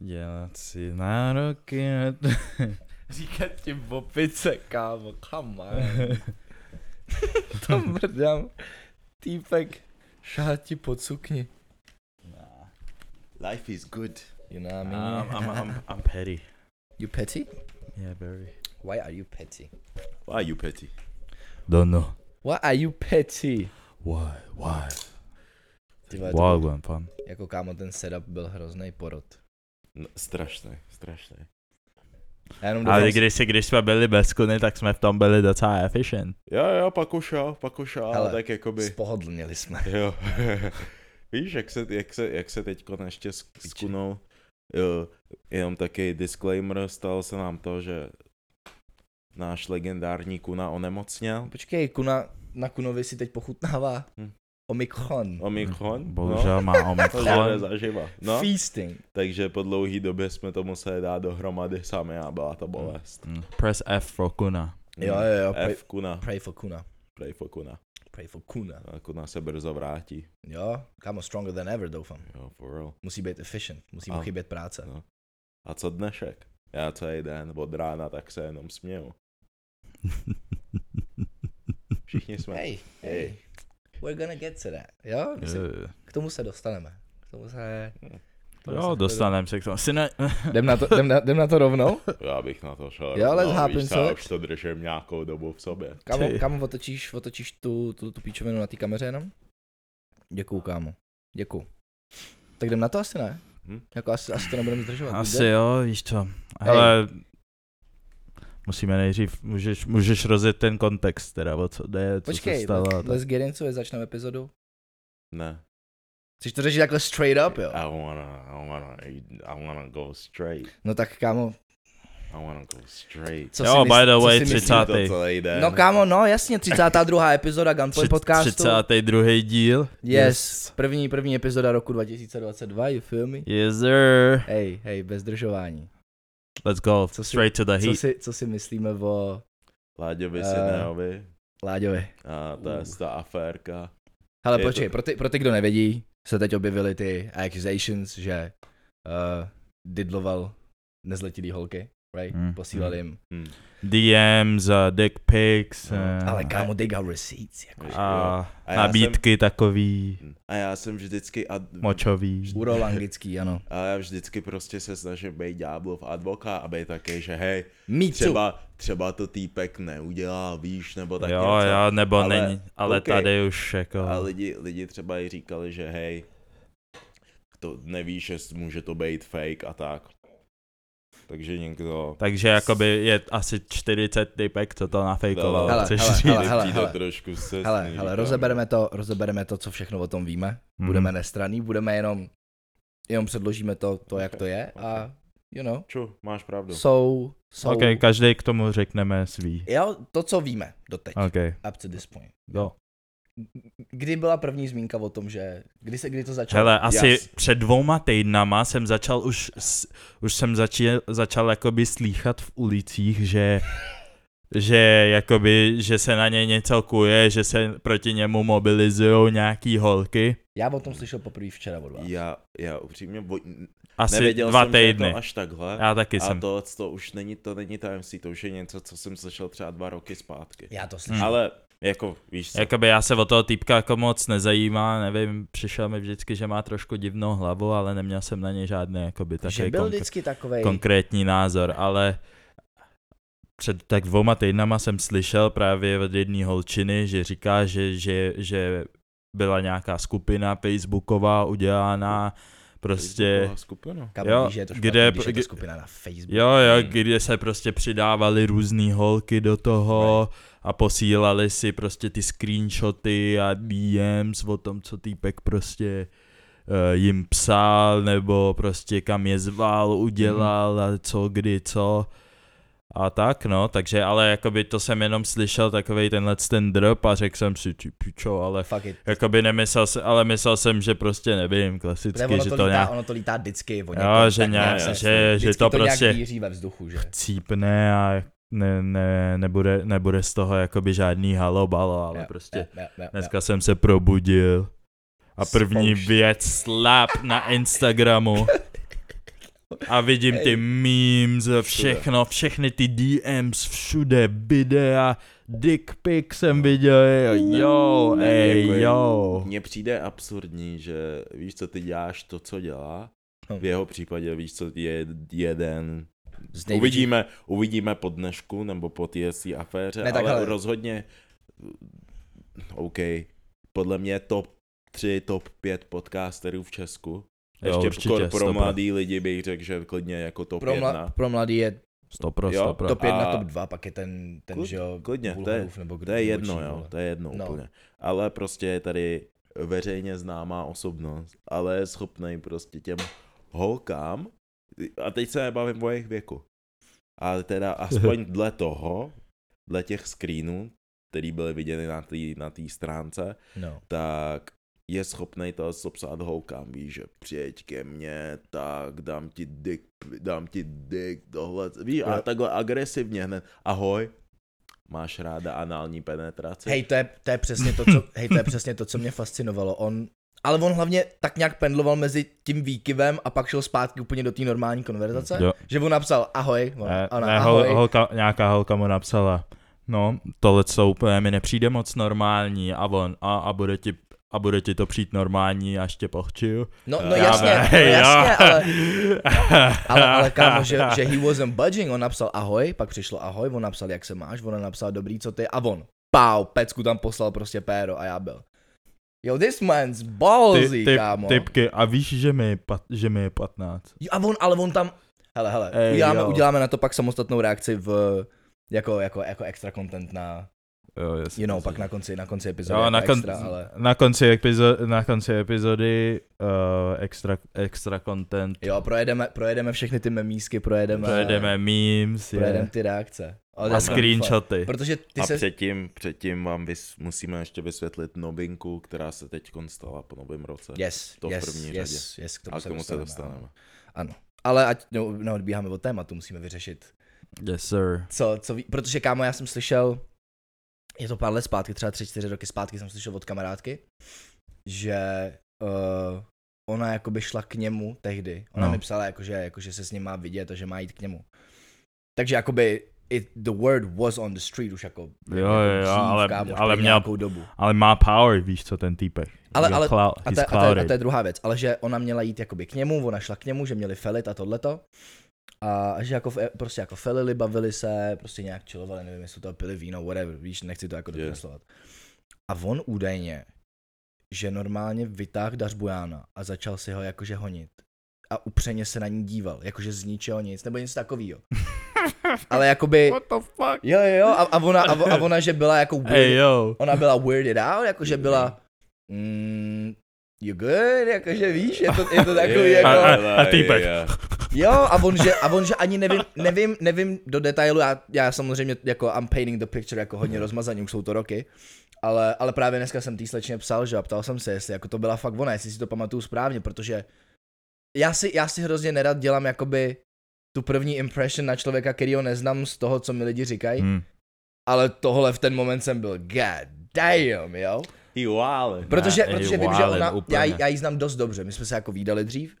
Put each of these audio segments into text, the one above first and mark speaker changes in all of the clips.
Speaker 1: Dělat si nároky na to.
Speaker 2: Říkat ti opice, kámo, come on. to mrdám. Týpek šáti pod sukni.
Speaker 3: Life is good.
Speaker 2: You know what I mean?
Speaker 1: I'm, I'm, I'm, I'm petty.
Speaker 2: You petty?
Speaker 1: Yeah, very.
Speaker 2: Why are you petty?
Speaker 3: Why are you petty?
Speaker 1: Don't know.
Speaker 2: Why are you petty?
Speaker 1: Why, why?
Speaker 2: Ty vole, to
Speaker 1: Wild one, pan.
Speaker 2: byl- jako kámo, ten setup byl hrozný porod.
Speaker 3: No, strašné, strašné.
Speaker 2: Já jenom
Speaker 1: Ale
Speaker 2: doufám,
Speaker 1: když, si, když jsme byli bez kuny, tak jsme v tom byli docela efficient.
Speaker 3: Jo, jo, pak už jo, pak už jo, ale
Speaker 2: Hele,
Speaker 3: tak
Speaker 2: že
Speaker 3: jakoby,
Speaker 2: spohodlněli jsme.
Speaker 3: jo. Víš, jak se, jak se, jak se teďko ještě s, s
Speaker 2: Piči.
Speaker 3: Kunou, jo, jenom taky disclaimer, stalo se nám to, že náš legendární Kuna onemocněl.
Speaker 2: Počkej, Kuna, na Kunovi si teď pochutnává
Speaker 3: Hm.
Speaker 2: Omikron.
Speaker 3: Omikron.
Speaker 1: Mhm. Bohužel má
Speaker 3: No, to žere
Speaker 1: omikron.
Speaker 3: zaživa. No,
Speaker 2: Feasting.
Speaker 3: takže po dlouhý době jsme to museli dát dohromady sami a byla to bolest.
Speaker 1: Mm, Press F pro kuna.
Speaker 2: Jo, jo, jo. Pray,
Speaker 3: Hm. F Kuna,
Speaker 2: pray for Kuna.
Speaker 3: pray for Kuna.
Speaker 2: Pray for Kuna.
Speaker 3: A Kuna se brzo vrátí.
Speaker 2: Jo, kámo, stronger than ever, doufám.
Speaker 3: Jo, for real.
Speaker 2: Musí být efficient, musí mu
Speaker 3: A-
Speaker 2: chybět práce.
Speaker 3: no. A co dnešek? Já celý den od rána tak se jenom směju. Všichni jsme.
Speaker 2: Hej, hej. We're gonna get to that. Jo, my se,
Speaker 1: Eh,
Speaker 2: k tomu se dostaneme. K tomu se... k tomu
Speaker 1: Jo,
Speaker 2: se-
Speaker 1: dostaneme se k tomu. Si ne...
Speaker 2: Jdem na, to, jdem, na, jdem na to rovnou?
Speaker 3: Já bych na to šel.
Speaker 2: Jo, let's
Speaker 3: rovnou,
Speaker 2: happen,
Speaker 3: víš co,
Speaker 2: co?
Speaker 3: já už to držím nějakou dobu v sobě.
Speaker 2: Kámo,
Speaker 1: Ty.
Speaker 2: kámo otočíš, otočíš tu, tu, tu píčovinu na té kameře jenom? Děkuju, kámo. Děkuju. Tak jdem na to asi ne?
Speaker 3: Hm?
Speaker 2: Jako asi, asi to nebudeme zdržovat.
Speaker 1: Asi
Speaker 2: jde?
Speaker 1: jo, víš co. Ale musíme nejdřív, můžeš, můžeš rozjet ten kontext teda, o co jde, co se
Speaker 2: Počkej,
Speaker 3: no,
Speaker 1: stalo. a
Speaker 2: let,
Speaker 1: tak.
Speaker 2: let's get into it, začneme epizodu.
Speaker 3: Ne.
Speaker 2: Chceš to řešit takhle straight up, jo?
Speaker 3: I wanna, I wanna, I wanna go straight.
Speaker 2: No tak kámo,
Speaker 3: I wanna go straight.
Speaker 2: co
Speaker 1: Jo,
Speaker 2: si
Speaker 1: by
Speaker 2: mysl-
Speaker 1: the
Speaker 2: co
Speaker 1: way,
Speaker 2: si myslíš?
Speaker 1: 30.
Speaker 3: To celý den.
Speaker 2: No kámo, no jasně, 32. epizoda Gunplay
Speaker 1: Tři-
Speaker 2: podcastu.
Speaker 1: 32. díl.
Speaker 2: Yes, první, první epizoda roku 2022, you feel me?
Speaker 1: Yes, sir.
Speaker 2: Hej, hej, bez držování.
Speaker 1: Let's go.
Speaker 2: Co si-
Speaker 1: Straight to the
Speaker 2: Co
Speaker 1: heat.
Speaker 2: si, co si myslíme o
Speaker 3: Láďovi
Speaker 2: Eh.
Speaker 3: Sineovi.
Speaker 2: Láďovi?
Speaker 3: A to je
Speaker 2: Uh.
Speaker 3: ta aférka.
Speaker 2: Hele,
Speaker 3: Je to-
Speaker 2: počkej, pro ty, pro ty, kdo nevědí, se teď objevily ty accusations, že uh, didloval nezletilý holky, right?
Speaker 3: Mm,
Speaker 1: Hmm,
Speaker 2: Posílal jim.
Speaker 3: Hm.
Speaker 1: DMs, uh, dick pics.
Speaker 3: No,
Speaker 1: eh,
Speaker 2: Ale kámo, they got receipts, jako.
Speaker 3: Víš, jo.
Speaker 1: A
Speaker 3: A já
Speaker 1: nabídky takový,
Speaker 3: Jsem, a já jsem vždycky, ad,
Speaker 1: močový.
Speaker 2: Urolangický, ano.
Speaker 3: a já vždycky prostě se snažím být ďáblův advokát a být taky, že hej,
Speaker 2: Me too.
Speaker 3: třeba, třeba to týpek neudělá, víš, nebo tak
Speaker 1: Jo,
Speaker 3: něco.
Speaker 1: jo, nebo
Speaker 3: Ale-
Speaker 1: není, ale
Speaker 3: koukej.
Speaker 1: tady už jako,
Speaker 3: A lidi, lidi třeba i říkali, že hej, to nevíš, že může to být fake a tak. Takže někdo...
Speaker 1: takže jakoby je asi 40 typek, co to nafejkoval,
Speaker 3: Hele,
Speaker 1: hele,
Speaker 3: hele,
Speaker 1: chceš
Speaker 2: hele,
Speaker 1: říct.
Speaker 2: hele,
Speaker 3: Lidi
Speaker 2: hele,
Speaker 3: přijde
Speaker 2: hele.
Speaker 3: trošku se
Speaker 2: Hele, hele, rozebereme to, rozebereme to, co všechno o tom víme.
Speaker 3: Mm.
Speaker 1: Mhm.
Speaker 2: Budeme nestraný, budeme jenom, jenom předložíme to, to jak
Speaker 3: Ok,
Speaker 2: to je a, you know,
Speaker 3: Ču, máš pravdu.
Speaker 2: jsou, jsou,
Speaker 1: Ok, každý k tomu řekneme svý.
Speaker 2: jo, to, co víme doteď,
Speaker 1: Ok,
Speaker 2: up to this point.
Speaker 1: go.
Speaker 2: Kdy byla první zmínka o tom, že, kdy se, kdy to začalo?
Speaker 1: Hele, asi
Speaker 3: Jas.
Speaker 1: před dvouma týdnama jsem začal už, s- už jsem začal, začal jakoby slýchat v ulicích, že že jakoby, že se na něj něco kuje, že se proti němu mobilizujou nějaký holky.
Speaker 2: Já o tom slyšel poprvé včera od vás.
Speaker 3: Já, já upřímně, bo...
Speaker 1: Asi
Speaker 3: nevěděl
Speaker 1: dva
Speaker 3: jsem, že je
Speaker 1: týdny.
Speaker 3: to až takhle.
Speaker 1: Já taky
Speaker 3: a
Speaker 1: jsem.
Speaker 3: to, to už není, to není tajemství, to už je něco, co jsem slyšel třeba dva roky zpátky.
Speaker 2: Já to
Speaker 1: Hmm.
Speaker 2: slyšel.
Speaker 3: Ale, jako, víš co,
Speaker 1: Jakoby já se o toho týpka jako moc nezajímá, nevím, přišel mi vždycky, že má trošku divnou hlavu, ale neměl jsem na něj žádný jakoby
Speaker 2: že
Speaker 1: takový
Speaker 2: byl
Speaker 1: konkr-
Speaker 2: vždycky takovej,
Speaker 1: konkrétní názor, ale před tak dvouma týdnama jsem slyšel právě od jedné holčiny, že říká, že, že, že byla nějaká skupina facebooková udělaná, prostě,
Speaker 3: Facebooková skupina.
Speaker 2: kam
Speaker 1: jo,
Speaker 2: jo, že je to špatný,
Speaker 1: kde-
Speaker 2: kde, když je to
Speaker 1: kde-
Speaker 2: skupina na Facebooku.
Speaker 1: jo, jo,
Speaker 3: Hmm.
Speaker 1: kde se prostě přidávaly různé holky do toho a posílali si prostě ty screenshoty a DMs o tom, co týpek prostě eh, jim psal, nebo prostě kam je zval,
Speaker 2: Hm.
Speaker 1: udělal a co, kdy, co. A tak no, takže ale jakoby to jsem jenom slyšel takovej tenhle ten drop a řekl jsem si, ty pičo, ale
Speaker 2: Fuck it.
Speaker 1: jakoby nemyslel jsem, ale myslel jsem, že prostě nevím, klasicky,
Speaker 2: Protože ono
Speaker 1: že
Speaker 2: to,
Speaker 1: to
Speaker 2: lítá,
Speaker 1: nějak
Speaker 2: ono to lítá vždycky o
Speaker 1: Jo,
Speaker 2: někom,
Speaker 1: že
Speaker 2: tak
Speaker 1: nějak-
Speaker 2: se-
Speaker 1: že- že
Speaker 2: vždycky
Speaker 1: to prostě-
Speaker 2: nějak víří ve vzduchu, že?
Speaker 1: cípne a ne, ne, nebude, nebude z toho jakoby žádný halobalo, ale
Speaker 2: Jo,
Speaker 1: prostě
Speaker 2: jo, jo, jo.
Speaker 1: dneska jsem se probudil a první
Speaker 2: Spoušť.
Speaker 1: věc slap na Instagramu. A vidím ty
Speaker 2: Ej.
Speaker 1: memes, všechno, všechny ty DMs, všude videa, dick pic jsem viděl, jo, jo,
Speaker 3: Ne, jako
Speaker 1: ej,
Speaker 3: je-
Speaker 1: jo.
Speaker 3: Mně přijde absurdní, že víš co, ty děláš to, co dělá.
Speaker 2: Hm.
Speaker 3: V jeho případě víš co, je jeden...
Speaker 2: Z největší-
Speaker 3: Uvidíme, uvidíme po dnešku nebo po TSC aféře,
Speaker 2: Ne,
Speaker 3: ne,
Speaker 2: tak
Speaker 3: ale
Speaker 2: hele.
Speaker 3: rozhodně... OK, podle mě top 3, top 5 podcasterů v Česku.
Speaker 1: Jo,
Speaker 3: Ještě
Speaker 1: určitě,
Speaker 3: pro, pro
Speaker 1: 100%.
Speaker 3: mladý lidi bych řekl, že klidně jako top
Speaker 2: Pro,
Speaker 3: 1.
Speaker 2: mla, pro mladý je
Speaker 1: Sto pro,
Speaker 3: Jo,
Speaker 1: sto pro.
Speaker 2: top 1,
Speaker 3: A-
Speaker 2: top 2, pak je ten, ten
Speaker 3: Klid-
Speaker 2: že jo,
Speaker 3: klidně, to je-
Speaker 2: Bulharův nebo jako kdo-
Speaker 3: To je
Speaker 2: boční,
Speaker 3: jedno, jo,
Speaker 2: vole.
Speaker 3: to je jedno
Speaker 2: No.
Speaker 3: no. úplně. Ale prostě je tady veřejně známá osobnost, ale je schopnej prostě těm holkám, a teď se nebavím o jejich věku, ale teda aspoň dle toho, dle těch screenů, který byly viděny na té na tý stránce,
Speaker 2: No.
Speaker 3: tak je schopnej to zopsat holkám, víš, že přijeď ke mně, tak dám ti dick, dám ti dick, tohle, víš, a
Speaker 2: Jo.
Speaker 3: takhle agresivně hned, ahoj, máš ráda anální penetraci?
Speaker 2: Hej, to je, to je přesně to, co, hej, to je přesně to, co mě fascinovalo. On, ale on hlavně tak nějak pendloval mezi tím výkyvem a pak šel zpátky úplně do té normální konverzace.
Speaker 1: Jo.
Speaker 2: Že mu napsal ahoj,
Speaker 1: Ne,
Speaker 2: ona, ona
Speaker 1: ne, hol,
Speaker 2: No, ahoj.
Speaker 1: holka, nějaká holka mu napsala, no, tohle co úplně mi nepřijde moc normální a on, a, a bude ti a bude ti to přijít normální, až tě pochčiju.
Speaker 2: No, no
Speaker 3: Já
Speaker 2: jasně,
Speaker 3: vím,
Speaker 2: no, jasně, ale,
Speaker 1: ale,
Speaker 2: ale, ale kámo, že, že he wasn't budging, on napsal ahoj, pak přišlo ahoj, on napsal jak se máš, ona napsala dobrý, co ty a on, pau, pecku tam poslal prostě péro a já byl. Yo, this man's ballsy,
Speaker 1: ty, ty,
Speaker 2: kámo.
Speaker 1: typky, a víš, že mi, je pat, že mi je 15.
Speaker 2: Jo, A on, ale on tam, Eh, hele, hele,
Speaker 1: Ej,
Speaker 2: Ej, uděláme,
Speaker 1: jo.
Speaker 2: uděláme na to pak samostatnou reakci v, jako, jako, jako extra content na,
Speaker 1: Jo, jasně.
Speaker 2: you know, pak na konci, na konci epizody,
Speaker 1: Jo,
Speaker 2: jako
Speaker 1: na, kon-
Speaker 2: extra, ale,
Speaker 1: na, konci epizo- na konci epizody uh, extra, extra content,
Speaker 2: jo, projedeme, projedeme všechny ty memísky, projedeme,
Speaker 1: projedeme memes
Speaker 2: projedeme
Speaker 1: je,
Speaker 2: ty reakce. Ale
Speaker 1: a
Speaker 2: to je fakt-
Speaker 1: screenshoty.
Speaker 2: Protože ty
Speaker 3: a
Speaker 2: se,
Speaker 3: předtím, předtím vám vys- musíme ještě vysvětlit novinku, která se teď stala po novém roce.
Speaker 2: yes,
Speaker 3: to v
Speaker 2: yes,
Speaker 3: první
Speaker 2: yes, yes, k tomu,
Speaker 3: a k tomu se
Speaker 2: ano.
Speaker 3: dostaneme.
Speaker 2: Ale ať no, neodbíháme od tématu, musíme vyřešit
Speaker 1: Yes, sir.
Speaker 2: co, co ví, protože kámo, já jsem slyšel, je to pár let zpátky, třeba tři, čtyři roky zpátky jsem slyšel od kamarádky, že uh, ona jakoby šla k němu tehdy.
Speaker 1: No.
Speaker 2: Ona no. mi psala, jakože, jakože se s ním má vidět a že má jít k němu. Takže jakoby it, the word was on the street už jako,
Speaker 1: Jo, jo, jo, ale-
Speaker 2: už
Speaker 1: ale
Speaker 2: prý
Speaker 1: měl-
Speaker 2: nějakou dobu.
Speaker 1: Ale má power, víš co, ten týpek.
Speaker 2: Ale-
Speaker 1: He's
Speaker 2: ale-
Speaker 1: clou-
Speaker 2: A
Speaker 1: he's
Speaker 2: to, je- a, to, je- a
Speaker 1: clouded.
Speaker 2: to je druhá věc, ale že ona měla jít jakoby k němu, ona šla k němu, že měli felit a tohleto. A že jako, f- prostě jako felili, bavili se, prostě nějak čilovali, nevím, jestli to pili víno, whatever, víš, nechci to jako
Speaker 3: Je.
Speaker 2: dokreslovat. A on údajně, že normálně vytáhl Dařbujana a začal si ho jakože honit. A upřeně se na ní díval, jakože z ničeho nic, nebo něco takového. Ale jakoby,
Speaker 1: What the fuck?
Speaker 2: jo, jo, jo, a, a, ona, a, a ona, že byla jako
Speaker 1: Hey yo.
Speaker 2: ona byla weirded out, jakože byla mm, you good, jakože víš, je to, je to takový
Speaker 3: Je,
Speaker 1: A,
Speaker 2: jako,
Speaker 1: a, a týpek.
Speaker 3: je.
Speaker 2: jo, a on, že, a on, že ani nevím, nevím, nevím do detailu, já, já samozřejmě jako I'm painting the picture jako hodně rozmazaný, už jsou to roky, ale, ale právě dneska jsem tý slečně psal, že a ptal jsem se, jestli jako to byla fakt ona, jestli si to pamatuju správně, protože já si, já si hrozně nerad dělám jakoby tu první impression na člověka, který ho neznám z toho, co mi lidi říkají,
Speaker 1: Hmm.
Speaker 2: ale tohle v ten moment jsem byl god damn, jo.
Speaker 3: Jo, ale.
Speaker 2: Protože,
Speaker 1: Ne,
Speaker 2: protože
Speaker 1: ej,
Speaker 2: vím, že
Speaker 1: Wallen,
Speaker 2: ona,
Speaker 1: úplně.
Speaker 2: já, ji- já ji znám dost dobře, my jsme se jako výdali dřív.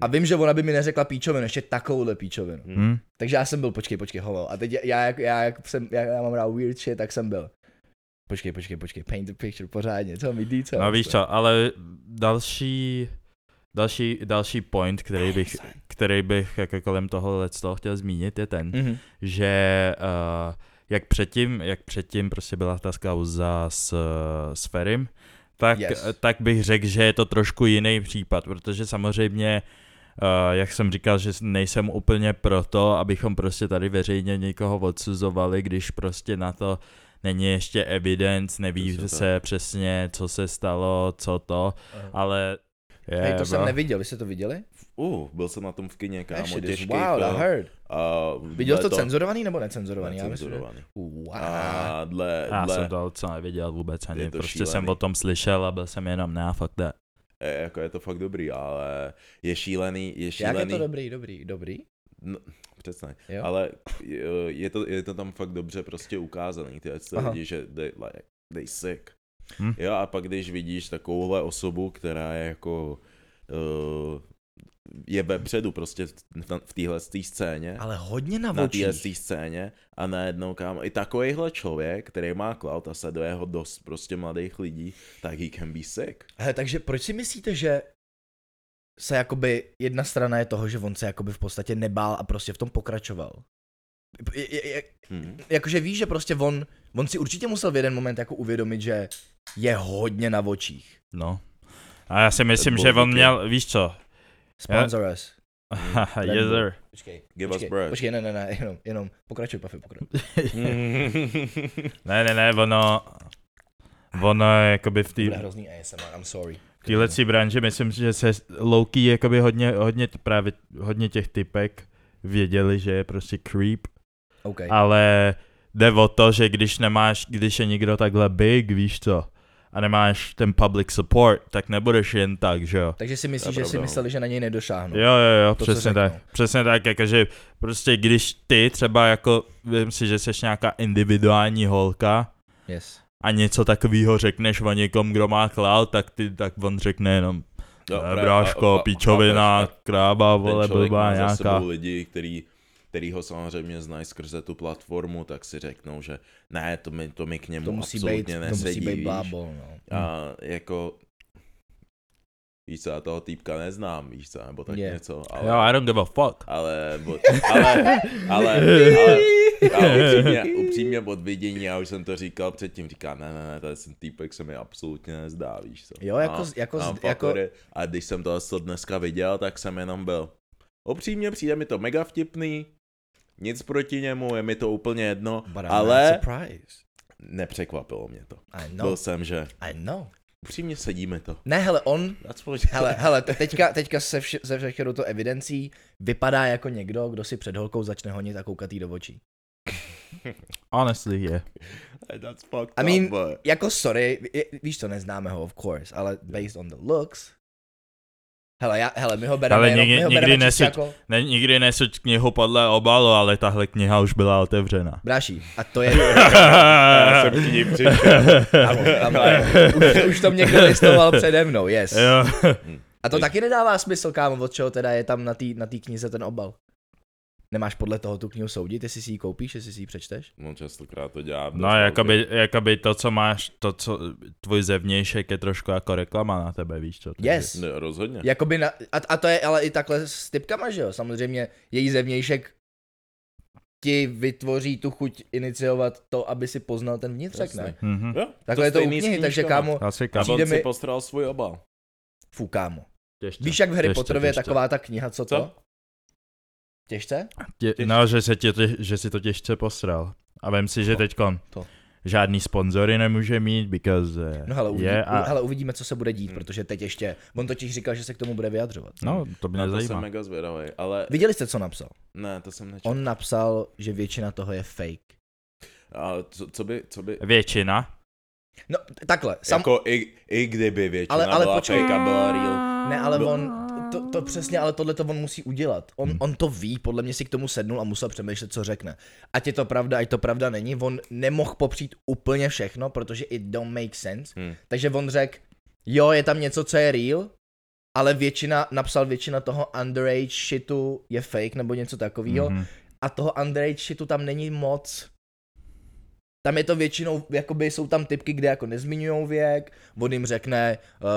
Speaker 2: A vím, že ona by mi neřekla píčovinu, ještě takovouhle píčovinu.
Speaker 1: Hmm.
Speaker 2: Takže já jsem byl, počkej, počkej, holo. A teď já, já, jak- já, jak jsem, já, já mám rád weird shit, tak jsem byl. Počkej, počkej, počkej, paint the picture, pořádně, co mi dí, co?
Speaker 1: No víš co, ale další, další, další point, který bych, který bych jako kolem toho toho chtěl zmínit, je ten,
Speaker 2: Mhm.
Speaker 1: že uh, jak předtím, jak předtím prostě byla ta kauza s, s Ferim, tak,
Speaker 2: Yes.
Speaker 1: yes. tak bych řekl, že je to trošku jiný případ, protože samozřejmě, uh, jak jsem říkal, že nejsem úplně proto, abychom prostě tady veřejně někoho odsuzovali, když prostě na to není ještě evidence, neví
Speaker 3: Přesně tak.
Speaker 1: se přesně, co se stalo, co to,
Speaker 2: Aha.
Speaker 1: ale... Je, no.
Speaker 2: Hej, to jsem
Speaker 1: bro.
Speaker 2: neviděl, vy jste to viděli?
Speaker 3: Uh, byl jsem na tom v kině,
Speaker 2: That
Speaker 3: kámo,
Speaker 2: shit is
Speaker 3: těžký
Speaker 2: wild, I
Speaker 3: film.
Speaker 2: heard.
Speaker 3: A
Speaker 2: Viděl jsi to
Speaker 3: dle toho-
Speaker 2: cenzurovaný nebo necenzurovaný? Já myslím, že...
Speaker 3: Necenzurovaný.
Speaker 2: Wow.
Speaker 3: A dle,
Speaker 1: Já
Speaker 3: dle,
Speaker 1: jsem to co neviděl vůbec ani,
Speaker 3: Je to
Speaker 1: prostě jsem
Speaker 3: šílený.
Speaker 1: o tom slyšel a byl jsem jenom na fuck that.
Speaker 3: e, jako je to fakt dobrý, ale je šílený, je
Speaker 2: Jak
Speaker 3: šílený.
Speaker 2: je to dobrý, dobrý, dobrý?
Speaker 3: Přesně.
Speaker 2: Jo?
Speaker 3: Ale e, je to, je to tam fakt dobře prostě ukázaný, ty ty
Speaker 2: Aha.
Speaker 3: lidi, že they, like, they sick.
Speaker 1: Hm.
Speaker 3: Jo, a pak když vidíš takovouhle osobu, která je jako uh, e, je vepředu prostě v- v téhle scéně.
Speaker 2: Ale hodně na
Speaker 3: na té
Speaker 2: očích.
Speaker 3: scéně a najednou kámo, i takovýhle člověk, který má cloud a sleduje ho dost prostě mladých lidí, tak he can be sick.
Speaker 2: Hele, takže proč si myslíte, že se jakoby, jedna strana je toho, že on se jakoby v podstatě nebál a prostě v tom pokračoval. Je, je, je,
Speaker 3: Hmm.
Speaker 2: jakože víš, že prostě on, on si určitě musel v jeden moment jako uvědomit, že je hodně na očích.
Speaker 1: No. A já si myslím,
Speaker 3: Red
Speaker 1: že
Speaker 3: Bull,
Speaker 1: on
Speaker 3: ok.
Speaker 1: měl, víš co?
Speaker 2: Sponsor us.
Speaker 1: Haha,
Speaker 2: Red
Speaker 1: yes,
Speaker 2: Bull.
Speaker 1: sir.
Speaker 2: Počkej,
Speaker 3: Give us
Speaker 2: počkej,
Speaker 3: bread.
Speaker 2: počkej, ne, ne, ne, jenom, jenom, pokračuj, Pafy, pokračuj.
Speaker 3: Hmm.
Speaker 1: Ne, ne, ne, ono... Ono je jakoby v
Speaker 2: To bude
Speaker 1: té
Speaker 2: hrozný ASMR, I'm sorry.
Speaker 1: v téhle si branži, myslím, si, že se low-key jakoby hodně, hodně, t- právě hodně těch typek věděli, že je prostě creep,
Speaker 2: OK.
Speaker 1: ale jde o to, že když nemáš, když je někdo takhle big, víš co, a nemáš ten public support, tak nebudeš jen tak, že jo.
Speaker 2: Takže si
Speaker 3: To
Speaker 2: myslíš, že
Speaker 3: je
Speaker 2: si
Speaker 3: pravda, no.
Speaker 2: mysleli, že na něj nedošáhnou.
Speaker 1: Jo, jo, jo,
Speaker 2: To, co
Speaker 1: přesně
Speaker 2: řeknou.
Speaker 1: tak. Přesně tak, jakože prostě když ty třeba jako, vím si, že jsi nějaká individuální holka
Speaker 2: Yes.
Speaker 1: a něco takového řekneš o někom, kdo má cloud, tak ty, tak on řekne jenom
Speaker 3: No,
Speaker 1: no,
Speaker 3: pra-
Speaker 1: bráško,
Speaker 3: a- a-
Speaker 1: pičovina,
Speaker 3: chápeš,
Speaker 1: krába,
Speaker 3: ten
Speaker 1: vole,
Speaker 3: člověk
Speaker 1: blbá
Speaker 3: má za
Speaker 1: nějaká.
Speaker 3: sebou lidi, který, který ho samozřejmě znají skrze tu platformu, tak si řeknou, že ne, to mi, to mi k němu
Speaker 2: To musí být,
Speaker 3: No, absolutně
Speaker 2: to musí
Speaker 3: nesedí,
Speaker 2: být
Speaker 3: víš.
Speaker 2: blábol, no.
Speaker 3: A jako, víš co, já toho týpka neznám, víš co, nebo tak
Speaker 2: Je.
Speaker 3: něco, ale...
Speaker 1: Jo, I don't give a fuck.
Speaker 3: Ale, bo, ale, ale, ale, ale upřímně, upřímně od vidění, já už jsem to říkal předtím, říká, ne, ne, ne, tady jsem týpek, se mi absolutně nezdá, víš co.
Speaker 2: Jo, jako z- jako z-
Speaker 3: mám
Speaker 2: jako-
Speaker 3: pokory. A když jsem to co dneska viděl, tak jsem jenom byl. Upřímně přijde mi to mega vtipný, nic proti němu, je mi to úplně jedno,
Speaker 2: But I'm
Speaker 3: ale
Speaker 2: surprised.
Speaker 3: nepřekvapilo mě to.
Speaker 2: I
Speaker 3: No. Byl
Speaker 2: know,
Speaker 3: jsem, že
Speaker 2: I know.
Speaker 3: upřímně sedí mi to.
Speaker 2: Ne, hele, on,
Speaker 3: That's what
Speaker 2: hele, hele, te- teďka, teďka se, vše, se všechno to evidencí vypadá jako někdo, kdo si před holkou začne honit a koukat jí do očí.
Speaker 1: Honestly, je. Yeah.
Speaker 3: That's fucked
Speaker 2: I mean,
Speaker 3: up, but...
Speaker 2: Jako sorry, i- víš to, neznáme ho, of course, ale based on the looks. Hele, já, hele, my ho bereme,
Speaker 1: Ale
Speaker 2: jenom,
Speaker 1: nikdy-
Speaker 2: my ho
Speaker 1: nikdy
Speaker 2: bereme čistě
Speaker 1: nesuď-
Speaker 2: jako
Speaker 1: Ne, nikdy nesuď knihu podle obalu, ale tahle kniha už byla otevřena.
Speaker 2: bráší. A to je,
Speaker 3: Já jsem k ní přišel.
Speaker 2: tam, tam, už, už to někdo listoval přede mnou, yes.
Speaker 1: Jo.
Speaker 2: A to taky nedává smysl, kámo, od čeho teda je tam na té na tý knize ten obal. Nemáš podle toho tu knihu soudit, jestli si ji koupíš, jestli si ji přečteš?
Speaker 3: No častokrát to dělá.
Speaker 1: No, jakoby, jakoby to, co máš, to, co tvůj zevnějšek je trošku jako reklama na tebe, víš co? takže-
Speaker 2: Yes.
Speaker 3: No, rozhodně.
Speaker 2: Jakoby na, a, a to je ale i takhle s typkama, že jo? Samozřejmě její zevnějšek ti vytvoří tu chuť iniciovat to, aby si poznal ten vnitřek,
Speaker 3: Jasně.
Speaker 2: ne?
Speaker 1: Mhm.
Speaker 3: Jo,
Speaker 2: Takhle je to u
Speaker 3: stejný s
Speaker 2: knihy, takže
Speaker 3: knížkama. No.
Speaker 2: kámo,
Speaker 1: Asi
Speaker 3: A
Speaker 1: kam.
Speaker 2: Přijde
Speaker 3: on si
Speaker 2: mi-
Speaker 3: postral svůj obal.
Speaker 2: fú kámo.
Speaker 1: Těžce.
Speaker 2: Víš, jak v Harry
Speaker 1: Těžce,
Speaker 2: Potterovi je
Speaker 1: těžce.
Speaker 2: taková ta kniha, co to?
Speaker 3: Co?
Speaker 2: Těžce?
Speaker 1: Tě, no, že, se tě, tě- že si to těžce posral. A vem si, že
Speaker 2: To,
Speaker 1: teďkon
Speaker 2: No, to.
Speaker 1: žádný sponzory nemůže mít, because eh,
Speaker 2: No hele, uvidí,
Speaker 1: je a...
Speaker 2: u, hele, uvidíme, co se bude
Speaker 3: Hmm.
Speaker 2: dít, protože teď ještě, on totiž říkal, že se k tomu bude vyjadřovat.
Speaker 1: No, to mě
Speaker 3: Na to jsem
Speaker 1: nezajímá.
Speaker 3: mega zvědavý, ale
Speaker 2: Viděli jste, co napsal?
Speaker 3: ne, to jsem nečekal.
Speaker 2: On napsal, že většina toho je fake.
Speaker 3: A co, co by, co by,
Speaker 1: Většina.
Speaker 2: No, t- takhle, sam... jako...
Speaker 3: jako i, i kdyby většina
Speaker 2: Ale- ale
Speaker 3: byla
Speaker 2: počkej.
Speaker 3: fake a byla real.
Speaker 2: Ne, ale on, to, to přesně, ale tohle to on musí udělat. On, hmm. on to ví, podle mě si k tomu sednul a musel přemýšlet, co řekne. Ať je to pravda, ať to pravda není, on nemohl popřít úplně všechno, protože it don't make sense.
Speaker 3: Hmm.
Speaker 2: Hmm. Takže on řekl, jo, je tam něco, co je real, ale většina, napsal většina toho underage shitu je fake nebo něco takového.
Speaker 1: Mhm.
Speaker 2: a toho underage shitu tam není moc. Tam je to většinou, jakoby jsou tam typky, kde jako nezmiňujou věk, on jim řekne, uh,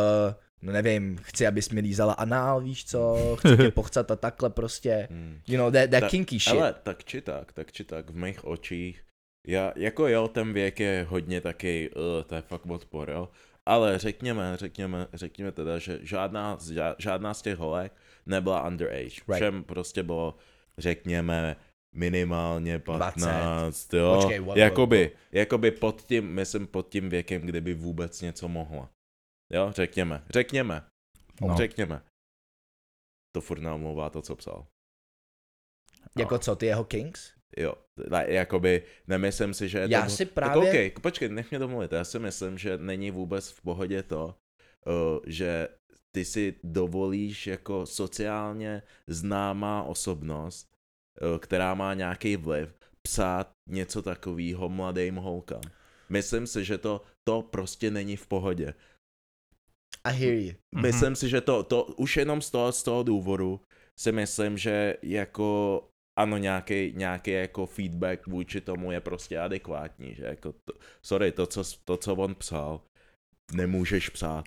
Speaker 2: no nevím, chci, abys mi lízala anál, víš co, chci tě pochcat a takhle prostě.
Speaker 1: Mm.
Speaker 3: Hmm.
Speaker 2: You know, that,
Speaker 3: Tak,
Speaker 2: that kinky shit.
Speaker 3: Ale tak či tak, tak či tak, v mých očích, já, jako jo, ten věk je hodně taky, uh, to je fakt odpor, jo. Ale řekněme, řekněme, řekněme teda, že žádná, z- ža- žádná z těch holek nebyla underage. Right. Všem prostě bylo, řekněme, minimálně 15, jo.
Speaker 2: Počkej, what-
Speaker 3: jakoby, jakoby pod tím, myslím pod tím věkem, kdyby vůbec něco mohla. Jo, řekněme, řekněme,
Speaker 1: No.
Speaker 3: no. řekněme. To furt namlouvá to, co psal. no.
Speaker 2: Jako co, ty jeho kinks?
Speaker 3: Jo, tak jakoby nemyslím si, že je
Speaker 2: Já
Speaker 3: to...
Speaker 2: si
Speaker 3: Tak
Speaker 2: právě,
Speaker 3: okay, počkej, nech mě domluvit. Já si myslím, že není vůbec v pohodě to, uh, že ty si dovolíš jako sociálně známá osobnost, uh, která má nějaký vliv, psát něco takového mladým holkám. Myslím si, že to, to prostě není v pohodě.
Speaker 2: I hear you.
Speaker 3: Myslím si, že to, to už jenom z toho, z toho důvodu si myslím, že jako ano, nějaký, nějaký jako feedback vůči tomu je prostě adekvátní, že jako to, sorry, to co, to, co on psal, nemůžeš psát.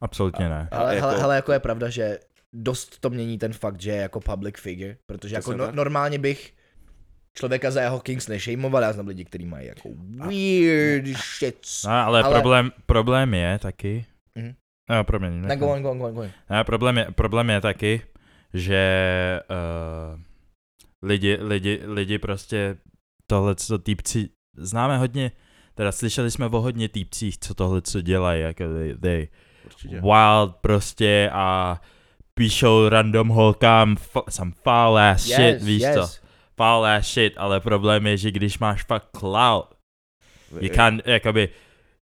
Speaker 1: Absolutně ne.
Speaker 3: A
Speaker 2: Ale,
Speaker 3: jako-
Speaker 2: jako... Hele, hele, jako je pravda, že dost to mění ten fakt, že je jako public figure, protože jako
Speaker 3: Přesně
Speaker 2: no,
Speaker 3: tak.
Speaker 2: normálně bych člověka za jeho Kings nešejmoval, já znám lidi, kteří mají jako weird shit.
Speaker 1: No, ale,
Speaker 2: Ale-
Speaker 1: ale... Problém, problém je taky.
Speaker 2: Mhm.
Speaker 1: Mm-hmm. No, promiň,
Speaker 2: Tak go on, go on, go on, go on.
Speaker 1: Ne, problém, je, problém je taky, že uh, lidi, lidi, lidi prostě tohle, co týpci, známe hodně, teda slyšeli jsme o hodně týpcích, co tohle co dělají, jako they, they
Speaker 3: Určitě.
Speaker 1: wild prostě a píšou random holkám f- some foul ass yes, shit, víš yes. co, foul ass shit, ale problém je, že když máš fakt clout,
Speaker 2: Jako,
Speaker 1: You
Speaker 2: eh,
Speaker 1: can't, jakoby,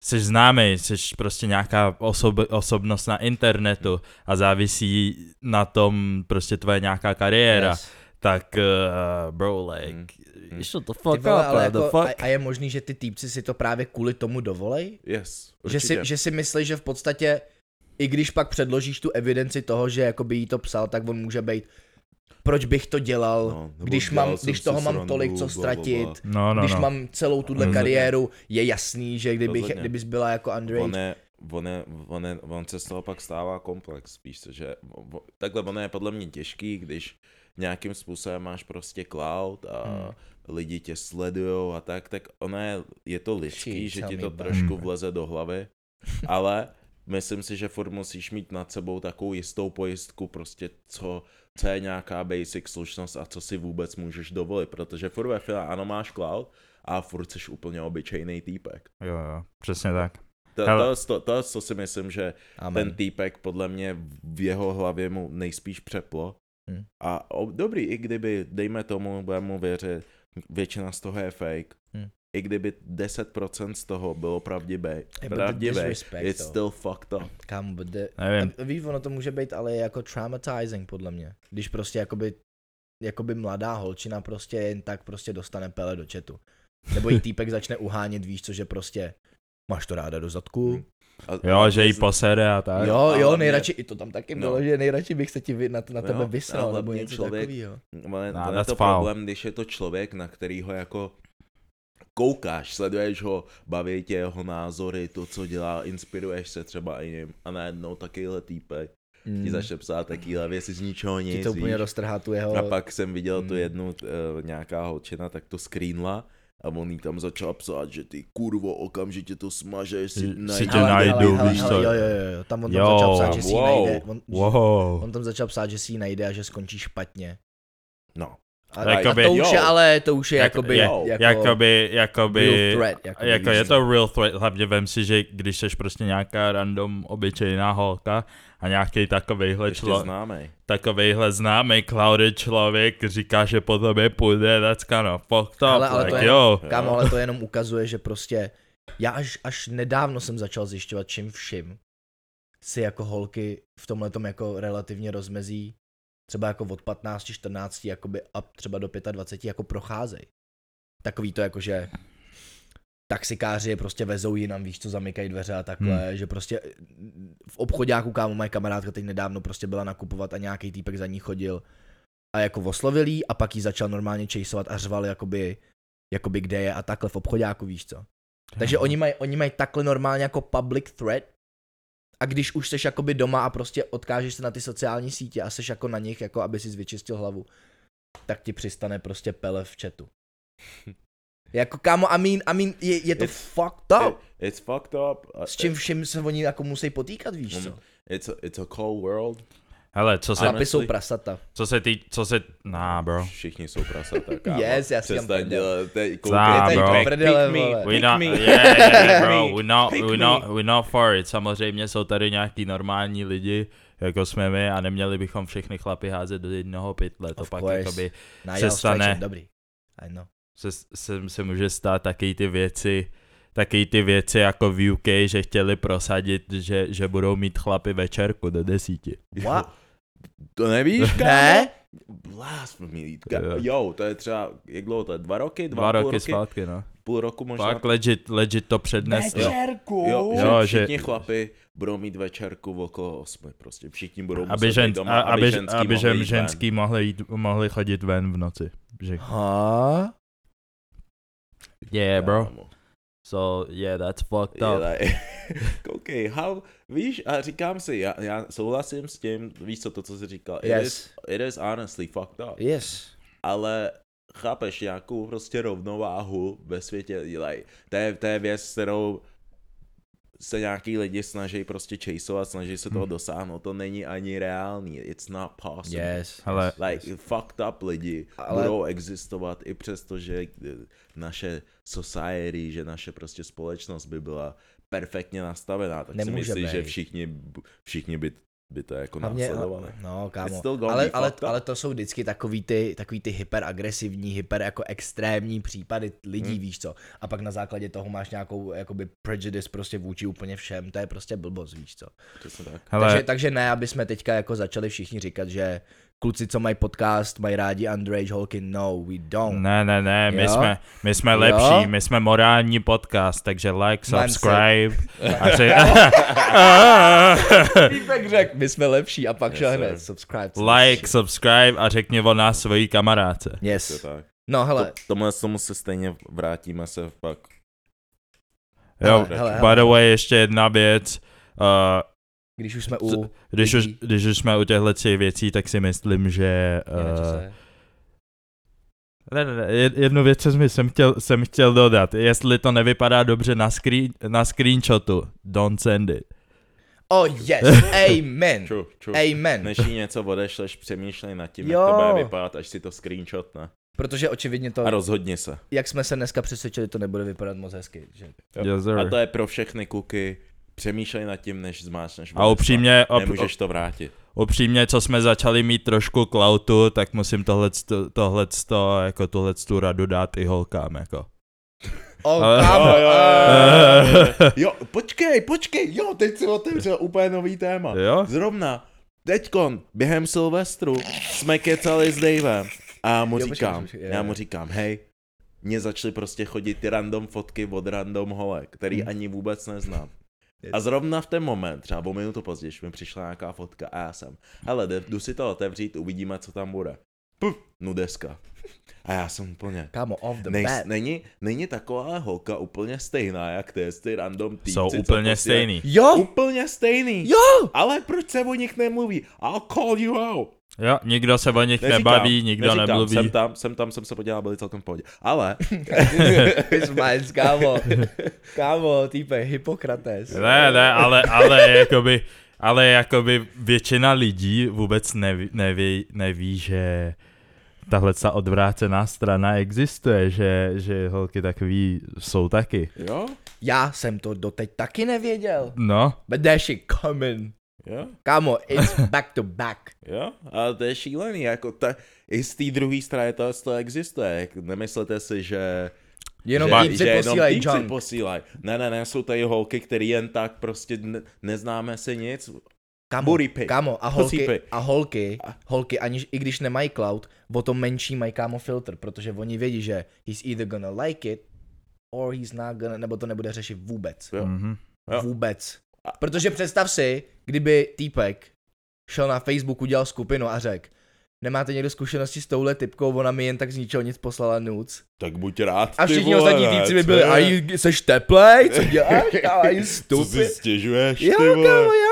Speaker 1: jsi známý, jsi prostě nějaká osob, osobnost na
Speaker 2: Hmm.
Speaker 1: internetu a závisí na tom prostě tvoje nějaká kariéra, yes.
Speaker 2: Yes. Hmm.
Speaker 1: tak uh, bro, like,
Speaker 3: Mm.
Speaker 1: mm.
Speaker 3: Mm.
Speaker 1: shut the
Speaker 2: Ty
Speaker 1: fuck
Speaker 2: vole,
Speaker 1: up,
Speaker 2: ale
Speaker 1: what the
Speaker 2: jako, a,
Speaker 1: fuck.
Speaker 2: a je možný, že ty týpci si to právě kvůli tomu dovolej?
Speaker 3: Yes,
Speaker 2: Že si,
Speaker 3: určitě.
Speaker 2: že si myslí, že v podstatě, i když pak předložíš tu evidenci toho, že jakoby jí to psal, tak on může být, proč bych to dělal,
Speaker 3: No,
Speaker 2: no,
Speaker 3: nebo
Speaker 2: když,
Speaker 3: dělal
Speaker 2: mám,
Speaker 3: jsem
Speaker 2: když
Speaker 3: si
Speaker 2: toho mám
Speaker 3: srandu,
Speaker 2: tolik co
Speaker 3: bla, bla, bla.
Speaker 2: ztratit.
Speaker 1: No, no,
Speaker 2: když
Speaker 1: no.
Speaker 2: mám celou tuhle
Speaker 1: Rozhodně.
Speaker 2: kariéru, je jasný, že kdybych,
Speaker 3: Rozhodně.
Speaker 2: kdybys byla jako
Speaker 3: On,
Speaker 2: underage,
Speaker 3: je, on, je, on, je, on se z toho pak stává komplex, víš co, že o- o- takhle ono je podle mě těžký, když nějakým způsobem máš prostě cloud a hmm. lidi tě sledujou a tak, tak ono je, je to lidský,
Speaker 2: Shit,
Speaker 3: že
Speaker 2: tell
Speaker 3: ti
Speaker 2: me
Speaker 3: to
Speaker 2: about
Speaker 3: trošku
Speaker 1: it.
Speaker 3: vleze do hlavy, ale myslím si, že furt musíš mít nad sebou takovou jistou pojistku prostě co, co je nějaká basic slušnost a co si vůbec můžeš dovolit, protože furt ve finále, ano máš cloud, a furt jsi úplně obyčejný týpek.
Speaker 1: Jo, jo, přesně tak.
Speaker 3: To,
Speaker 1: Hele.
Speaker 3: to, to, to, co si myslím, že
Speaker 2: amen.
Speaker 3: ten týpek podle mě v jeho hlavě mu nejspíš přeplo.
Speaker 2: Hmm.
Speaker 3: A o, dobrý, i kdyby, dejme tomu, budeme mu věřit, většina z toho je fake.
Speaker 2: Hmm.
Speaker 3: I kdyby 10% z toho bylo pravdivé,
Speaker 2: but the
Speaker 3: pravdivé
Speaker 2: disrespect,
Speaker 3: it's
Speaker 2: though.
Speaker 3: still fucked up.
Speaker 2: kam bude.
Speaker 1: Nevím.
Speaker 2: A Víš, ono to může být, ale je jako traumatizing podle mě, když prostě jakoby, jakoby mladá holčina prostě jen tak prostě dostane pele do četu. Nebo jí týpek začne uhánět, víš co, že prostě máš to ráda do zadku.
Speaker 3: A,
Speaker 1: Jo,
Speaker 3: a
Speaker 1: že jí
Speaker 3: z-
Speaker 1: posede a tak.
Speaker 2: Jo,
Speaker 3: ale
Speaker 2: jo,
Speaker 3: Hmm. hlavně-
Speaker 2: nejradši, i to tam taky
Speaker 3: No.
Speaker 2: bylo, že nejradši bych se ti vy, na, na
Speaker 3: No
Speaker 2: tebe
Speaker 3: jo,
Speaker 2: vysral,
Speaker 3: ale
Speaker 2: nebo
Speaker 3: hlavně
Speaker 2: něco
Speaker 3: člověk-
Speaker 2: takového.
Speaker 3: Ale
Speaker 1: Nah,
Speaker 3: no, je
Speaker 1: that's
Speaker 3: to
Speaker 1: foul.
Speaker 3: problém, když je to člověk, na kterýho jako koukáš, sleduješ ho, baví tě jeho názory, to, co dělá, inspiruješ se třeba i ním a najednou takýhle týpek
Speaker 2: Mm.
Speaker 3: ti začne psát takýhle věci z ničeho
Speaker 2: Ti
Speaker 3: nic,
Speaker 2: to úplně
Speaker 3: víš.
Speaker 2: roztrhá tu
Speaker 3: A
Speaker 2: jeho...
Speaker 3: pak jsem viděl tu
Speaker 2: Mm.
Speaker 3: jednu, t- eh, nějaká holčina, tak to screenla a on jí tam začal psát, že ty kurvo, okamžitě to smažeš, si
Speaker 1: Si- si
Speaker 3: najdeš-
Speaker 1: tě najdu, víš co.
Speaker 2: jo, jo, jo, jo, tam on tam
Speaker 1: Jo,
Speaker 2: začal psát, že si ji
Speaker 3: wow,
Speaker 2: najde. On,
Speaker 1: Wow.
Speaker 2: On tam začal psát, že si ji najde a že skončí špatně.
Speaker 3: No,
Speaker 2: A,
Speaker 1: Tak
Speaker 2: a
Speaker 1: jakoby-
Speaker 2: to už
Speaker 3: jo.
Speaker 2: je ale, to už je
Speaker 1: Jak-
Speaker 2: jakoby,
Speaker 1: je-
Speaker 2: jako,
Speaker 1: Jakoby, jakoby,
Speaker 2: real threat. Jakoby,
Speaker 1: jako
Speaker 2: víš
Speaker 1: je
Speaker 2: co.
Speaker 1: to real threat, hlavně vem si, že když jsi prostě nějaká random obyčejná holka a nějaký takovejhle
Speaker 3: ještě
Speaker 1: člověk,
Speaker 3: známej.
Speaker 1: takovejhle známý cloudy člověk říká, že po tobě půjde, that's kinda fucked up,
Speaker 2: Hele,
Speaker 1: ale,
Speaker 2: ale
Speaker 1: ale
Speaker 2: to
Speaker 1: like,
Speaker 2: je-
Speaker 1: jo.
Speaker 2: Kámo, ale to jenom ukazuje, že prostě, já až, až nedávno jsem začal zjišťovat, čím vším si jako holky v tomhle jako relativně rozmezí, třeba jako od 15, 14, jakoby a třeba do 25 jako procházej. Takový to jako, že taxikáři je prostě vezou jinam, víš co, zamykají dveře a takhle, hmm. že prostě v obchodáku, kámo, moje kamarádka teď nedávno prostě byla nakupovat a nějaký týpek za ní chodil a jako oslovil jí a pak jí začal normálně čejsovat a řval jakoby, jakoby kde je a takhle v obchodáku, víš co. Takže oni mají oni mají takhle normálně jako public threat a když už seš jakoby doma a prostě odkážeš se na ty sociální sítě a seš jako na nich, jako aby si vyčistil hlavu, tak ti přistane prostě pele v chatu. Jako kámo, I mean, I mean, je, je to
Speaker 3: It's-
Speaker 2: fucked up.
Speaker 3: It- It's fucked up. A-
Speaker 2: No. S čím vším se oni jako musí potýkat, víš co?
Speaker 3: Mm, It's a, it's a cold world.
Speaker 1: Hele, co se,
Speaker 3: Ale-
Speaker 2: Chlapi jsou
Speaker 3: myslí-
Speaker 2: prasata.
Speaker 1: co se ty, co se, nah bro.
Speaker 3: Všichni jsou prasata, kámo.
Speaker 2: Yes, já si tam
Speaker 3: Přestaň
Speaker 2: prdel.
Speaker 3: dělat, teď
Speaker 1: Zná,
Speaker 3: koukej,
Speaker 1: bro.
Speaker 3: pick me,
Speaker 2: Prdele,
Speaker 3: pick me,
Speaker 2: vole.
Speaker 1: We
Speaker 3: pick
Speaker 1: not,
Speaker 3: me.
Speaker 1: yeah, yeah, yeah,
Speaker 3: Pick
Speaker 1: bro,
Speaker 3: me.
Speaker 1: we not,
Speaker 3: Pick
Speaker 1: we
Speaker 3: me.
Speaker 1: not, we not for it. Samozřejmě jsou tady nějaký normální lidi, jako jsme my, a neměli bychom všechny chlapy házet do jednoho pytle. To
Speaker 2: Of
Speaker 1: pak
Speaker 2: course.
Speaker 1: jakoby
Speaker 2: Najel
Speaker 1: stane.
Speaker 2: stane. dobrý. I know.
Speaker 1: se, se, se může stát taky ty věci, taky ty věci jako v UK, že chtěli prosadit, že, že budou mít chlapy večerku do desíti.
Speaker 2: What?
Speaker 3: To nevíš, kámo?
Speaker 2: Ne?
Speaker 3: last for me. Ka-
Speaker 1: Jo.
Speaker 3: Jo, to je třeba, jak dlouho to je, dva roky, dva,
Speaker 1: Dva
Speaker 3: půl
Speaker 1: roky
Speaker 3: roky,
Speaker 1: zpátky, no.
Speaker 3: půl roku možná.
Speaker 1: Fakt legit, legit to přednesl.
Speaker 3: Večerku. Jo, jo,
Speaker 1: Jo,
Speaker 3: že
Speaker 1: že-
Speaker 3: všichni chlapi budou mít večerku okolo osmi, prostě všichni budou muset
Speaker 1: Aby,
Speaker 3: být
Speaker 1: žen, a,
Speaker 3: doma,
Speaker 1: aby,
Speaker 3: ženský
Speaker 1: aby
Speaker 3: mohli
Speaker 1: žen,
Speaker 3: jít ven.
Speaker 1: ženský mohli, jít, mohli chodit ven v noci. Že,
Speaker 2: Ha?
Speaker 1: yeah, bro.
Speaker 3: Kámo.
Speaker 1: So, yeah, that's fucked
Speaker 3: Je
Speaker 1: up.
Speaker 3: like, koukej, how, víš, a říkám si, já, já souhlasím s tím, víš co, to, co jsi říkal, it, is,
Speaker 2: Yes.
Speaker 3: it is honestly fucked up,
Speaker 2: Yes.
Speaker 3: ale chápeš nějakou prostě rovnováhu ve světě, like, to, je, to je věc, s kterou se nějaký lidi snaží prostě chaseovat, snaží se toho
Speaker 2: Hmm.
Speaker 3: dosáhnout, to není ani reálný, it's not possible.
Speaker 2: Yes.
Speaker 1: Hele,
Speaker 3: Like, fucked up lidi
Speaker 2: Ale-
Speaker 3: Ale... budou existovat i přesto, že eh, naše society, že naše prostě společnost by byla perfektně nastavená, tak
Speaker 2: Nemůže
Speaker 3: si myslím, že
Speaker 2: být.
Speaker 3: všichni, b- všichni by, by to jako
Speaker 2: Hlavně,
Speaker 3: následovali.
Speaker 2: no
Speaker 3: It's
Speaker 2: kámo,
Speaker 3: still gonna
Speaker 2: ale,
Speaker 3: be
Speaker 2: ale,
Speaker 3: fucked up.
Speaker 2: ale to jsou vždycky takový ty, takový ty hyperagresivní, hyper jako extrémní případy lidí, hmm. víš co. A pak na základě toho máš nějakou jakoby prejudice prostě vůči úplně všem, to je prostě blbost, víš co.
Speaker 3: Přesně tak.
Speaker 1: Hele,
Speaker 2: Takže, takže ne, aby jsme teďka jako začali všichni říkat, že kluci, co mají podcast, mají rádi underage holky, no, we don't.
Speaker 1: Ne, ne, ne, my
Speaker 2: Jo?
Speaker 1: jsme, my jsme
Speaker 2: Jo?
Speaker 1: lepší, my jsme morální podcast, takže like,
Speaker 2: Mám se.
Speaker 1: subscribe a ři...
Speaker 2: Týpek řekl, my jsme lepší a pak
Speaker 3: Yes,
Speaker 2: šel hned,
Speaker 3: sir.
Speaker 2: subscribe.
Speaker 1: like, subscribe a řekni o nás svojí kamarádce.
Speaker 3: Přesně
Speaker 2: Yes.
Speaker 3: tak.
Speaker 2: No hele,
Speaker 3: To, tomhle tomu se stejně vrátíme se pak.
Speaker 1: Jo,
Speaker 2: Hele, hele,
Speaker 1: by the way, ještě jedna věc. Uh,
Speaker 2: když už jsme u...
Speaker 1: když, už,
Speaker 2: Lidí.
Speaker 1: když už jsme u těchto věcí, tak si myslím, že...
Speaker 2: Jinak, co
Speaker 1: Uh,
Speaker 2: se-
Speaker 1: Ne, ne, ne, jed- jednu věc jsem, jsem, chtěl, jsem chtěl dodat. Jestli to nevypadá dobře na, screen, na screenshotu, don't send it.
Speaker 2: Oh yes, amen.
Speaker 3: Ču, ču.
Speaker 2: Amen.
Speaker 3: Než jí něco odešleš, přemýšlej nad tím,
Speaker 2: Jo.
Speaker 3: jak to bude vypadat, až si to screenshot, ne?
Speaker 2: Protože očividně to,
Speaker 3: A rozhodni se.
Speaker 2: jak jsme se dneska přesvědčili, to nebude vypadat moc hezky. Že?
Speaker 1: Yes, sir.
Speaker 3: A to je pro všechny kuky. Přemýšlej nad tím, než zmáčneš.
Speaker 1: A upřímně, op-
Speaker 3: Nemůžeš to vrátit.
Speaker 1: upřímně, co jsme začali mít trošku klautu, tak musím tohle, tohle, jako tuhle tu radu dát i holkám, jako.
Speaker 2: Oh,
Speaker 1: Ale-
Speaker 2: kámo,
Speaker 3: Jo, jo, jo,
Speaker 2: eh,
Speaker 3: jo, jo, jo. Jo, počkej, počkej, jo, teď si otevřel úplně nový téma.
Speaker 1: Jo?
Speaker 3: Zrovna, teďkon, během Silvestru, jsme kecali s Davem. A já mu
Speaker 2: Jo, počkej,
Speaker 3: říkám,
Speaker 2: počkej, jo,
Speaker 3: já
Speaker 2: jo.
Speaker 3: mu říkám, hej, mně začaly prostě chodit ty random fotky od random holek, který
Speaker 2: Mhm.
Speaker 3: ani vůbec neznám. A zrovna v ten moment, třeba o minutu později, mi přišla nějaká fotka a já jsem, hele, jde- jdu si to otevřít, uvidíme, co tam bude. Puf, nudeska. A já jsem úplně,
Speaker 2: Kámo, off the
Speaker 3: Nej,
Speaker 2: bat.
Speaker 3: není, není taková holka úplně stejná, jak ty, ty random týpci.
Speaker 1: Jsou
Speaker 3: co
Speaker 1: úplně
Speaker 3: prostě-
Speaker 1: stejný.
Speaker 2: Jo,
Speaker 3: Úplně stejný.
Speaker 2: jo!
Speaker 3: Ale proč se o nich nemluví? I'll call you out.
Speaker 1: Jo, nikdo se o nich nebaví, nikdo
Speaker 3: neříkám,
Speaker 1: nemluví.
Speaker 3: Jsem tam, jsem tam, jsem se podělal, byli celkem v pohodě. Ale,
Speaker 2: It's mine, kámo. Kámo, týpe, Hippokrates.
Speaker 1: Ne, ne, ale, ale jakoby, ale jakoby většina lidí vůbec neví, neví, neví že tahle ta odvrácená strana existuje, že, že holky takový jsou taky.
Speaker 3: jo,
Speaker 2: Já jsem to doteď taky nevěděl.
Speaker 1: No,
Speaker 2: But that shit coming.
Speaker 3: jo,
Speaker 2: Kámo, it's back to back.
Speaker 3: jo, ale to je šílený, jako ta, i z té druhé strany to, to existuje. Jak Nemyslete si, že
Speaker 2: Jenom
Speaker 3: že,
Speaker 2: týpci
Speaker 3: že jenom
Speaker 2: posílají
Speaker 3: týpci
Speaker 2: junk.
Speaker 3: posílají. Ne, ne, ne, jsou tady holky, které jen tak prostě ne, neznáme si nic.
Speaker 2: Kámo,
Speaker 3: Booty pic.
Speaker 2: kámo, a
Speaker 3: Pussy
Speaker 2: holky,
Speaker 3: pic.
Speaker 2: a holky, holky, aniž, i když nemají cloud, o tom menší mají kámo filtr, protože oni vědí, že he's either gonna like it, or he's not gonna, nebo to nebude řešit vůbec.
Speaker 3: Jo.
Speaker 1: mhm.
Speaker 3: Jo.
Speaker 2: Vůbec. Protože představ si, kdyby týpek šel na Facebooku, dělal skupinu a řekl, nemáte někdo zkušenosti s touhle typkou, ona mi jen tak z ničeho nic poslala nuc.
Speaker 3: Tak buď rád,
Speaker 2: A
Speaker 3: ty
Speaker 2: všichni
Speaker 3: vole,
Speaker 2: ostatní týpci by
Speaker 3: co
Speaker 2: byli,
Speaker 3: je?
Speaker 2: a jí- seš teplej, co děláš, kámo, a jí
Speaker 3: Co si
Speaker 2: stupid.
Speaker 3: stěžuješ,
Speaker 2: Jo,
Speaker 3: ty vole?
Speaker 2: kámo, jo.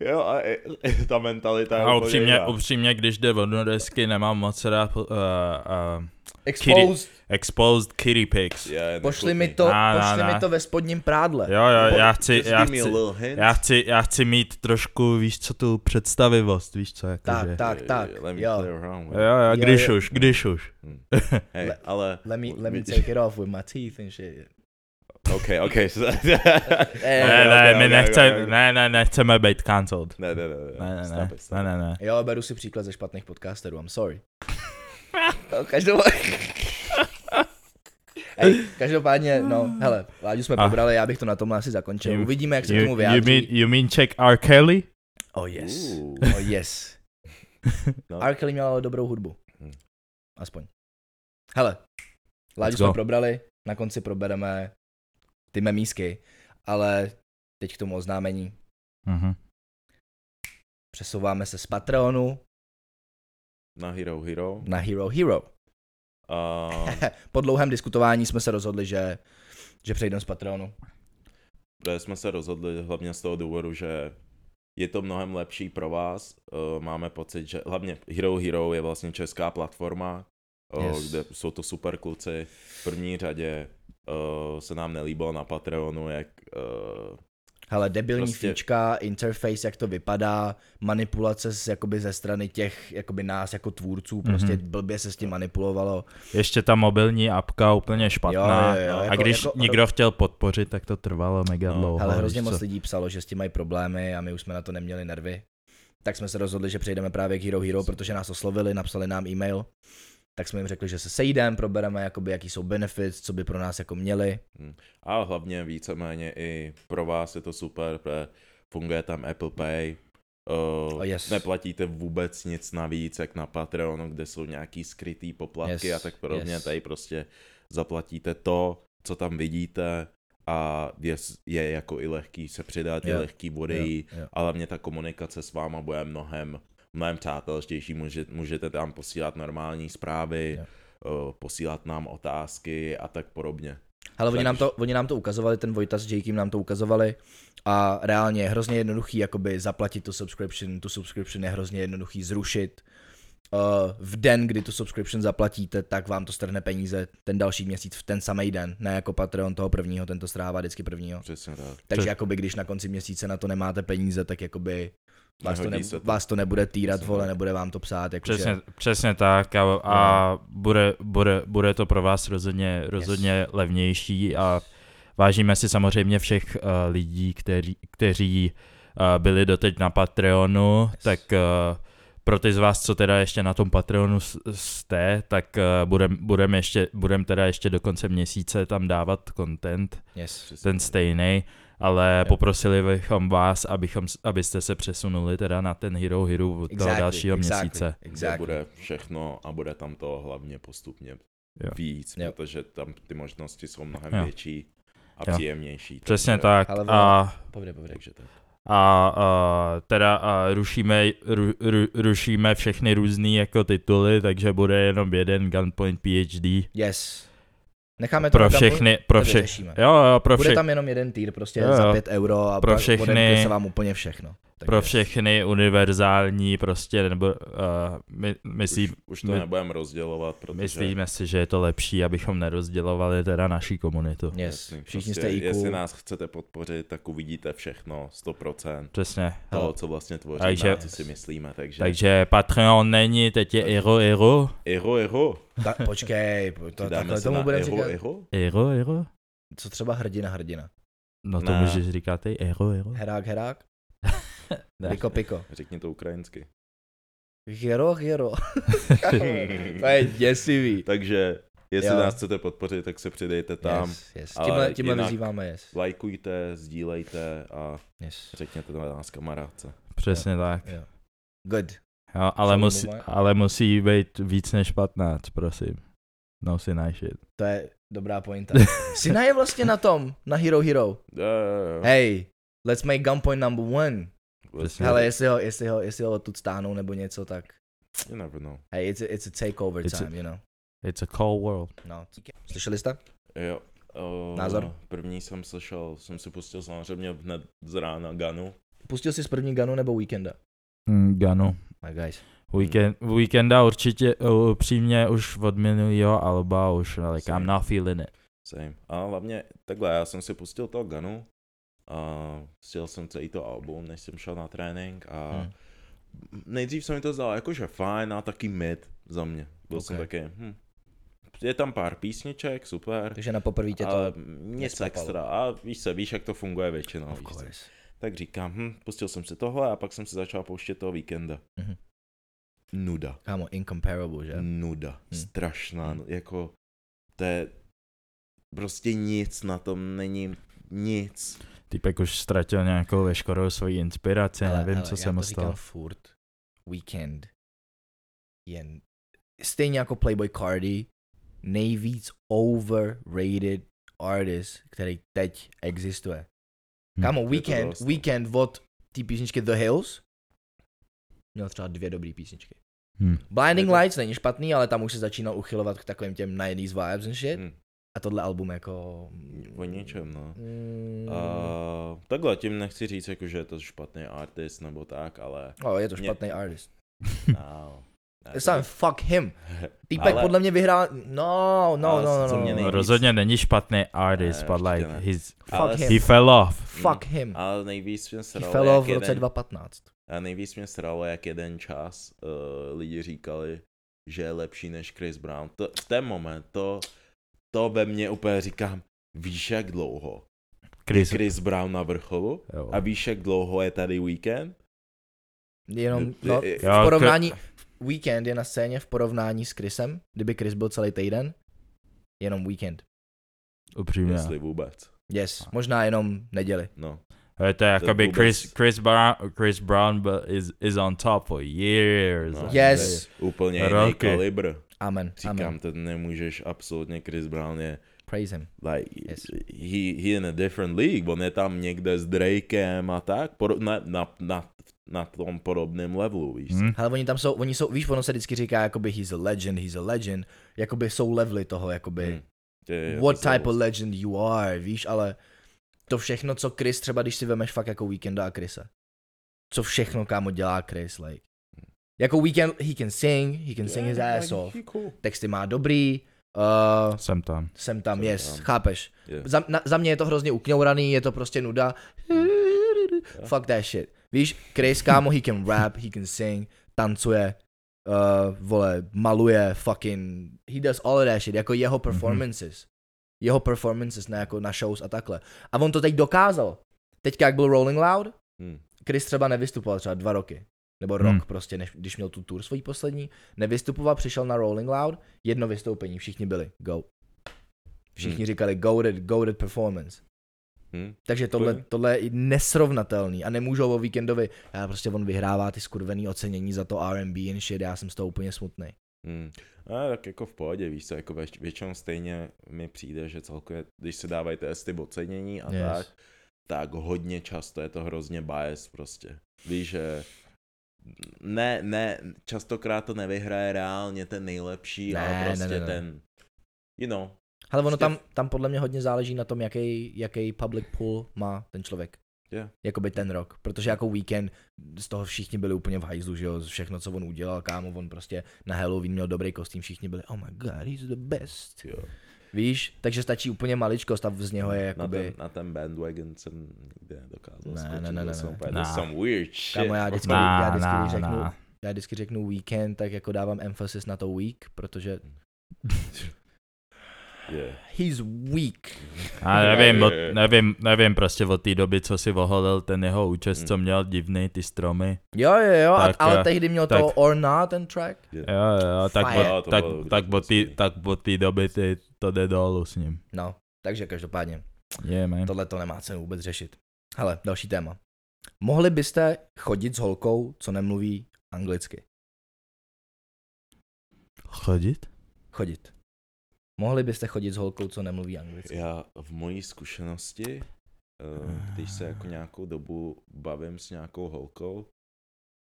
Speaker 3: Jo, a e, e, ta mentalita je
Speaker 1: A
Speaker 3: úplně
Speaker 1: upřímně,
Speaker 3: jiná.
Speaker 1: upřímně, když jde o nudesky, nemám moc rád uh, uh,
Speaker 2: Exposed.
Speaker 1: exposed kitty pics.
Speaker 3: Je, nechutný.
Speaker 2: Pošli mi to,
Speaker 1: Na, na,
Speaker 2: pošli
Speaker 1: na.
Speaker 2: mi to ve spodním prádle.
Speaker 1: Jo, jo, já
Speaker 3: Just
Speaker 1: chci,
Speaker 3: give
Speaker 1: já
Speaker 3: me a
Speaker 1: chci,
Speaker 3: little hint.
Speaker 1: já chci, já chci mít trošku, víš co, tu představivost, víš co,
Speaker 2: Tak,
Speaker 1: jakože.
Speaker 2: tak, tak,
Speaker 3: Eh, Let me play
Speaker 2: jo.
Speaker 3: around with
Speaker 1: Jo, jo, když
Speaker 2: jo.
Speaker 1: už, když už.
Speaker 3: it. Hej, ale...
Speaker 2: Let me, let me
Speaker 3: Vidíš-
Speaker 2: take it off with my teeth and shit.
Speaker 3: Okay, okay. so-
Speaker 2: Eh,
Speaker 1: Ne,
Speaker 3: jo,
Speaker 1: ne,
Speaker 3: jo,
Speaker 1: my
Speaker 3: jo, jo,
Speaker 1: nechceme,
Speaker 3: jo.
Speaker 1: ne, ne, nechceme být cancelled.
Speaker 3: Ne, ne, ne,
Speaker 1: Ne, ne, ne,
Speaker 3: stop it, stop
Speaker 1: ne, ne, ne.
Speaker 2: Jo, beru si příklad ze špatných podcasterů, I'm sorry. No, Každopádně... Ej, každopádně, no, hele, Láďu jsme
Speaker 1: A-
Speaker 2: pobrali, já bych to na tomhle asi zakončil.
Speaker 1: You-
Speaker 2: Uvidíme, jak se k
Speaker 1: You,
Speaker 2: tomu
Speaker 1: you, mean,
Speaker 2: vyjádří.
Speaker 1: you mean check R. Kelly?
Speaker 2: Oh
Speaker 3: it.
Speaker 2: yes,
Speaker 3: Ooh.
Speaker 2: oh yes.
Speaker 3: No.
Speaker 2: R. Kelly měl ale dobrou hudbu.
Speaker 1: Hmm.
Speaker 3: Hm.
Speaker 2: Aspoň. Hele, Láďu
Speaker 1: Let's go.
Speaker 2: jsme probrali, na konci probereme ty memísky, ale teď k tomu oznámení.
Speaker 1: Mhm.
Speaker 2: Přesouváme se z Patreonu
Speaker 3: Na Hero Hero.
Speaker 2: na Hero Hero.
Speaker 3: A
Speaker 2: Po dlouhém diskutování jsme se rozhodli, že, že přejdeme z Patreonu.
Speaker 3: kde jsme se rozhodli hlavně z toho důvodu, že je to mnohem lepší pro vás. Eh, Máme pocit, že hlavně Hero Hero je vlastně česká platforma, eh,
Speaker 2: Yes.
Speaker 3: kde jsou to super kluci. V první řadě eh, se nám nelíbilo na Patreonu, jak eh,
Speaker 2: Hele, debilní prostě...
Speaker 3: Prostě-
Speaker 2: fíčka, interface, jak to vypadá, manipulace z, jakoby ze strany těch jakoby nás jako
Speaker 1: Mhm.
Speaker 2: tvůrců, prostě mm-hmm. blbě se s tím manipulovalo.
Speaker 1: Ještě ta mobilní apka úplně špatná.
Speaker 2: Jo, jo, jo,
Speaker 1: a
Speaker 2: jako-
Speaker 1: když
Speaker 2: jako-
Speaker 1: někdo chtěl podpořit, tak to trvalo mega
Speaker 3: No,
Speaker 1: dlouho.
Speaker 2: Ale
Speaker 1: víš
Speaker 2: hrozně
Speaker 1: co.
Speaker 2: moc lidí psalo, že s tím mají problémy a my už jsme na to neměli nervy. Tak jsme se rozhodli, že přejdeme právě k Hero Hero, protože nás oslovili, napsali nám e-mail. Tak jsme jim řekli, že se sejdeme, probereme, jakoby, jaký jsou benefits, co by pro nás jako měli.
Speaker 3: A hlavně víceméně i pro vás je to super, protože funguje tam Apple Pay. Uh,
Speaker 2: Oh, yes.
Speaker 3: Neplatíte vůbec nic navíc, jak na Patreonu, kde jsou nějaký skrytý poplatky
Speaker 2: Yes,
Speaker 3: a tak podobně.
Speaker 2: yes.
Speaker 3: Tady prostě zaplatíte to, co tam vidíte a je, je jako i lehký se přidat, je
Speaker 2: Jo,
Speaker 3: lehký odejít
Speaker 2: jo.
Speaker 3: a hlavně ta komunikace s váma bude mnohem, mnohem přátelštější, Může, můžete tam posílat normální zprávy,
Speaker 2: Jo.
Speaker 3: eh, posílat nám otázky a tak podobně.
Speaker 2: Ale oni
Speaker 3: Tak.
Speaker 2: nám, to, oni nám to ukazovali, ten Vojta s Jakým nám to ukazovali a reálně je hrozně jednoduchý jakoby zaplatit tu subscription, tu subscription je hrozně jednoduchý zrušit. Uh, v den, kdy tu subscription zaplatíte, tak vám to strhne peníze ten další měsíc v ten samý den, ne jako Patreon toho prvního, ten to strává vždycky prvního.
Speaker 3: Přesně tak.
Speaker 2: Takže
Speaker 1: Přes-
Speaker 2: jakoby když na konci měsíce na to nemáte peníze, tak jakoby vás to, ne,
Speaker 3: Nehodí se to.
Speaker 2: vás to nebude týrat,
Speaker 3: Přesně
Speaker 2: vole,
Speaker 3: tak.
Speaker 2: nebude vám to psát, jakože...
Speaker 1: Přesně, přesně tak a, a bude, bude, bude to pro vás rozhodně, rozhodně No. yes. levnější a vážíme si samozřejmě všech uh, lidí, kteří, kteří uh, byli doteď na Patreonu, yes. tak uh, pro ty z vás, co teda ještě na tom Patreonu s- jste, tak uh, budeme budem ještě, budem teda ještě do konce měsíce tam dávat content,
Speaker 2: Yes.
Speaker 1: ten stejný, ale poprosili bychom vás, abychom, s- abyste se přesunuli teda na ten Hero Hero od toho dalšího měsíce.
Speaker 3: Exactly.
Speaker 2: Exactly.
Speaker 3: bude všechno a bude tam to hlavně postupně
Speaker 1: Jo.
Speaker 3: víc,
Speaker 2: Jo.
Speaker 3: protože tam ty možnosti jsou mnohem
Speaker 1: Jo.
Speaker 3: větší a
Speaker 1: Jo.
Speaker 3: příjemnější.
Speaker 1: Přesně
Speaker 3: takže-
Speaker 1: tak.
Speaker 2: Ale
Speaker 1: A,
Speaker 2: Povědej, povědej.
Speaker 3: Takže tak.
Speaker 1: a, a teda a rušíme, ru, ru, rušíme všechny různé jako tituly, takže bude jenom jeden Gunpoint PhD
Speaker 2: Yes. Necháme to
Speaker 1: pro
Speaker 2: na kampu,
Speaker 1: všechny, pro
Speaker 2: to
Speaker 1: vše,
Speaker 2: vyřešíme.
Speaker 1: jo, jo, pro,
Speaker 2: Bude
Speaker 1: vše,
Speaker 2: tam jenom jeden týr, prostě
Speaker 1: Jo,
Speaker 2: za
Speaker 1: jo.
Speaker 2: 5 euro a
Speaker 1: Pro
Speaker 2: pro
Speaker 1: všechny-
Speaker 2: všechny, se vám úplně všechno. Takže-
Speaker 1: pro všechny univerzální prostě, nebo uh, my,
Speaker 3: Už,
Speaker 1: myslím,
Speaker 3: už to
Speaker 1: my-
Speaker 3: nebudeme rozdělovat, protože...
Speaker 1: myslíme si, že je to lepší, abychom nerozdělovali teda naší komunitu.
Speaker 2: Yes.
Speaker 3: jasný,
Speaker 2: Všichni
Speaker 3: prostě,
Speaker 2: jste IQ.
Speaker 3: Jestli nás chcete podpořit, tak uvidíte všechno, 100%
Speaker 1: Přesně.
Speaker 3: toho, co vlastně tvoříme
Speaker 1: Takže-
Speaker 3: a co si myslíme, takže...
Speaker 1: Takže Patreon není, teď je Ero, Ero.
Speaker 3: Ero, ero,
Speaker 2: Ta, počkej, po- to,
Speaker 3: Dáme
Speaker 2: takhle
Speaker 3: se
Speaker 2: tomu
Speaker 3: na
Speaker 2: budeme
Speaker 3: ero,
Speaker 2: říkat.
Speaker 3: ero?
Speaker 1: Ero, Ero?
Speaker 2: Co třeba hrdina, hrdina?
Speaker 1: No to
Speaker 3: Ne.
Speaker 1: můžeš říkat ty, Ero, Ero.
Speaker 2: Herák, herák?
Speaker 1: Ne.
Speaker 2: Piko, piko.
Speaker 3: Řekni to ukrajinsky.
Speaker 2: Hero, hero. to je děsivý.
Speaker 3: Takže, jestli
Speaker 2: Jo.
Speaker 3: nás chcete podpořit, tak se přidejte tam.
Speaker 2: Yes, yes.
Speaker 3: ale
Speaker 2: Tímhle, tímhle
Speaker 3: jinak-
Speaker 2: vyzýváme, yes.
Speaker 3: Lajkujte, sdílejte a
Speaker 2: yes.
Speaker 3: řekněte to na nás kamarádce.
Speaker 1: Přesně tak.
Speaker 2: Jo. Good.
Speaker 1: Jo, ale,
Speaker 2: Jsou
Speaker 1: musí,
Speaker 2: mimo-
Speaker 1: ale musí být víc než 15, prosím. No si najšit.
Speaker 2: To je dobrá pointa. Sina je vlastně na tom, na Hero Hero.
Speaker 3: Jo, jo, jo.
Speaker 2: Hey, let's make gunpoint number one.
Speaker 3: Vlastně
Speaker 1: Přesně.
Speaker 2: Hele, jestli ho, jestli ho, jestli ho tu stáhnou nebo něco, tak
Speaker 3: You never know.
Speaker 2: hey, it's a, it's a takeover
Speaker 1: It's a-
Speaker 2: time, you know.
Speaker 1: It's a cold world.
Speaker 2: No. Slyšeli jste?
Speaker 3: Jo. Uh,
Speaker 2: Názor?
Speaker 3: První jsem slyšel, jsem si pustil samozřejmě hned z rána Ganu.
Speaker 2: Pustil jsi z první Ganu nebo Weekenda?
Speaker 1: Mm, Ganu.
Speaker 2: My guys.
Speaker 1: Weekend, Weekenda určitě uh, upřímně už od minulého alba už, ale like, I'm
Speaker 3: Same.
Speaker 1: not feeling it.
Speaker 3: Same. A hlavně takhle, já jsem si pustil toho Ganu a pustil jsem celý to album, než jsem šel na trénink a
Speaker 2: Hmm.
Speaker 3: hmm. nejdřív se mi to zdálo jakože fajn a taky mid za mě. Byl jsem
Speaker 2: Ok.
Speaker 3: taky, hm. Je tam pár písniček, super,
Speaker 2: Takže na poprvé tě to...
Speaker 3: ale nic
Speaker 2: necpapalo.
Speaker 3: extra. A víš se, víš, jak to funguje většinou.
Speaker 2: Of
Speaker 3: víš co.
Speaker 2: course.
Speaker 3: Tak říkám, hm, pustil jsem si tohle a pak jsem si začal pouštět toho víkenda.
Speaker 2: Mhm.
Speaker 3: Nuda.
Speaker 2: Kámo, incomparable, že?
Speaker 3: Nuda.
Speaker 2: Hm.
Speaker 3: Strašná.
Speaker 2: Hm.
Speaker 3: Jako, to je prostě nic na tom není nic.
Speaker 1: Typek už ztratil nějakou veškerou svoji inspiraci, nevím, co
Speaker 2: já
Speaker 1: se mu
Speaker 2: to říkám
Speaker 1: stalo.
Speaker 2: furt. Weekend je stejně jako Playboy Cardi, nejvíc overrated artist, který teď existuje.
Speaker 1: Hm.
Speaker 2: Kámo,
Speaker 3: to
Speaker 2: Weekend,
Speaker 3: dost, no.
Speaker 2: Weekend od té písničky The Hills měl třeba dvě dobré písničky.
Speaker 1: Hm.
Speaker 2: Blinding
Speaker 3: Je to-
Speaker 2: Lights není špatný, ale tam už se začínal uchylovat k takovým těm 90s vibes and shit.
Speaker 3: Hm,
Speaker 2: A tohle album jako...
Speaker 3: o ničem, no.
Speaker 2: Mm,
Speaker 3: Uh, takhle, tím nechci říct, jako, že je to špatný artist nebo tak, ale...
Speaker 2: no, je to
Speaker 3: mě-
Speaker 2: špatný artist.
Speaker 3: No, ne,
Speaker 2: Hm. Sám fuck him. Týpek
Speaker 3: Ale-
Speaker 2: podle mě vyhrál... No, no,
Speaker 3: Ale
Speaker 2: no, no,
Speaker 3: co
Speaker 2: no.
Speaker 3: mě
Speaker 2: no.
Speaker 3: nejvíc-
Speaker 1: Rozhodně není špatný artist,
Speaker 3: Ne,
Speaker 1: but
Speaker 3: určitě
Speaker 1: like,
Speaker 3: ne.
Speaker 1: his,
Speaker 3: Ale-
Speaker 2: Fuck
Speaker 1: he
Speaker 2: him.
Speaker 1: fell off.
Speaker 2: Fuck him.
Speaker 3: Ale nejvíc mě
Speaker 2: He
Speaker 3: sralo,
Speaker 2: fell off
Speaker 3: jak
Speaker 2: v roce
Speaker 3: jeden,
Speaker 2: 2015.
Speaker 3: a nejvíc mě sralo, jak jeden čas uh, lidi říkali, že je lepší než Chris Brown. To, v ten moment, to, to ve mně úplně říkám, víš jak dlouho
Speaker 1: Chris,
Speaker 3: Chris Brown na vrcholu
Speaker 1: jo.
Speaker 3: a víš jak dlouho je tady Hm, Weekend?
Speaker 2: Jenom
Speaker 3: Ty-
Speaker 2: no,
Speaker 3: jo,
Speaker 2: v
Speaker 1: Chris-
Speaker 2: porovnání... Weekend je na scéně v porovnání s Chrisem, kdyby Chris byl celý týden. Jenom Weekend.
Speaker 1: upřímně.
Speaker 3: Jestli vůbec.
Speaker 2: Yes, možná jenom neděli.
Speaker 3: No.
Speaker 1: Ale to je jakoby
Speaker 3: vůbec-
Speaker 1: Chris, Chris Brown, Chris Brown but is, is on top for years.
Speaker 3: no
Speaker 1: Like,
Speaker 2: Yes.
Speaker 3: to je Úplně jiný
Speaker 1: Roky.
Speaker 3: kalibr.
Speaker 2: Amen,
Speaker 3: Říkám,
Speaker 2: amen.
Speaker 3: to nemůžeš absolutně, Chris Brown je
Speaker 2: Praise him.
Speaker 3: Like,
Speaker 2: Yes.
Speaker 3: he, he in a different league, on je tam někde s Drakem a tak, poro- na, na, na, na tom podobném levelu, víš.
Speaker 1: Hm.
Speaker 2: Ale oni tam jsou, oni jsou, víš, ono se vždycky říká, jakoby he's a legend, he's a legend, jakoby jsou levely toho, jakoby,
Speaker 3: Hmm, Je- je to
Speaker 2: what type of
Speaker 3: zavost.
Speaker 2: legend you are, víš, ale to všechno, co Chris, třeba když si vemeš fakt jako Weekenda a Chrisa, co všechno, kámo, dělá Chris, like, jako Weekend, he can sing, he can sing his
Speaker 3: Hmm. Yeah,
Speaker 2: ass
Speaker 3: like,
Speaker 2: off,
Speaker 3: he cool.
Speaker 2: texty má dobrý, uh,
Speaker 1: Jsem tam.
Speaker 2: jsem tam,
Speaker 3: Jsem
Speaker 2: yes,
Speaker 3: tam.
Speaker 2: chápeš.
Speaker 3: Yeah.
Speaker 2: Za, na, za mě je to hrozně ukňouraný, je to prostě nuda. Fuck that shit. Víš, Chris, kámo, he can rap, he can sing, tancuje, uh, vole, maluje, fucking, he does all of that shit, jako
Speaker 3: Mhm.
Speaker 2: jeho performances. Jeho performances na, jako na shows a takhle. A on to teď dokázal. Teďka, jak byl Rolling Loud,
Speaker 3: Hmm.
Speaker 2: Chris třeba nevystupoval třeba dva roky. Nebo rok
Speaker 1: Hmm.
Speaker 2: hmm. prostě, než, když měl tu tour svojí poslední. Nevystupoval, přišel na Rolling Loud, jedno vystoupení, všichni byli, go. Všichni
Speaker 3: Hmm.
Speaker 2: hmm. říkali goaded, goaded performance.
Speaker 3: Hmm.
Speaker 2: Takže tohle,
Speaker 3: Úplně.
Speaker 2: tohle je i nesrovnatelný a nemůžou o víkendovi, já prostě on vyhrává ty skurvený ocenění za to R&B and shit, já jsem z toho úplně smutný.
Speaker 3: Hmm. A tak jako v pohodě, víš co, jako věč- většinou stejně mi přijde, že celkově, když se dávají testy ocenění a
Speaker 2: Yes.
Speaker 3: tak, tak hodně často je to hrozně bias prostě. Víš, že ne, ne, častokrát to nevyhraje reálně ten nejlepší,
Speaker 2: Ne,
Speaker 3: ale
Speaker 2: ne,
Speaker 3: prostě
Speaker 2: ne, ne.
Speaker 3: ten, you know,
Speaker 2: Ale ono
Speaker 3: Prostě
Speaker 2: tam, tam podle mě hodně záleží na tom, jaký, jaký public pool má ten člověk.
Speaker 3: Yeah.
Speaker 2: Jakoby ten rok, protože jako víkend z toho všichni byli úplně v hajzlu, že jo, všechno, co on udělal, kámo, on prostě na Halloween měl dobrý kostým, všichni byli, oh my god, he's the best.
Speaker 3: jo.
Speaker 2: Víš, takže stačí úplně maličkost a z něho je
Speaker 3: Na,
Speaker 2: jakoby...
Speaker 3: ten, na ten bandwagon jsem nikdy nedokázal
Speaker 2: Ne,
Speaker 3: skočit,
Speaker 2: ne, ne,
Speaker 3: to
Speaker 2: ne,
Speaker 3: jsou
Speaker 2: ne.
Speaker 3: úplně-
Speaker 1: Nah.
Speaker 3: to some weird shit.
Speaker 2: Kámo, já vždycky, já
Speaker 1: Nah,
Speaker 2: vždycky
Speaker 1: nah,
Speaker 2: když řeknu,
Speaker 1: nah.
Speaker 2: já vždycky řeknu weekend, tak jako dávám emphasis na to week, protože
Speaker 3: Yeah.
Speaker 2: he's weak.
Speaker 1: A nevím, no, od, nevím, nevím prostě od té doby, co si vohodil ten jeho
Speaker 3: Hm.
Speaker 1: účest, co měl divný ty stromy.
Speaker 2: Jo, jo, jo,
Speaker 1: Tak,
Speaker 2: tak, ale
Speaker 1: eh,
Speaker 2: tehdy měl
Speaker 1: tak-
Speaker 2: tak. to Or Not ten track.
Speaker 1: Jo, jo, tak,
Speaker 2: Fajn.
Speaker 1: od,
Speaker 3: To
Speaker 1: tak,
Speaker 3: bylo
Speaker 1: tak,
Speaker 3: dobrý
Speaker 1: od tý,
Speaker 3: poslední.
Speaker 1: tak od té doby ty, to jde dolů s ním.
Speaker 2: No, takže každopádně,
Speaker 1: Yeah, man.
Speaker 2: tohle to nemá cenu vůbec řešit. Hele, další téma. Mohli byste chodit s holkou, co nemluví anglicky?
Speaker 1: Chodit?
Speaker 2: Chodit. Mohli byste chodit s holkou, co nemluví anglicky?
Speaker 3: Já v mojí zkušenosti, eh, když se jako nějakou dobu bavím s nějakou holkou,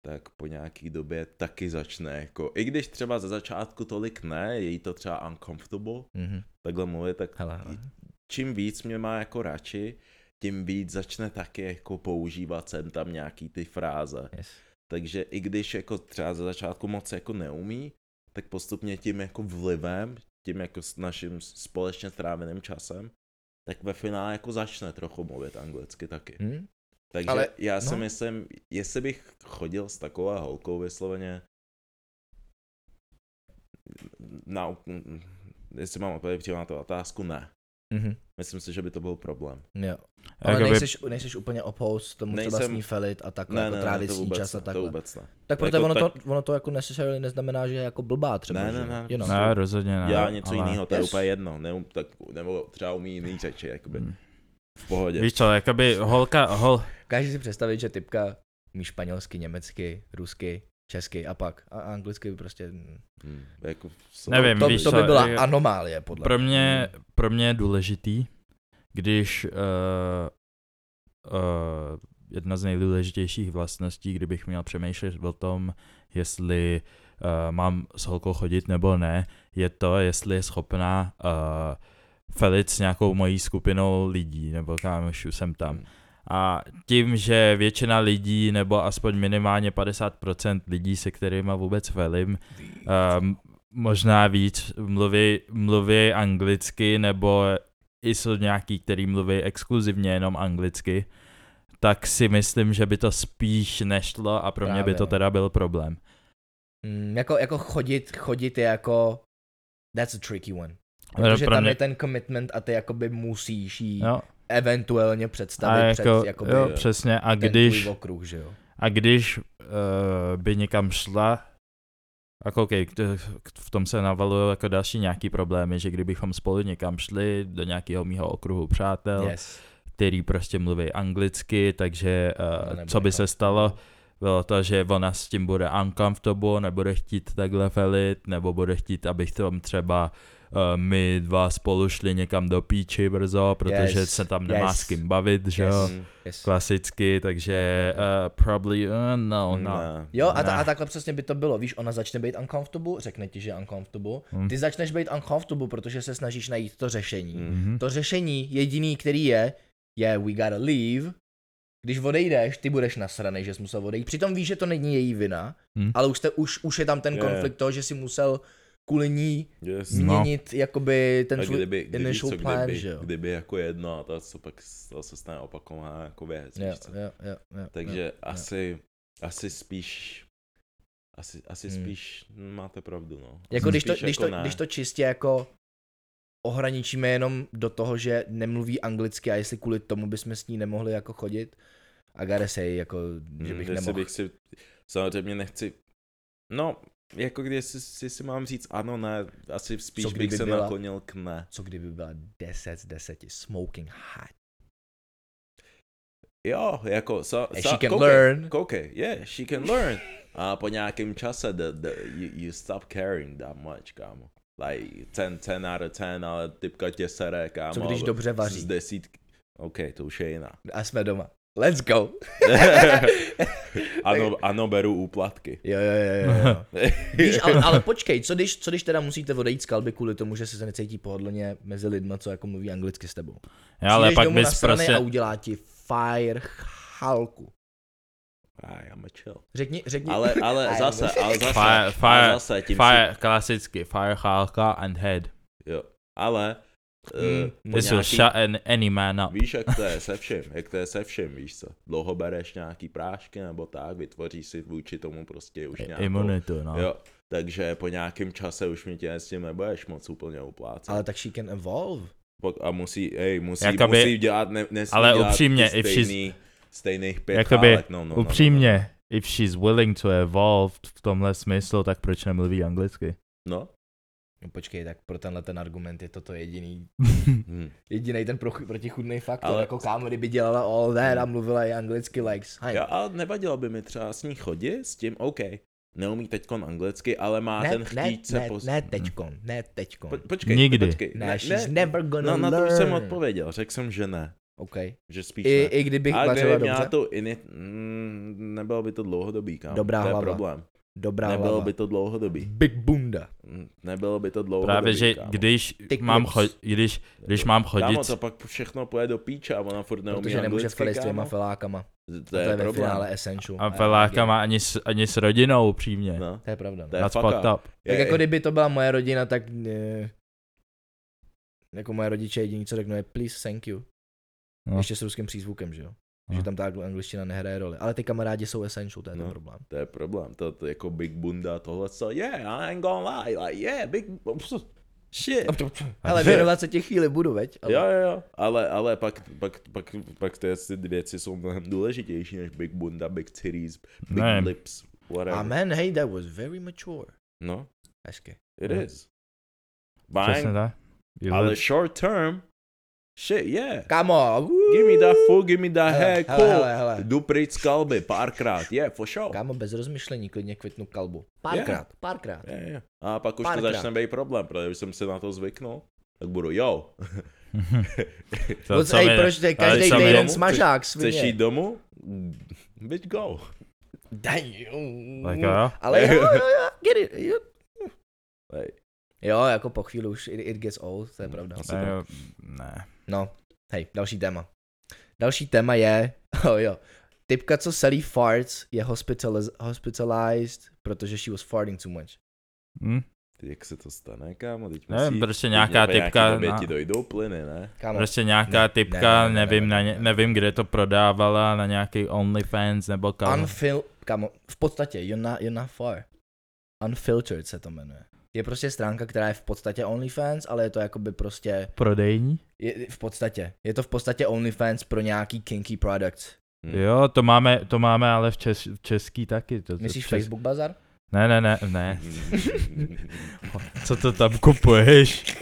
Speaker 3: tak po nějaký době taky začne jako, i když třeba ze začátku tolik ne, je jí to třeba uncomfortable,
Speaker 2: Mhm,
Speaker 3: takhle mluvit, tak
Speaker 2: hele, hele.
Speaker 3: čím víc mě má jako radši, tím víc začne taky jako používat sem tam nějaký ty fráze.
Speaker 2: Yes.
Speaker 3: Takže i když jako třeba ze začátku moc jako neumí, tak postupně tím jako vlivem, tím jako s naším společně stráveným časem, tak ve finále jako začne trochu mluvit anglicky taky.
Speaker 2: Hm?
Speaker 3: Takže
Speaker 2: Ale-
Speaker 3: já si
Speaker 2: no.
Speaker 3: myslím, jestli bych chodil s takovou holkou vysloveně na, jestli mám odpověď přímo na tu otázku, ne.
Speaker 2: Mhm.
Speaker 3: Myslím si, že by to byl problém.
Speaker 2: Jo. Ale
Speaker 1: Jakoby,
Speaker 2: nejseš, nejseš úplně opposed tomu třeba s
Speaker 3: Nejsem-
Speaker 2: ní felit a takhle,
Speaker 3: Ne,
Speaker 2: jako
Speaker 3: ne, ne,
Speaker 2: trávit
Speaker 3: to
Speaker 2: s ní
Speaker 3: vůbec
Speaker 2: čas a
Speaker 3: ne, to
Speaker 2: takhle.
Speaker 3: vůbec ne.
Speaker 2: Tak
Speaker 3: Jako
Speaker 2: proto ono,
Speaker 3: tak-
Speaker 2: to, ono to jako necessarily neznamená, že je jako blbá třeba.
Speaker 3: Ne,
Speaker 2: že
Speaker 3: ne,
Speaker 2: jo?
Speaker 3: ne,
Speaker 2: You know.
Speaker 1: ne, rozhodně ne.
Speaker 3: Dělá něco
Speaker 1: No, ale-
Speaker 3: jiného, to je
Speaker 2: Yes.
Speaker 3: úplně jedno. Neum, tak, nebo třeba umí jiný řeči, jakoby.
Speaker 1: Hmm.
Speaker 3: V pohodě.
Speaker 1: Víš co, jakoby holka, hol,
Speaker 2: Dokážeš si představit, že typka umí španělsky, německy, rusky, Český a pak. A a anglicky prostě... mm.
Speaker 3: Hm, jako, co?
Speaker 1: Nevím,
Speaker 2: To,
Speaker 1: víš
Speaker 2: to
Speaker 1: co,
Speaker 2: by byla
Speaker 1: je-
Speaker 2: anomálie, podle
Speaker 1: Pro mě, pro mě je důležitý, když uh, uh, jedna z nejdůležitějších vlastností, kdybych měl přemýšlet o tom, jestli uh, mám s holkou chodit nebo ne, je to, jestli je schopná uh, felit s nějakou mojí skupinou lidí, nebo kámošů jsem
Speaker 2: Hmm.
Speaker 1: tam. A tím, že většina lidí, nebo aspoň minimálně 50% lidí, se kterými vůbec velím, um, možná víc mluví, mluví anglicky, nebo i jsou nějaký, který mluví exkluzivně jenom anglicky, tak si myslím, že by to spíš nešlo a pro mě by
Speaker 2: Právě,
Speaker 1: to
Speaker 2: no.
Speaker 1: teda byl problém.
Speaker 2: Mm, jako, jako chodit, chodit je jako... That's a tricky one.
Speaker 1: Ale
Speaker 2: Protože
Speaker 1: No, pro
Speaker 2: tam
Speaker 1: mě-
Speaker 2: je ten commitment a ty jakoby musíš jí
Speaker 1: Jo,
Speaker 2: eventuálně
Speaker 1: a
Speaker 2: představit
Speaker 1: jako,
Speaker 2: před jakoby
Speaker 1: jo,
Speaker 2: ten
Speaker 1: přesně, a
Speaker 2: když...
Speaker 1: když,
Speaker 2: tvůj okruh, že jo.
Speaker 1: A když uh, by někam šla, jako okay, v tom se navalují jako další nějaký problémy, že kdybychom spolu někam šli do nějakého mýho okruhu přátel,
Speaker 2: Yes.
Speaker 1: který prostě mluví anglicky, takže
Speaker 2: To
Speaker 1: uh,
Speaker 2: nebude jako
Speaker 1: co by se
Speaker 2: chápat.
Speaker 1: stalo, bylo to, že ona s tím bude uncomfortable, nebude chtít takhle felit, nebo bude chtít, abych tam třeba uh, my dva spolu šli někam do píči brzo, protože
Speaker 2: Yes,
Speaker 1: se tam nemá
Speaker 2: yes,
Speaker 1: s kým bavit, že
Speaker 2: yes.
Speaker 1: jo?
Speaker 3: Hm,
Speaker 2: Yes.
Speaker 1: klasicky, takže uh, probably, uh, no, no.
Speaker 3: ne.
Speaker 2: Jo, a, ta,
Speaker 1: Ne.
Speaker 2: a takhle přesně by to bylo. Víš, ona začne být uncomfortable, řekne ti, že je uncomfortable.
Speaker 1: Hm.
Speaker 2: Ty začneš být uncomfortable, protože se snažíš najít to řešení.
Speaker 1: Mhm.
Speaker 2: To řešení jediný, který je, je we gotta leave. Když odejdeš, ty budeš nasranej, že jsi musel odejít. Přitom víš, že to není její vina,
Speaker 1: Hm.
Speaker 2: ale už, te, už, už je tam ten
Speaker 3: Je.
Speaker 2: konflikt toho, že si musel kvůli ní
Speaker 3: Yes.
Speaker 1: No.
Speaker 2: změnit jakoby ten
Speaker 3: Hmm. A
Speaker 2: svůj
Speaker 3: kdyby, kdyby,
Speaker 2: initial
Speaker 3: co,
Speaker 2: plan,
Speaker 3: kdyby,
Speaker 2: že jo.
Speaker 3: kdyby jako jedno a to, co pak to se stane opakovaná jako věc.
Speaker 2: Jo,
Speaker 3: víš co?
Speaker 2: jo, jo, jo,
Speaker 3: Takže
Speaker 2: jo.
Speaker 3: asi, asi spíš, asi, asi
Speaker 2: Hmm.
Speaker 3: spíš hm, máte pravdu, no.
Speaker 2: Jako
Speaker 3: Asi
Speaker 2: když to,
Speaker 3: spíš
Speaker 2: když, to,
Speaker 3: jako ne.
Speaker 2: když to čistě jako ohraničíme jenom do toho, že nemluví anglicky a jestli kvůli tomu bychom s ní nemohli jako chodit, a gare se jako, že bych
Speaker 3: Hm, jestli
Speaker 2: nemohl.
Speaker 3: bych si, samozřejmě nechci, no, jako když si, si, si mám říct ano, ne, asi spíš
Speaker 2: Co
Speaker 3: bych
Speaker 2: kdyby
Speaker 3: se
Speaker 2: byla?
Speaker 3: naklonil k ne.
Speaker 2: Co kdyby byla 10 z 10 smoking hot.
Speaker 3: Jo, jako, so,
Speaker 2: And
Speaker 3: so,
Speaker 2: she can
Speaker 3: koukej,
Speaker 2: learn.
Speaker 3: Koukej, yeah, she can learn. A po nějakém čase the, the, you, you stop caring that much, kámo. Like 10, 10 out of 10, ale typka tě sere, kámo.
Speaker 2: Co když
Speaker 3: ale
Speaker 2: dobře vaří?
Speaker 3: Z desítky. OK, to už je jiná.
Speaker 2: A jsme doma. Let's go.
Speaker 3: ano, ano, beru úplatky.
Speaker 2: Jo, jo, jo, jo, jo. Víš, ale, ale počkej, co když, co když teda musíte odejít z kalby kvůli tomu, že se necítí pohodlně mezi lidma, co jako mluví anglicky s tebou?
Speaker 1: Jo, ale
Speaker 2: Přijdeš
Speaker 1: pak
Speaker 2: domů
Speaker 1: bys
Speaker 2: nasranej
Speaker 1: prostě,
Speaker 2: a udělá ti fire chalku.
Speaker 3: Aj, I'm a chill.
Speaker 2: Řekni, řekni.
Speaker 3: Ale, ale
Speaker 2: Aj,
Speaker 3: zase,
Speaker 2: dobře.
Speaker 3: ale zase,
Speaker 1: Fire- fire-
Speaker 3: ale zase tím
Speaker 1: fire, klasicky, fire, chálka and head.
Speaker 3: si, jo. Ale,
Speaker 2: Hmm.
Speaker 3: eh, po
Speaker 1: This will
Speaker 3: nějaký-
Speaker 1: shut an, any man up.
Speaker 3: Víš, jak to je se vším, jak to je se vším, víš co. Dlouho bereš nějaký prášky nebo tak, vytvoříš si vůči tomu prostě už nějakou...
Speaker 1: Imunitu, no.
Speaker 3: Jo, takže po nějakém čase už mi tě s tím nebudeš moc úplně uplácet.
Speaker 2: Ale tak she can evolve.
Speaker 3: Pok- A musí, ej, musí,
Speaker 1: Jakoby-
Speaker 3: musí dělat, ne, nesmí
Speaker 1: ale
Speaker 3: dělat
Speaker 1: upřímně,
Speaker 3: ty
Speaker 1: if she's-
Speaker 3: stejný, stejných pět
Speaker 1: Jakoby,
Speaker 3: chálek, no, no, no,
Speaker 1: upřímně, if she's willing to evolve v tomhle smyslu, tak proč nemluví anglicky?
Speaker 3: No, no.
Speaker 2: No počkej, tak pro tenhle ten argument je toto jediný,
Speaker 3: Hm.
Speaker 2: jediný ten pro, protichudný faktor. Ale...
Speaker 3: Ale-
Speaker 2: Jako kámo, kdyby dělala all that a mluvila i anglicky likes. Hi.
Speaker 3: Jo, ale nevadilo by mi třeba s ní chodit, s tím, OK, neumí teďkon anglicky, ale má
Speaker 2: ne,
Speaker 3: ten
Speaker 2: ne,
Speaker 3: chtít se
Speaker 2: ne,
Speaker 3: poz-
Speaker 2: ne teďkon, ne teďkon.
Speaker 3: Po, počkej,
Speaker 1: Nikdy.
Speaker 3: počkej.
Speaker 2: Ne, ne, she's never gonna
Speaker 3: no, na to
Speaker 2: learn.
Speaker 3: už jsem odpověděl, řekl jsem, že ne,
Speaker 2: Okay.
Speaker 3: že spíš
Speaker 2: I,
Speaker 3: ne.
Speaker 2: I kdybych
Speaker 3: A
Speaker 2: vařila
Speaker 3: kdyby měla
Speaker 2: dobře, to...
Speaker 3: tu init, mm, nebylo by to dlouhodobý, kámo.
Speaker 2: Dobrá
Speaker 3: to je
Speaker 2: hlava.
Speaker 3: problém.
Speaker 2: dobrá
Speaker 3: nebylo
Speaker 2: hlava.
Speaker 3: by to dlouhodobý.
Speaker 2: Big bunda.
Speaker 3: Mm, Nebylo by to dlouhodobý,
Speaker 1: Právě, že
Speaker 3: kámo.
Speaker 1: když
Speaker 2: Ty
Speaker 1: mám,
Speaker 2: klips.
Speaker 1: cho- když, když mám chodit,
Speaker 3: Kámo, to pak všechno pojede do píče a ona furt neumí
Speaker 2: Protože nemůže
Speaker 3: anglicky,
Speaker 2: felit s těma
Speaker 3: kámo.
Speaker 2: felákama.
Speaker 3: To
Speaker 2: a to
Speaker 3: je
Speaker 2: je ve
Speaker 3: problém.
Speaker 2: finále essential.
Speaker 1: a
Speaker 2: I
Speaker 1: feláka
Speaker 2: get it.
Speaker 1: má ani s, ani s rodinou upřímně.
Speaker 3: No,
Speaker 2: To je pravda. No.
Speaker 3: to je
Speaker 1: That's
Speaker 3: fuck
Speaker 1: fucked
Speaker 3: up.
Speaker 1: up.
Speaker 2: Tak
Speaker 3: Je-
Speaker 2: jako kdyby to byla moje rodina, tak eh, jako moje rodiče jediný, co řeknou je please, thank you.
Speaker 1: No.
Speaker 2: No. Ještě s ruským přízvukem, že jo?
Speaker 1: No.
Speaker 2: Že tam ta angl- angličtina nehraje roli. Ale ty kamarádi jsou essential, to je no. ten
Speaker 3: No.
Speaker 2: problém.
Speaker 3: To je problém, to, to jako Big Bunda, tohle co, yeah, I ain't gonna lie, like, yeah, Big, shit.
Speaker 2: Ale
Speaker 3: že-
Speaker 2: věnovat se ti chvíli budu, veď? Ale...
Speaker 3: Jo, jo, jo, ale, ale pak, pak, pak, pak ty asi věci jsou mnohem důležitější než Big Bunda, Big Titties, Big
Speaker 1: Ne.
Speaker 3: Lips, whatever.
Speaker 2: Amen, hey, that was very mature.
Speaker 3: No,
Speaker 2: Hezky.
Speaker 3: it
Speaker 1: No.
Speaker 3: is. Fine,
Speaker 1: Přesně tak. You
Speaker 3: ale
Speaker 1: lit-
Speaker 3: short term, Shit, yeah.
Speaker 2: Kámo, uh,
Speaker 3: Give me that full, give me that hair,
Speaker 2: hele,
Speaker 3: cool.
Speaker 2: hele, hele.
Speaker 3: Jdu pryč z kalby, párkrát, yeah, for sure.
Speaker 2: kámo, bez rozmyšlení klidně kvitnu kalbu. Párkrát, párkrát.
Speaker 3: Yeah, yeah. A pak už
Speaker 2: Párkrát.
Speaker 3: to začne být problém, protože už jsem si na to zvyknul. Tak budu, jo,
Speaker 1: To
Speaker 2: Moc,
Speaker 1: co
Speaker 2: ej,
Speaker 1: mi-
Speaker 2: proč to je
Speaker 1: ale
Speaker 2: každý
Speaker 1: co mi-
Speaker 2: týden
Speaker 3: domů?
Speaker 2: smažák,
Speaker 3: chceš jít
Speaker 2: svině.
Speaker 3: domů? Mm, Bitch, go.
Speaker 2: Damn.
Speaker 1: Tak
Speaker 3: uh,
Speaker 1: jo.
Speaker 2: Ale jo, jo, jo, get it. Jo.
Speaker 3: Hej.
Speaker 2: Jo, jako po chvíli už it, it gets old, to je pravda.
Speaker 3: Asi
Speaker 1: Ne,
Speaker 3: jo.
Speaker 1: jo, ne.
Speaker 2: No, hej, další téma. Další téma je, oh jo, typka, co selí farts, je hospitaliz- hospitalized, protože she was farting too much.
Speaker 1: Hm?
Speaker 3: Teď jak se to stane, kámo? Teď
Speaker 1: Nevím,
Speaker 3: musí,
Speaker 1: prostě
Speaker 3: teď
Speaker 1: nějaká
Speaker 3: nějaký
Speaker 1: typka
Speaker 3: Době
Speaker 1: na-
Speaker 3: ti dojdou plyny, ne?
Speaker 2: Kámo,
Speaker 1: Prostě nějaká
Speaker 2: Ne,
Speaker 1: typka,
Speaker 2: ne, ne, ne,
Speaker 1: nevím,
Speaker 2: ne,
Speaker 1: na
Speaker 2: ne,
Speaker 1: ně,
Speaker 2: ne.
Speaker 1: nevím, kde to prodávala, na nějaký OnlyFans nebo kam.
Speaker 2: unfil, kámo, v podstatě, you're not, you're not far. Unfiltered se to jmenuje. Je prostě stránka, která je v podstatě OnlyFans, ale je to jakoby prostě,
Speaker 1: Prodejní?
Speaker 2: je, v podstatě, je to v podstatě OnlyFans pro nějaký kinky products.
Speaker 3: Hm.
Speaker 1: Jo, to máme, to máme ale v, čes, v český taky. To, to
Speaker 2: Myslíš
Speaker 1: v
Speaker 2: Facebook bazar?
Speaker 1: Ne, ne, ne, ne.
Speaker 3: Mm.
Speaker 1: Co to tam kupuješ?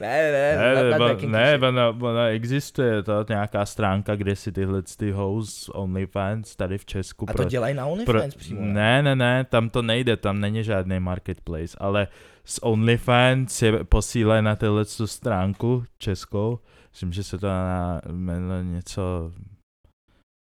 Speaker 2: Ne, ne, ne,
Speaker 1: ne,
Speaker 2: ne,
Speaker 1: ba-
Speaker 2: ne, ne,
Speaker 1: ne ona, ona existuje, to je nějaká stránka, kde si tyhle ty hoes OnlyFans tady v Česku prostě
Speaker 2: A to
Speaker 1: pro-
Speaker 2: dělají na
Speaker 1: pro,
Speaker 2: OnlyFans přímo, ne?
Speaker 1: ne, ne, ne, tam to nejde, tam není žádný marketplace, ale z OnlyFans je posílají na tyhle tu stránku českou, myslím, že se to na- jmenuje něco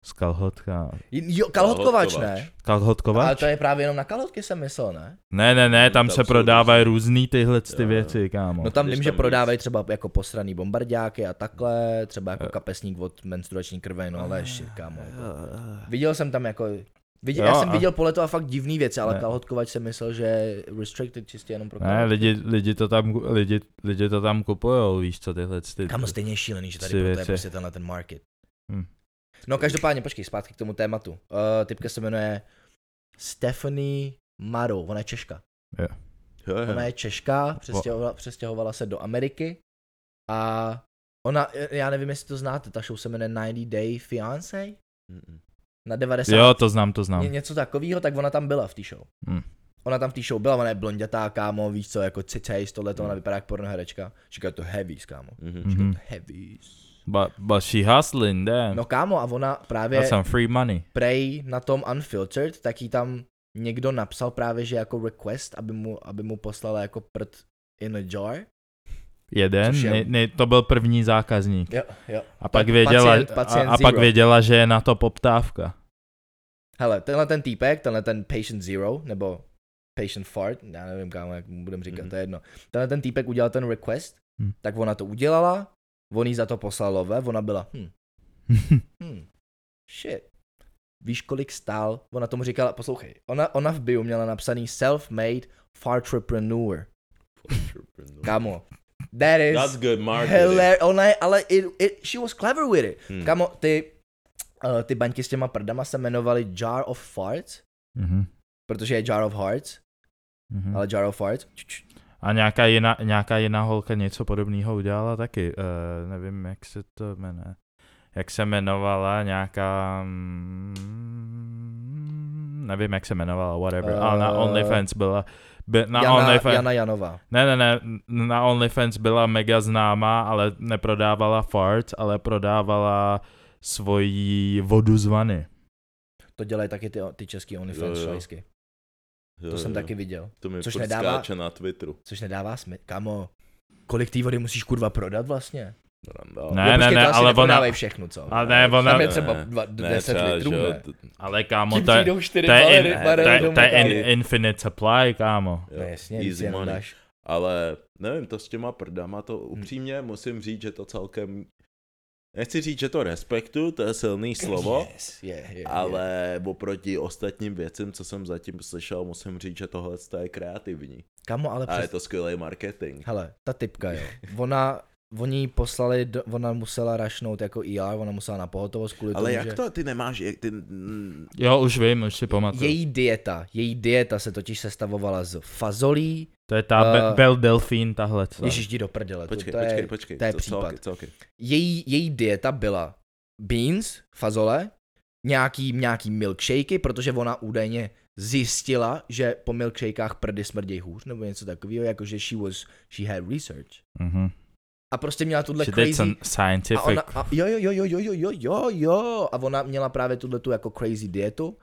Speaker 1: z kalhotka.
Speaker 2: Jo, kalhotkovač, ne? Ale
Speaker 1: Kalhotkovač?
Speaker 2: to je právě jenom na kalhotky jsem myslel, ne?
Speaker 1: Ne, ne, ne, tam
Speaker 3: Tam
Speaker 1: se
Speaker 3: jsou
Speaker 1: prodávají různý tyhle ty
Speaker 3: Jo, jo.
Speaker 1: věci, kámo.
Speaker 2: No tam
Speaker 3: když
Speaker 2: vím, že
Speaker 3: tam
Speaker 2: prodávají třeba jako posraný bombardáky a takhle, třeba jako
Speaker 1: Jo.
Speaker 2: kapesník od menstruační krve, no ale shit, kámo. jako. Viděl jsem tam jako, viděl,
Speaker 1: Jo,
Speaker 2: já jsem
Speaker 1: a-
Speaker 2: viděl poleto a fakt divný věci, ale
Speaker 1: Ne.
Speaker 2: kalhotkovač jsem myslel, že je restricted čistě jenom pro
Speaker 1: Ne,
Speaker 2: kalhotky.
Speaker 1: lidi, lidi to tam, lidi, lidi to tam kupujou, víš co, tyhle ty...
Speaker 2: Kámo, stejně je šílený, že tady
Speaker 1: Tři
Speaker 2: proto je
Speaker 1: věci.
Speaker 2: prostě tenhle ten market.
Speaker 1: Hm.
Speaker 2: No každopádně, počkej, zpátky k tomu tématu. Uh, typka se jmenuje Stephanie Maro, ona je Češka.
Speaker 3: Jo, jo.
Speaker 2: Ona je Češka, přestěhovala, přestěhovala se do Ameriky a ona, já nevím, jestli to znáte, ta show se jmenuje 90 Day Fiancé
Speaker 3: Mm,
Speaker 2: na 90.
Speaker 1: Jo, to znám, to
Speaker 2: Ně,
Speaker 1: znám.
Speaker 2: něco takového, tak ona tam byla v té show.
Speaker 1: Hm.
Speaker 2: Ona tam v té show byla, ona je blondětá, kámo, víš co, jako cicejs, tohle, to ona vypadá jak pornoherečka. Říká to heavies, kámo.
Speaker 3: mhm.
Speaker 1: Mhm.
Speaker 2: To heavies.
Speaker 1: But, but she hustling, damn.
Speaker 2: No kámo, a ona
Speaker 1: That's
Speaker 2: právě
Speaker 1: some free money.
Speaker 2: prej na tom Unfiltered, tak jí tam někdo napsal právě, že jako request, aby mu, aby mu poslala jako prd in a jar.
Speaker 1: Jeden,
Speaker 2: Což je-
Speaker 1: ne, ne, to byl první zákazník.
Speaker 2: Jo, jo.
Speaker 1: A pak věděla,
Speaker 2: pacient- pacient
Speaker 1: a, a pak
Speaker 2: zero.
Speaker 1: věděla, že je na to poptávka.
Speaker 2: Hele, tenhle ten týpek, tenhle ten Patient Zero, nebo Patient Fart, já nevím kámo, jak mu budem říkat,
Speaker 3: Mhm.
Speaker 2: to je jedno. Tenhle ten týpek udělal ten request,
Speaker 1: Hm.
Speaker 2: tak ona to udělala, on jí za to poslal love, ona byla, hm,
Speaker 1: Mhm,
Speaker 2: hm, shit. Víš, kolik stál? Ona tomu říkala, poslouchej, ona, ona v bio měla napsaný self-made fartrepreneur. Kámo, that is
Speaker 3: That's good marketing.
Speaker 2: hilarious. Ona je, ale it, it, she was clever with it.
Speaker 3: Hm.
Speaker 2: Kámo, ty, uh, ty baňky s těma prdama se jmenovaly Jar of Farts,
Speaker 1: Mhm,
Speaker 2: protože je Jar of Hearts,
Speaker 1: mhm.
Speaker 2: ale Jar of Farts.
Speaker 1: A nějaká jiná, nějaká jiná holka něco podobného udělala taky. Uh, nevím, jak se to jmenuje. Jak se jmenovala nějaká... mm, Nevím, jak se jmenovala, whatever. Uh, ale na
Speaker 2: Eh,
Speaker 1: OnlyFans byla... By, na
Speaker 2: Jana,
Speaker 1: OnlyFans...
Speaker 2: Jana Janová.
Speaker 1: Ne, ne, ne, na OnlyFans byla mega známá, ale neprodávala fart, ale prodávala svoji vodu z vany.
Speaker 2: To dělají taky ty, ty český OnlyFans
Speaker 3: Jo, jo.
Speaker 2: šlajsky.
Speaker 3: Jo,
Speaker 2: To jsem
Speaker 3: jo.
Speaker 2: taky viděl.
Speaker 3: To mi
Speaker 2: což
Speaker 3: což
Speaker 2: nedává-
Speaker 3: nedává... na Twitteru.
Speaker 2: Což nedává smysl. Kámo, kolik té vody musíš kurva prodat vlastně?
Speaker 3: Randál.
Speaker 1: Ne,
Speaker 2: počkej,
Speaker 1: ne,
Speaker 2: to asi
Speaker 1: ale ona-
Speaker 2: neprodávají všechno, co?
Speaker 1: A ne, ona-
Speaker 2: Tam je
Speaker 1: ne,
Speaker 2: třeba dva,
Speaker 3: ne,
Speaker 2: 10
Speaker 3: třeba,
Speaker 2: litrů,
Speaker 3: že jo,
Speaker 2: ne?
Speaker 3: t-
Speaker 1: Ale kámo,
Speaker 2: Tím
Speaker 1: to je,
Speaker 2: přijdou čtyři
Speaker 1: to je,
Speaker 2: barely-
Speaker 1: in, to
Speaker 2: barely
Speaker 1: je,
Speaker 2: domů,
Speaker 1: to je
Speaker 2: kámo.
Speaker 1: in, infinite supply, kámo.
Speaker 3: jo,
Speaker 2: No jasně, nic
Speaker 3: easy
Speaker 2: jenom
Speaker 3: money.
Speaker 2: dáš.
Speaker 3: Ale nevím, to s těma prdama, to upřímně musím říct, že to celkem... Nechci říct, že to respektu, to je silný slovo,
Speaker 2: Yes, je, je, je.
Speaker 3: ale oproti ostatním věcem, co jsem zatím slyšel, musím říct, že tohle je kreativní.
Speaker 2: Kámo, ale
Speaker 3: A je
Speaker 2: přes...
Speaker 3: to skvělý marketing.
Speaker 2: Hele, ta typka, jo. Ona, oni jí poslali, do, ona musela rašnout jako ER, ona musela na pohotovost kvůli
Speaker 3: Ale
Speaker 2: tomu,
Speaker 3: jak
Speaker 2: že...
Speaker 3: to? Ty nemáš... Jak ty... mm,
Speaker 1: Jo, už vím, už si pamatuju.
Speaker 2: Její dieta, její dieta se totiž sestavovala z fazolí,
Speaker 1: To je ta
Speaker 2: Eh,
Speaker 1: uh, Bel Delfín, tahle. Co?
Speaker 2: ježiš, jdi do prdele,
Speaker 3: Počkej,
Speaker 2: to, to
Speaker 3: počkej,
Speaker 2: je,
Speaker 3: počkej.
Speaker 2: to je
Speaker 3: co- co
Speaker 2: případ.
Speaker 3: ok, co ok.
Speaker 2: její, její dieta byla beans, fazole, nějaký, nějaký milkshakey, protože ona údajně zjistila, že po jako milkshakách prdy smrdějí hůř, nebo něco takového, jakože she was, she had research.
Speaker 1: Mhm.
Speaker 2: a prostě měla tuhle
Speaker 1: Že to je
Speaker 2: crazy...
Speaker 1: cen-
Speaker 2: A ona,
Speaker 1: scientific.
Speaker 2: a jo, jo, jo, jo, jo, jo, jo, jo, jo. A ona měla právě tuhle tu jako crazy dietu.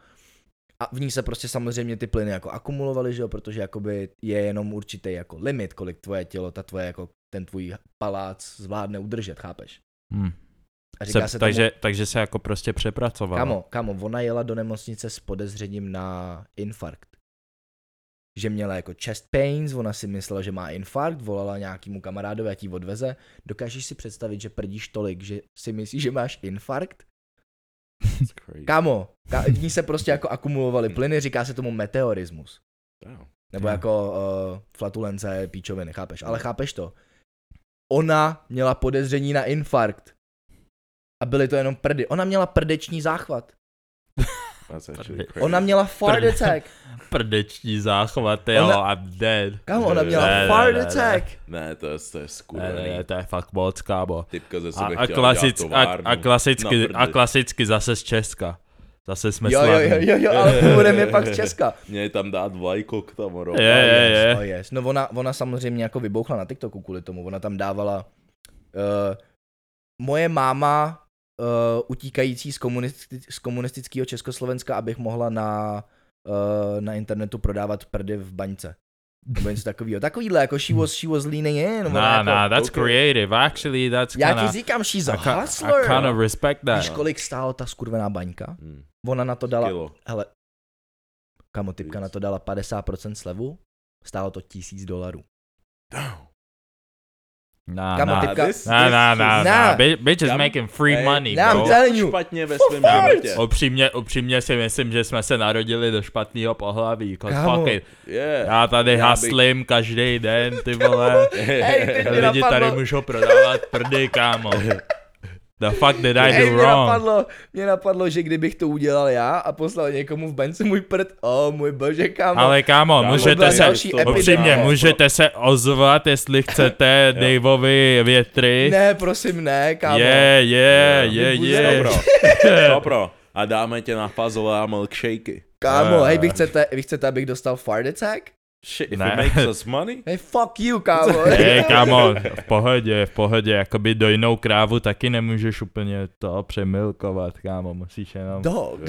Speaker 2: A v ní se prostě samozřejmě ty plyny jako akumulovaly, že jo, protože jakoby je jenom určitý jako limit, kolik tvoje tělo, ta tvoje jako ten tvůj palác zvládne udržet, chápeš?
Speaker 1: Hm.
Speaker 2: A říká se,
Speaker 1: Se,
Speaker 2: tomu,
Speaker 1: takže, takže se jako prostě přepracovala.
Speaker 2: kamo, kamo, ona jela do nemocnice s podezřením na infarkt. Že měla jako chest pains, ona si myslela, že má infarkt, volala nějakýmu kamarádovi, ať ji odveze. Dokážeš si představit, že prdíš tolik, že si myslíš, že máš infarkt?
Speaker 3: It's crazy.
Speaker 2: Kámo, ka- v ní se prostě jako akumulovaly plyny, říká se tomu meteorismus.
Speaker 3: Damn.
Speaker 2: Nebo
Speaker 1: Jo.
Speaker 2: jako uh, flatulence píčoviny, chápeš? Ale chápeš to. Ona měla podezření na infarkt. A byly to jenom prdy. Ona měla prdeční záchvat.
Speaker 3: That's actually
Speaker 1: Prdě-
Speaker 3: crazy.
Speaker 2: Ona měla fart
Speaker 1: Prdy.
Speaker 2: attack.
Speaker 1: Prdeční záchvat, jo,
Speaker 2: Ona-
Speaker 1: I'm dead.
Speaker 2: Kámo, ona měla
Speaker 1: Ne, ne,
Speaker 2: fart
Speaker 1: ne, ne.
Speaker 2: attack.
Speaker 3: Ne, to je, to je skurvený.
Speaker 1: Ne, ne, ne, to je fakt moc, kámo.
Speaker 3: Typka ze
Speaker 1: A,
Speaker 3: sebe
Speaker 1: a,
Speaker 3: chtěla
Speaker 1: klasick,
Speaker 3: dělat
Speaker 1: a,
Speaker 3: továrnu.
Speaker 1: a, klasicky,
Speaker 3: Na
Speaker 1: a
Speaker 3: prdy.
Speaker 1: klasicky zase z Česka. Zase jsme
Speaker 2: Jo, jo,
Speaker 1: slavní.
Speaker 2: jo, jo, jo, ale původem je pak z Česka.
Speaker 3: Měli tam dát vlajko k tam, ro.
Speaker 1: Je, je,
Speaker 2: yes,
Speaker 1: je.
Speaker 2: Oh yes. No ona, ona samozřejmě jako vybouchla na TikToku kvůli tomu, ona tam dávala uh, moje máma uh, utíkající z, komunisti- z komunistického Československa, abych mohla na, uh, na internetu prodávat prdy v baňce. Nebo něco takového. Takovýhle, jako she was, she was leaning in. ona
Speaker 1: Nah,
Speaker 2: jako,
Speaker 1: nah, that's
Speaker 3: okay.
Speaker 1: creative. Actually, that's
Speaker 2: já
Speaker 1: kinda...
Speaker 2: ti říkám, she's
Speaker 1: I,
Speaker 2: a
Speaker 1: ca-
Speaker 2: hustler.
Speaker 1: I kind of respect that.
Speaker 2: Víš, kolik stála ta skurvená baňka?
Speaker 3: Hmm.
Speaker 2: Ona na to dala,
Speaker 3: Kilo.
Speaker 2: hele, kamo, typka na to dala 50% slevu, stálo to tisíc dolarů.
Speaker 1: Nah,
Speaker 2: Kamo,
Speaker 1: nah.
Speaker 2: ty- Typka-
Speaker 3: No, this-
Speaker 1: Nah,
Speaker 3: this
Speaker 1: nah,
Speaker 3: is-
Speaker 1: nah, nah.
Speaker 2: Nah.
Speaker 1: Bi- Bitch is
Speaker 3: Já-
Speaker 1: making no, free
Speaker 3: Hey,
Speaker 1: money,
Speaker 2: já-
Speaker 1: bro.
Speaker 2: já- telling you.
Speaker 3: špatně ve
Speaker 2: For
Speaker 3: svém
Speaker 2: farts.
Speaker 3: životě.
Speaker 1: Upřímně, upřímně si myslím, že jsme se narodili do špatného pohlaví. 'cause
Speaker 2: Kámo.
Speaker 1: Fuck it.
Speaker 3: Yeah.
Speaker 1: Já tady
Speaker 3: Já bych-
Speaker 1: haslím každý den, ty vole.
Speaker 2: Hej, teď mi
Speaker 1: Lidi tady
Speaker 2: napadlo,
Speaker 1: můžou prodávat prdy, kámo. The fuck did I
Speaker 2: Hej,
Speaker 1: do
Speaker 2: mě
Speaker 1: wrong?
Speaker 2: napadlo, mě napadlo, že kdybych to udělal já a poslal někomu v bance můj prd, o můj bože, kámo.
Speaker 1: Ale kámo, No, můžete
Speaker 2: byla
Speaker 1: se,
Speaker 2: další epidemie.
Speaker 1: upřímně, můžete se ozvat, jestli chcete Daveovi větry.
Speaker 2: Ne, prosím, ne, kámo.
Speaker 1: Je, je,
Speaker 3: My
Speaker 1: je,
Speaker 3: budeme
Speaker 1: je.
Speaker 3: Dobro. Dobro. A dáme tě na fazole a milkshakey.
Speaker 2: Kámo,
Speaker 1: Ne.
Speaker 2: hej, vy chcete, vy chcete, abych dostal fart attack?
Speaker 3: Shit, if
Speaker 1: Ne.
Speaker 3: it makes us money.
Speaker 2: Hej, fuck you, kámo.
Speaker 1: Hej, kámo, v pohodě, v pohodě, jakoby dojnou krávu taky nemůžeš úplně to přemilkovat, kámo, musíš jenom...
Speaker 2: Dog.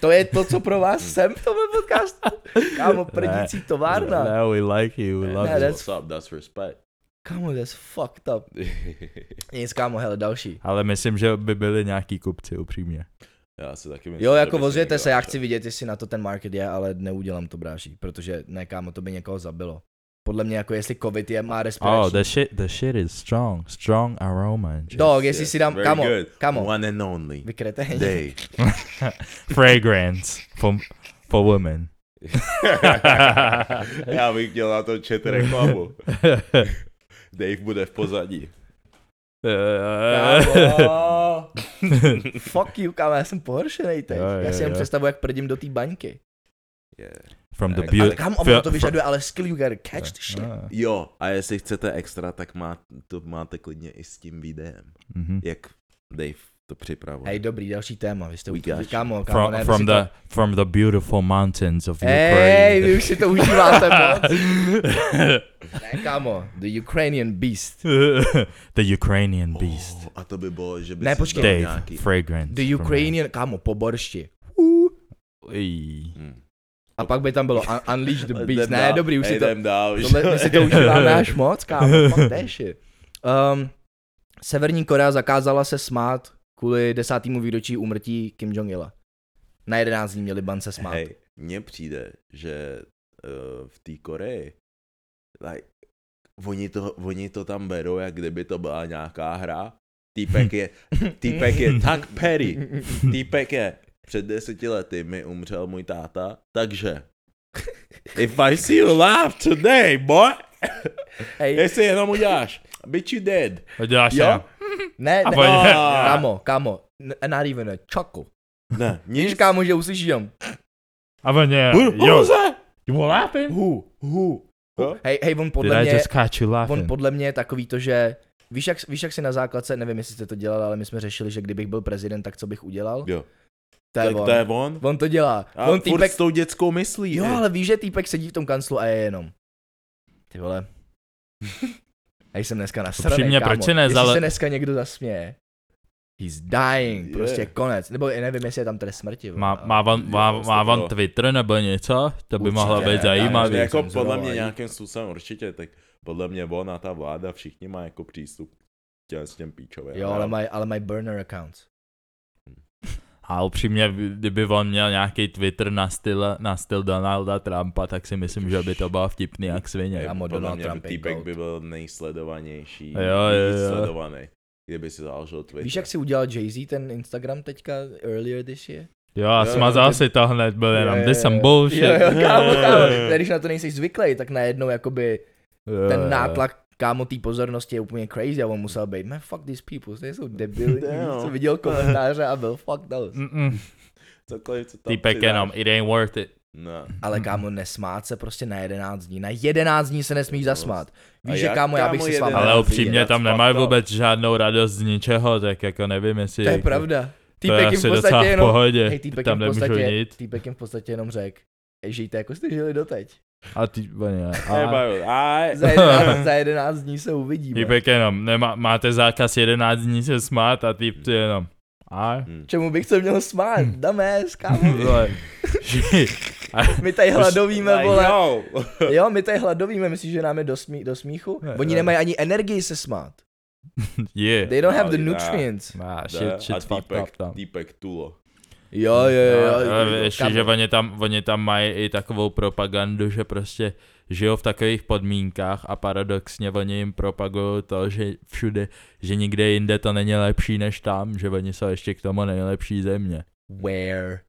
Speaker 2: To je to, co pro vás jsem v tomhle podcastu. Kámo, prdící továrna.
Speaker 1: No, we like you, we
Speaker 2: Ne,
Speaker 1: love you.
Speaker 2: that's-
Speaker 3: What's up, that's respect.
Speaker 2: Kámo, that's fucked up. Nic, kámo, hele, další.
Speaker 1: Ale myslím, že by byli nějaký kupci, upřímně.
Speaker 3: já si taky myslím,
Speaker 2: Jo,
Speaker 3: že
Speaker 2: jako
Speaker 3: by
Speaker 2: vozvěte
Speaker 3: někdo
Speaker 2: se, já
Speaker 3: našel.
Speaker 2: chci vidět, jestli na to ten market je, ale neudělám to, bráší, protože ne, kámo, to by někoho zabilo. Podle mě, jako jestli covid je, má respirační.
Speaker 1: Oh, the shit, the shit is strong, strong aroma. Just
Speaker 2: Dog, jestli
Speaker 3: Yes,
Speaker 2: si dám,
Speaker 3: very
Speaker 2: kamo,
Speaker 3: good.
Speaker 2: kamo,
Speaker 3: One and only.
Speaker 2: vykrete.
Speaker 3: Day.
Speaker 1: fragrance for, for women.
Speaker 3: já bych chtěl na to čet reklamu. Dave bude v pozadí.
Speaker 2: Kámo, fuck you, kamo, já jsem pohoršenej teď.
Speaker 1: Jo, jo,
Speaker 2: Já si jenom
Speaker 1: jo.
Speaker 2: představuji, jak prdím do té baňky.
Speaker 3: Yeah.
Speaker 1: From the Ah.
Speaker 3: Ale
Speaker 2: Ale
Speaker 1: beauty...
Speaker 2: kamo, ono to vyžaduje, ale skill you gotta catch the
Speaker 3: no.
Speaker 2: shit.
Speaker 3: Jo, a jestli chcete extra, tak má, to máte klidně i s tím videem.
Speaker 1: Mhm.
Speaker 3: Jak Dave to připravuje.
Speaker 2: Hej, dobrý, další téma, vy jste
Speaker 3: We
Speaker 2: u
Speaker 3: got you.
Speaker 2: kámo, kámo,
Speaker 1: From,
Speaker 2: ne, vy si
Speaker 1: from,
Speaker 2: to...
Speaker 1: the, from the beautiful mountains of
Speaker 2: Hej,
Speaker 1: Ukraine.
Speaker 2: vy už si to užíváte moc. Ne, kámo, the Ukrainian beast.
Speaker 1: the Ukrainian beast.
Speaker 3: Oh, a to by bylo, že by
Speaker 2: Ne,
Speaker 3: si
Speaker 2: počkej.
Speaker 3: dal
Speaker 1: Dave,
Speaker 3: nějaký...
Speaker 1: fragrance.
Speaker 2: The Ukrainian, kámo, po boršti.
Speaker 1: Ej.
Speaker 3: Hmm.
Speaker 2: A pak by tam bylo un- Unleash the
Speaker 3: Jdem
Speaker 2: Beast. Ne,
Speaker 3: dál,
Speaker 2: dobrý, už si to...
Speaker 3: jdem dál, už.
Speaker 2: Tohle, my si to užíváme až moc, kámo, fuck that shit. Um, Severní Korea zakázala se smát kvůli desátému výročí úmrtí Kim Jong-ila. Na 11 dní měli bance smát. Hey.
Speaker 3: Hej, mně přijde, že uh, v té Koreji, like, oni, to, oni to tam berou, jak kdyby to byla nějaká hra. Týpek je, týpek je tak perry. Týpek je, před deseti lety mi umřel můj táta, takže If I see you laugh today, boy,
Speaker 2: Hej,
Speaker 3: jestli jenom uděláš, bitch you dead. No.
Speaker 1: To děláš
Speaker 2: Jo?
Speaker 1: jo?
Speaker 2: ne,
Speaker 1: A
Speaker 2: ne,
Speaker 1: pojď.
Speaker 2: kámo, kámo, n- not even a chuckle.
Speaker 3: Ne,
Speaker 2: Víš,
Speaker 3: nic.
Speaker 2: kámo, že uslyšíš jenom
Speaker 1: A on je,
Speaker 3: Who- who
Speaker 1: yo,
Speaker 3: was that?
Speaker 1: you were laughing?
Speaker 2: hu, hu.
Speaker 3: Jo?
Speaker 2: Hej, hej, on
Speaker 1: Did
Speaker 2: podle
Speaker 1: I
Speaker 2: mě,
Speaker 1: just catch you
Speaker 2: on
Speaker 1: laughing?
Speaker 2: podle mě je takový to, že Víš jak, víš, jak si na základce, nevím, jestli jste to dělali, ale my jsme řešili, že kdybych byl prezident, tak co bych udělal?
Speaker 3: Jo.
Speaker 2: To je
Speaker 3: Tak to je
Speaker 2: on.
Speaker 3: on.
Speaker 2: On to dělá.
Speaker 3: A
Speaker 2: on
Speaker 3: on furt
Speaker 2: týpek
Speaker 3: s tou dětskou myslí.
Speaker 2: Jo, ale víš, že týpek sedí v tom kanclu a je jenom. Ty vole. Já jsem dneska nasranej,
Speaker 1: Upřímně,
Speaker 2: kámo.
Speaker 1: proč se ne-
Speaker 2: Jestli
Speaker 1: zale-
Speaker 2: se dneska někdo zasměje, he's dying, prostě
Speaker 3: Je.
Speaker 2: konec. Nebo i nevím, jestli je tam trest smrti. vole,
Speaker 1: Má,
Speaker 2: ale-
Speaker 1: má, van, má,
Speaker 3: Jo,
Speaker 1: má van
Speaker 3: to-
Speaker 1: Twitter nebo něco? To by
Speaker 2: Určitě
Speaker 1: mohlo
Speaker 2: ne,
Speaker 1: být
Speaker 2: já
Speaker 1: zajímavý.
Speaker 2: nevím,
Speaker 3: jako
Speaker 2: jsem
Speaker 3: podle
Speaker 2: zrovna
Speaker 3: mě
Speaker 2: i-
Speaker 3: nějakým způsobem určitě, tak podle mě ona, ta vláda, všichni má jako přístup k těm- s těm píčově.
Speaker 2: Jo, ale mají ale mají burner accounts.
Speaker 1: A upřímně, kdyby on měl nějaký Twitter na styl, na styl Donalda Trumpa, tak si myslím, že by to bylo vtipný jak svině.
Speaker 2: Kámo,
Speaker 3: podle
Speaker 2: Donald
Speaker 3: mě
Speaker 2: Trump je
Speaker 3: týpek
Speaker 2: goat.
Speaker 3: by byl nejsledovanější,
Speaker 1: Jo, jo, jo.
Speaker 3: sledovaný, kdyby si založil Twitter.
Speaker 2: Víš, jak si udělal Jay-Z ten Instagram teďka, earlier this year?
Speaker 1: Jo, a
Speaker 3: Jo,
Speaker 1: smazal
Speaker 2: jo,
Speaker 1: si to hned, byl
Speaker 2: Jo,
Speaker 1: jenom
Speaker 2: jo,
Speaker 1: this some
Speaker 2: jo.
Speaker 1: bullshit.
Speaker 2: Jo, jo, kámo,
Speaker 3: Jo,
Speaker 2: kámo.
Speaker 3: jo, jo.
Speaker 2: Když na to nejsi zvyklý, tak najednou jakoby
Speaker 1: Jo, jo.
Speaker 3: Eh.
Speaker 2: ten nátlak kámo té pozornosti je úplně crazy a on musel být, man, fuck these people, to jsou debili,
Speaker 3: Jo.
Speaker 2: jsem viděl komentáře a byl fuck out.
Speaker 1: Mm-mm.
Speaker 3: Cokoliv, co tam
Speaker 1: Týpek
Speaker 3: přidáš.
Speaker 1: jenom, it ain't worth it.
Speaker 3: No.
Speaker 2: Ale kámo, nesmát se prostě na 11 dní. Na 11 dní se nesmíš zasmát.
Speaker 3: Prostě. A
Speaker 2: Víš, že
Speaker 3: jak,
Speaker 2: kámo, já
Speaker 3: kámo,
Speaker 2: bych se s vámi...
Speaker 3: 11
Speaker 1: Ale
Speaker 3: dní?
Speaker 1: upřímně
Speaker 3: that's
Speaker 1: tam
Speaker 3: fucked
Speaker 1: nemají
Speaker 3: up.
Speaker 1: vůbec žádnou radost z ničeho, tak jako nevím, jestli...
Speaker 2: no. To je pravda.
Speaker 1: To je
Speaker 2: Týpek jim v
Speaker 1: asi docela
Speaker 2: podstatě
Speaker 1: v
Speaker 2: jenom...
Speaker 1: pohodě,
Speaker 2: Hej, týpek
Speaker 1: tam
Speaker 2: jim v
Speaker 1: nemůžu
Speaker 2: podstatě,
Speaker 1: nic.
Speaker 2: týpek jim v podstatě jenom řek, žijte jako jste žili doteď.
Speaker 1: A ty, ne,
Speaker 3: Hey,
Speaker 1: a,
Speaker 3: bro, I-
Speaker 2: Za 11, za 11 dní se uvidíme.
Speaker 1: týpek jenom, nemá, máte zákaz 11 dní se smát a týp ty jenom, a,
Speaker 3: Hm.
Speaker 2: Čemu bych se měl smát? Dáme, kámo.
Speaker 1: vole,
Speaker 2: My tady hladovíme,
Speaker 3: Like,
Speaker 2: vole.
Speaker 3: yo.
Speaker 2: Jo, my tady hladovíme, myslíš, že nám je do, smí- do smíchu?
Speaker 1: Ne,
Speaker 2: Oni
Speaker 1: ne.
Speaker 2: nemají ani energii se smát.
Speaker 1: je,
Speaker 2: They don't have the
Speaker 3: Ne.
Speaker 2: nutrients.
Speaker 1: a
Speaker 3: Ne,
Speaker 1: shit, shit, fucked up no.
Speaker 3: týpek,
Speaker 1: tam.
Speaker 3: týpek tulo.
Speaker 2: Jo, jo, jo.
Speaker 1: A- a
Speaker 2: jo,
Speaker 1: Ještě,
Speaker 2: kámo.
Speaker 1: že oni tam, oni tam mají i takovou propagandu, že prostě žijou v takových podmínkách a paradoxně oni jim propagují to, že všude, že nikde jinde to není lepší než tam, že oni jsou ještě k tomu nejlepší země.
Speaker 2: Where?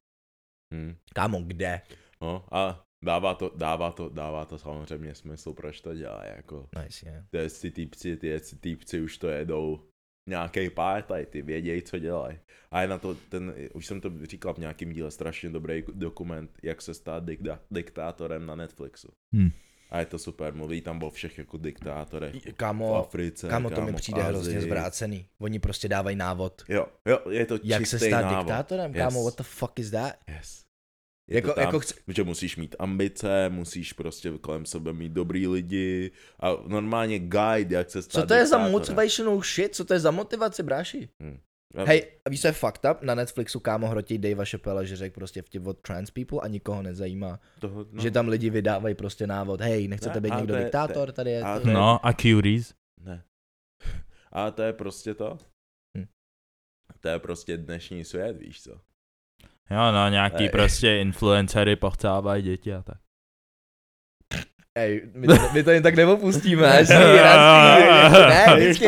Speaker 3: Hm.
Speaker 2: Kámo, kde?
Speaker 3: No, a dává to, dává to, dává to samozřejmě smysl, proč to dělá, jako.
Speaker 2: Nice, yeah.
Speaker 3: Ty si týpci, ty si týpci už to jedou nějaký partaj, ty vědějí, co dělají. A je na to ten, už jsem to říkal v nějakém díle, strašně dobrý dokument, jak se stát dikta, diktátorem na Netflixu.
Speaker 1: Hm.
Speaker 3: A je to super, mluví tam o všech jako diktátorech. v
Speaker 2: Kámo,
Speaker 3: Africe,
Speaker 2: kámo, to mi
Speaker 3: v
Speaker 2: přijde hrozně
Speaker 3: Asii.
Speaker 2: zvrácený. Oni prostě dávají návod.
Speaker 3: Jo, jo, je to
Speaker 2: Jak
Speaker 3: čistý
Speaker 2: se stát
Speaker 3: návod.
Speaker 2: diktátorem,
Speaker 3: Yes.
Speaker 2: kámo, what the fuck is that?
Speaker 3: Yes. Je
Speaker 2: Jako,
Speaker 3: to tam,
Speaker 2: jako chci...
Speaker 3: že musíš mít ambice, musíš prostě kolem sebe mít dobrý lidi a normálně guide, jak se stát
Speaker 2: Co to je za
Speaker 3: diktátorem.
Speaker 2: motivational shit? Co to je za motivaci, bráši?
Speaker 3: A-
Speaker 2: Hej, a víš, co je fucked up? Na Netflixu kámo hrotí Davea Chappelle, že řekl prostě vtip od trans people a nikoho nezajímá.
Speaker 3: toho, no.
Speaker 2: No. Že tam lidi vydávají prostě návod, hej, nechcete
Speaker 3: Ne,
Speaker 2: být
Speaker 3: ale
Speaker 2: někdo
Speaker 3: to je-
Speaker 2: diktátor, tady je...
Speaker 3: ale
Speaker 2: to-
Speaker 3: to je-
Speaker 1: No a Curies.
Speaker 3: Ne. A to je prostě to.
Speaker 2: Hm.
Speaker 3: To je prostě dnešní svět, víš co?
Speaker 1: Jo no, nějaký
Speaker 3: Ej.
Speaker 1: prostě influencery pochcávají děti a tak.
Speaker 2: Ej, my to, my to jen tak neopustíme, až sneak, až sneak, ne, vždycky.